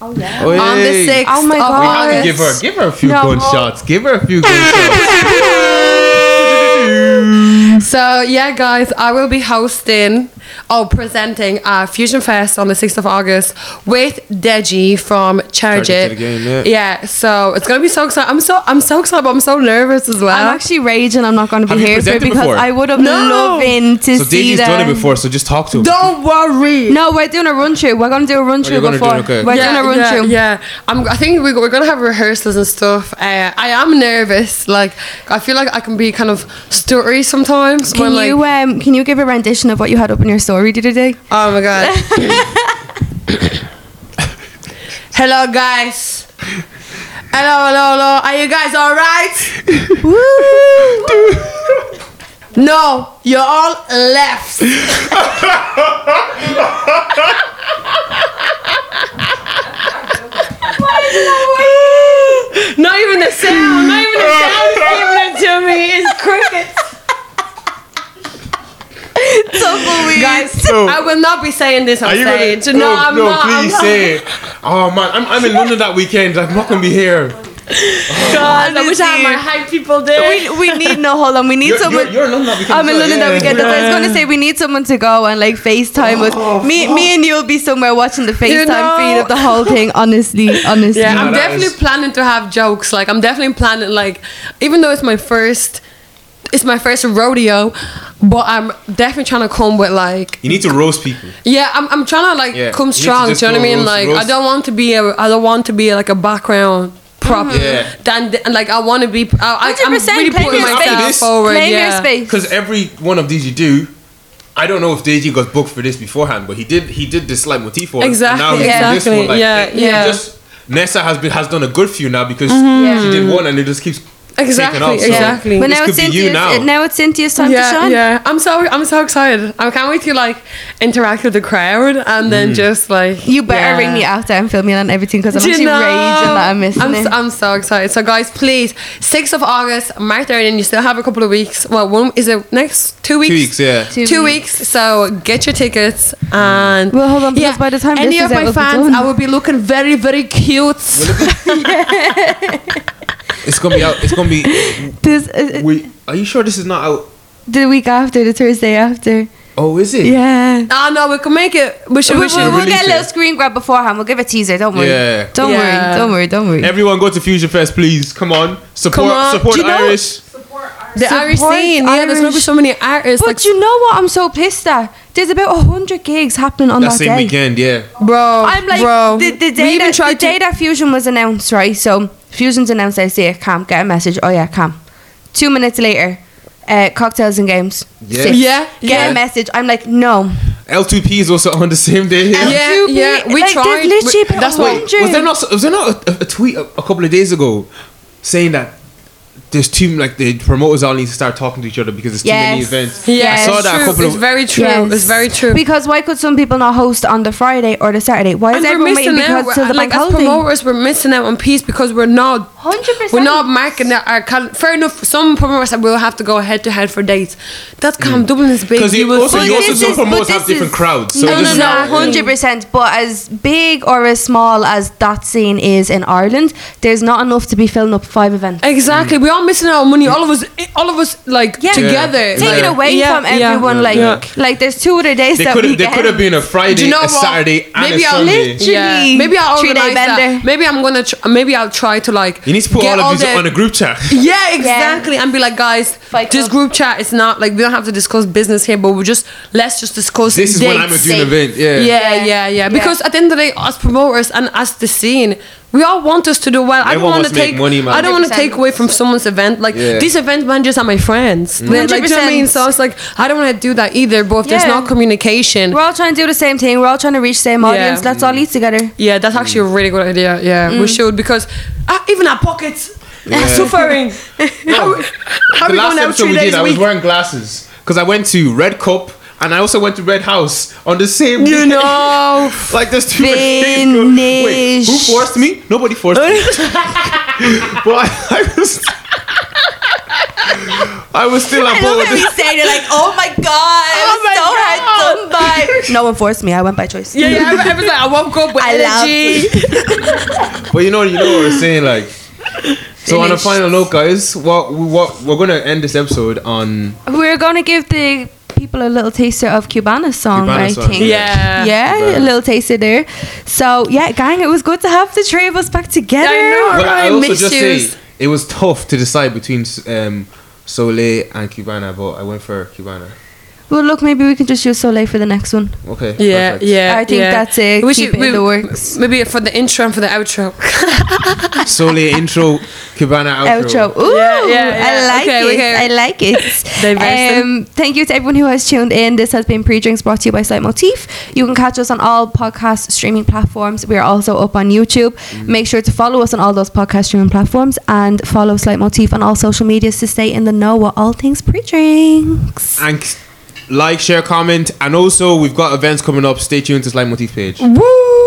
Speaker 2: on
Speaker 3: Hey.
Speaker 2: the sixth.
Speaker 1: Oh my
Speaker 2: of
Speaker 1: God.
Speaker 3: We have to
Speaker 2: August.
Speaker 3: give her give her a few
Speaker 1: No.
Speaker 3: gunshots. Give her a few gunshots.
Speaker 2: So yeah, guys, I will be hosting or presenting uh, Fusion Fest on the sixth of August with Deji from Charge
Speaker 3: Charge It
Speaker 2: It.
Speaker 3: to the Game, yeah.
Speaker 2: so it's gonna be so exciting. I'm so I'm so excited, but I'm so nervous as well.
Speaker 1: I'm actually raging. I'm not going to
Speaker 3: Uh-huh. Have
Speaker 1: be
Speaker 3: you
Speaker 1: here for it because
Speaker 3: presented before?
Speaker 1: I would have
Speaker 2: No.
Speaker 1: loving to
Speaker 3: so
Speaker 1: see
Speaker 3: Daisy's
Speaker 1: that.
Speaker 3: done it before, so just talk to her.
Speaker 2: Don't worry.
Speaker 1: No, we're doing a run through. We're gonna do a run through
Speaker 3: Oh, you're gonna do-
Speaker 1: before.
Speaker 3: okay.
Speaker 1: We're
Speaker 2: yeah,
Speaker 1: doing a run
Speaker 2: yeah,
Speaker 1: through.
Speaker 2: yeah. I'm, I think we, we're gonna have rehearsals and stuff. Uh, I am nervous. Like I feel like I can be kind of stuttery sometimes.
Speaker 1: Can
Speaker 2: when, like,
Speaker 1: you um can you give a rendition of what you had up in your story the other day?
Speaker 2: Oh my god. hello guys. Hello, hello, hello. Are you guys alright?
Speaker 1: Woo!
Speaker 2: No, you're all left. not even the sound, not even the sound is giving it to me. It's crickets. Guys,
Speaker 3: No.
Speaker 2: I will not be saying this on
Speaker 3: Are you gonna,
Speaker 2: stage. no, I'm
Speaker 3: no,
Speaker 2: not. I'm
Speaker 3: please
Speaker 2: not.
Speaker 3: say it. Oh man, I'm, I'm in London that weekend. I'm not gonna be here.
Speaker 2: God, I wish I had my hype people there.
Speaker 1: we, we need no hold on. We need
Speaker 3: You're,
Speaker 1: someone.
Speaker 3: you're, you're in London that weekend.
Speaker 1: I'm in
Speaker 3: as well,
Speaker 1: London that
Speaker 3: yeah.
Speaker 1: weekend. I was gonna say we need someone to go and like FaceTime with me. Me and you'll be somewhere watching the FaceTime
Speaker 2: Oh, know-
Speaker 1: feed of the whole thing. Honestly, honestly.
Speaker 2: Yeah, I'm
Speaker 3: that
Speaker 2: definitely
Speaker 3: is-
Speaker 2: planning to have jokes. Like I'm definitely planning like even though it's my first it's my first rodeo, but I'm definitely trying to come with like
Speaker 3: You need to roast people.
Speaker 2: yeah, I'm, I'm trying to like
Speaker 3: Yeah, you
Speaker 2: come
Speaker 3: need to
Speaker 2: strong. Do
Speaker 3: just
Speaker 2: you know what I
Speaker 3: go
Speaker 2: mean?
Speaker 3: roast-
Speaker 2: Like I
Speaker 3: roast.
Speaker 2: don't want to be a I don't want to be like a background prop.
Speaker 3: Mm-hmm. Yeah.
Speaker 2: Then like I want to be. I, I, I'm
Speaker 1: 100%
Speaker 2: really
Speaker 1: claim
Speaker 2: putting
Speaker 1: your
Speaker 2: myself
Speaker 3: space.
Speaker 2: forward.
Speaker 1: Claim
Speaker 2: yeah.
Speaker 1: your space.
Speaker 3: Because every one of these you do, I don't know if Deji got booked for this beforehand, but he did. He did this like Motifo. and
Speaker 2: Exactly,
Speaker 3: Now he's doing This
Speaker 2: exactly.
Speaker 3: one, like,
Speaker 2: Yeah,
Speaker 3: it- it
Speaker 2: yeah. Mm-hmm.
Speaker 3: Just Nessa has been has done a good few now because
Speaker 1: Yeah.
Speaker 3: she did one and it just keeps
Speaker 2: Exactly,
Speaker 3: Taking off, so
Speaker 2: exactly.
Speaker 1: But
Speaker 3: this
Speaker 1: now
Speaker 3: could
Speaker 1: it's
Speaker 3: be
Speaker 1: Cynthia's.
Speaker 3: you now.
Speaker 1: Now it's Cynthia's time
Speaker 2: yeah,
Speaker 1: to shine.
Speaker 2: Yeah, I'm so I'm so excited. I can't wait to like interact with the crowd and
Speaker 3: Mm.
Speaker 2: then just like
Speaker 1: You better
Speaker 2: yeah.
Speaker 1: ring me after and film me on everything because I'm
Speaker 2: Do you
Speaker 1: actually
Speaker 2: know?
Speaker 1: raging that I'm missing
Speaker 2: I'm
Speaker 1: it.
Speaker 2: so, I'm so excited. So guys, please, 6th of August, mark that in. You still have a couple of weeks. Well, one is it next two weeks?
Speaker 3: Two weeks, yeah.
Speaker 1: Two
Speaker 2: Two
Speaker 1: weeks.
Speaker 2: weeks. So get your tickets and
Speaker 1: Well, hold on, because by the time
Speaker 2: any
Speaker 1: this is
Speaker 2: of
Speaker 1: out,
Speaker 2: my
Speaker 1: it'll be
Speaker 2: fans,
Speaker 1: done.
Speaker 2: I will be looking very very cute.
Speaker 3: It's gonna be out. It's gonna be.
Speaker 1: this uh, uh,
Speaker 3: We, are you sure this is not out?
Speaker 1: the week after, the Thursday after.
Speaker 3: Oh, is it?
Speaker 1: Yeah.
Speaker 2: Ah no, we can make it. We should.
Speaker 1: We'll,
Speaker 2: We
Speaker 1: we'll-
Speaker 2: should.
Speaker 1: we'll get
Speaker 3: release
Speaker 1: a little
Speaker 3: it.
Speaker 1: screen grab beforehand. We'll give a teaser. Don't worry.
Speaker 3: Yeah.
Speaker 1: Don't
Speaker 2: Yeah.
Speaker 1: worry. Don't worry. Don't worry.
Speaker 3: Everyone go to Fusion Fest, please. Come on, support
Speaker 2: Come on.
Speaker 3: support
Speaker 2: Do you know-
Speaker 3: Irish.
Speaker 4: Support our
Speaker 2: The Irish
Speaker 1: Support
Speaker 2: scene. Yeah, there's gonna be
Speaker 1: Irish.
Speaker 2: so many artists.
Speaker 1: but
Speaker 2: like,
Speaker 1: you know what? I'm so pissed at. There's about hundred gigs happening on
Speaker 3: That
Speaker 1: that,
Speaker 3: same
Speaker 1: day.
Speaker 3: weekend, yeah.
Speaker 2: bro.
Speaker 1: I'm like
Speaker 2: Oh, bro.
Speaker 1: the, the
Speaker 2: We
Speaker 1: day,
Speaker 2: even
Speaker 1: that, the
Speaker 2: tried to-
Speaker 1: day that Fusion was announced, right? So Fusion's announced. I say, "Cam, get a message." Oh yeah, Cam. Two minutes later, uh, cocktails and games.
Speaker 3: Yeah.
Speaker 1: Six.
Speaker 2: Yeah,
Speaker 1: Get
Speaker 2: yeah.
Speaker 1: a message. I'm like, no.
Speaker 3: L2P is also on the same day.
Speaker 2: Yeah.
Speaker 1: Two pe-
Speaker 2: yeah, we
Speaker 1: like,
Speaker 2: tried.
Speaker 1: There's literally
Speaker 2: We-
Speaker 1: about
Speaker 2: that's why-
Speaker 1: 100.
Speaker 2: was
Speaker 3: Was there not was there not a, a tweet a, a couple of days ago saying that there's too like the promoters all need to start talking to each other because there's too many
Speaker 1: Yes.
Speaker 3: events.
Speaker 2: Yeah,
Speaker 3: I saw
Speaker 2: it's
Speaker 3: that
Speaker 2: true.
Speaker 3: a couple
Speaker 2: it's
Speaker 3: of
Speaker 2: very true.
Speaker 1: Yes.
Speaker 2: It's very true.
Speaker 1: Because why could some people not host on the Friday or the Saturday? Why is
Speaker 2: And we're
Speaker 1: everyone waiting
Speaker 2: missing out.
Speaker 1: because till the
Speaker 2: like
Speaker 1: bank
Speaker 2: as
Speaker 1: holiday?
Speaker 2: promoters, we're missing out on peace because we're not.
Speaker 1: 100%.
Speaker 2: we are not marking that our cal- fair enough. Some promoters that will have to go head to head for dates. That's calm. Dublin is big.
Speaker 3: because
Speaker 2: You
Speaker 3: Mm. you
Speaker 2: will
Speaker 3: also
Speaker 1: But
Speaker 3: you also
Speaker 1: this
Speaker 3: some
Speaker 1: is- but
Speaker 3: promoters have
Speaker 1: this
Speaker 3: different
Speaker 1: is-
Speaker 3: crowds. So
Speaker 2: No,
Speaker 3: it
Speaker 2: no,
Speaker 3: doesn't
Speaker 2: no.
Speaker 3: matter.
Speaker 1: hundred percent. But as big or as small as that scene is in Ireland, there's not enough to be filling up five events.
Speaker 3: Mm.
Speaker 2: exactly. We're all missing out on money. All of us, all of us, like
Speaker 1: Yeah.
Speaker 2: together.
Speaker 1: Take it away
Speaker 2: Yeah,
Speaker 1: from
Speaker 2: yeah.
Speaker 1: everyone. Like,
Speaker 3: Yeah.
Speaker 1: like there's two other days
Speaker 3: They
Speaker 1: that
Speaker 3: could
Speaker 1: we
Speaker 3: there could have been a Friday,
Speaker 2: Do you know
Speaker 3: a
Speaker 2: what?
Speaker 3: Saturday, and
Speaker 2: Maybe
Speaker 3: a
Speaker 2: I'll
Speaker 3: Sunday.
Speaker 1: literally-
Speaker 2: Yeah. Maybe I'll
Speaker 1: Three-day
Speaker 2: organize that.
Speaker 1: bender.
Speaker 2: Maybe I'm gonna. Tr- maybe I'll try to like.
Speaker 3: You need to put
Speaker 2: get
Speaker 3: all of these
Speaker 2: the-
Speaker 3: on a group chat.
Speaker 2: Yeah, exactly. And be like, guys,
Speaker 1: Fight
Speaker 2: this
Speaker 1: club.
Speaker 2: group chat is not like we don't have to discuss business here, but we just let's just discuss.
Speaker 3: This is
Speaker 2: dates.
Speaker 3: when I'm doing
Speaker 1: safe.
Speaker 3: an event. Yeah.
Speaker 2: Yeah, yeah, yeah, Because at the end of the day, as promoters and as the scene, we all want us to do well. I don't
Speaker 3: Everyone
Speaker 2: want
Speaker 3: wants
Speaker 2: to
Speaker 3: to make
Speaker 2: take.
Speaker 3: money, man.
Speaker 2: I don't want to
Speaker 1: 100%.
Speaker 2: take away from someone's event. Like
Speaker 3: Yeah. Mm.
Speaker 2: these event managers are my friends. They're Like, do you know what I mean?
Speaker 1: 100%.
Speaker 2: So it's like I don't want to do that either. But if there's
Speaker 1: Yeah.
Speaker 2: no communication,
Speaker 1: We're all trying to do the same thing. We're all trying to reach the same
Speaker 2: Yeah.
Speaker 1: audience. Let's all eat together.
Speaker 2: yeah, that's actually a really good idea. Yeah,
Speaker 1: Mm.
Speaker 2: we should because uh, even our pockets. are
Speaker 3: Yeah.
Speaker 2: Suffering. How, how are
Speaker 3: the
Speaker 2: we going
Speaker 3: last
Speaker 2: out
Speaker 3: episode
Speaker 2: three
Speaker 3: we
Speaker 2: days
Speaker 3: did,
Speaker 2: a
Speaker 3: I was
Speaker 2: week?
Speaker 3: wearing glasses because I went to Red Cup and I also went to Red House on the same.
Speaker 2: You
Speaker 3: weekend.
Speaker 2: know,
Speaker 3: like there's too much. things going- Wait, who
Speaker 1: Finished.
Speaker 3: forced me? Nobody forced me. but I, I was. I was still on
Speaker 1: I love
Speaker 3: board.
Speaker 1: how we say it like, oh my god, I
Speaker 2: my
Speaker 1: was so hard done by. No one forced me. I went by choice.
Speaker 2: Yeah, yeah. I, I was like, I woke up with
Speaker 1: I love-
Speaker 2: energy.
Speaker 3: But you know, you know what we're saying, like. So on a
Speaker 1: Finished.
Speaker 3: final note, guys, what we- what we're gonna end this episode on
Speaker 1: We're gonna give the people a little taster of Cubana's song,
Speaker 3: Cubana
Speaker 1: I
Speaker 3: song,
Speaker 1: think.
Speaker 2: Yeah.
Speaker 1: Yeah,
Speaker 3: Cubana.
Speaker 1: a little taster there. So yeah, gang, it was good to have the three of us back together.
Speaker 2: I know,
Speaker 3: Well,
Speaker 2: right?
Speaker 3: I also
Speaker 2: mixed
Speaker 3: just
Speaker 2: use.
Speaker 3: say it was tough to decide between um, Soleil and Cubana, but I went for Cubana.
Speaker 1: Well, look, maybe we can just use Soleil for the next one.
Speaker 3: Okay.
Speaker 2: Yeah,
Speaker 3: perfect.
Speaker 2: yeah.
Speaker 1: I think
Speaker 2: yeah.
Speaker 1: that's it.
Speaker 2: We
Speaker 1: Keep
Speaker 2: should-
Speaker 1: it in the works.
Speaker 2: Maybe for the intro and for the outro.
Speaker 3: Solely intro, Cabana outro.
Speaker 1: outro. Ooh,
Speaker 2: Yeah, yeah, yeah.
Speaker 1: I like
Speaker 2: Okay,
Speaker 1: it.
Speaker 2: okay.
Speaker 1: I like it.
Speaker 2: Diversity.
Speaker 1: um, thank you to everyone who has tuned in. This has been Pre Drinks brought to you by Slight Motif. You can catch us on all podcast streaming platforms. We are also up on YouTube. Make sure to follow us on all those podcast streaming platforms and follow Slight Motif on all social medias to stay in the know what all things pre drinks.
Speaker 3: And c- like, share, comment, and also we've got events coming up. Stay tuned to Slime Motif page.
Speaker 1: Woo!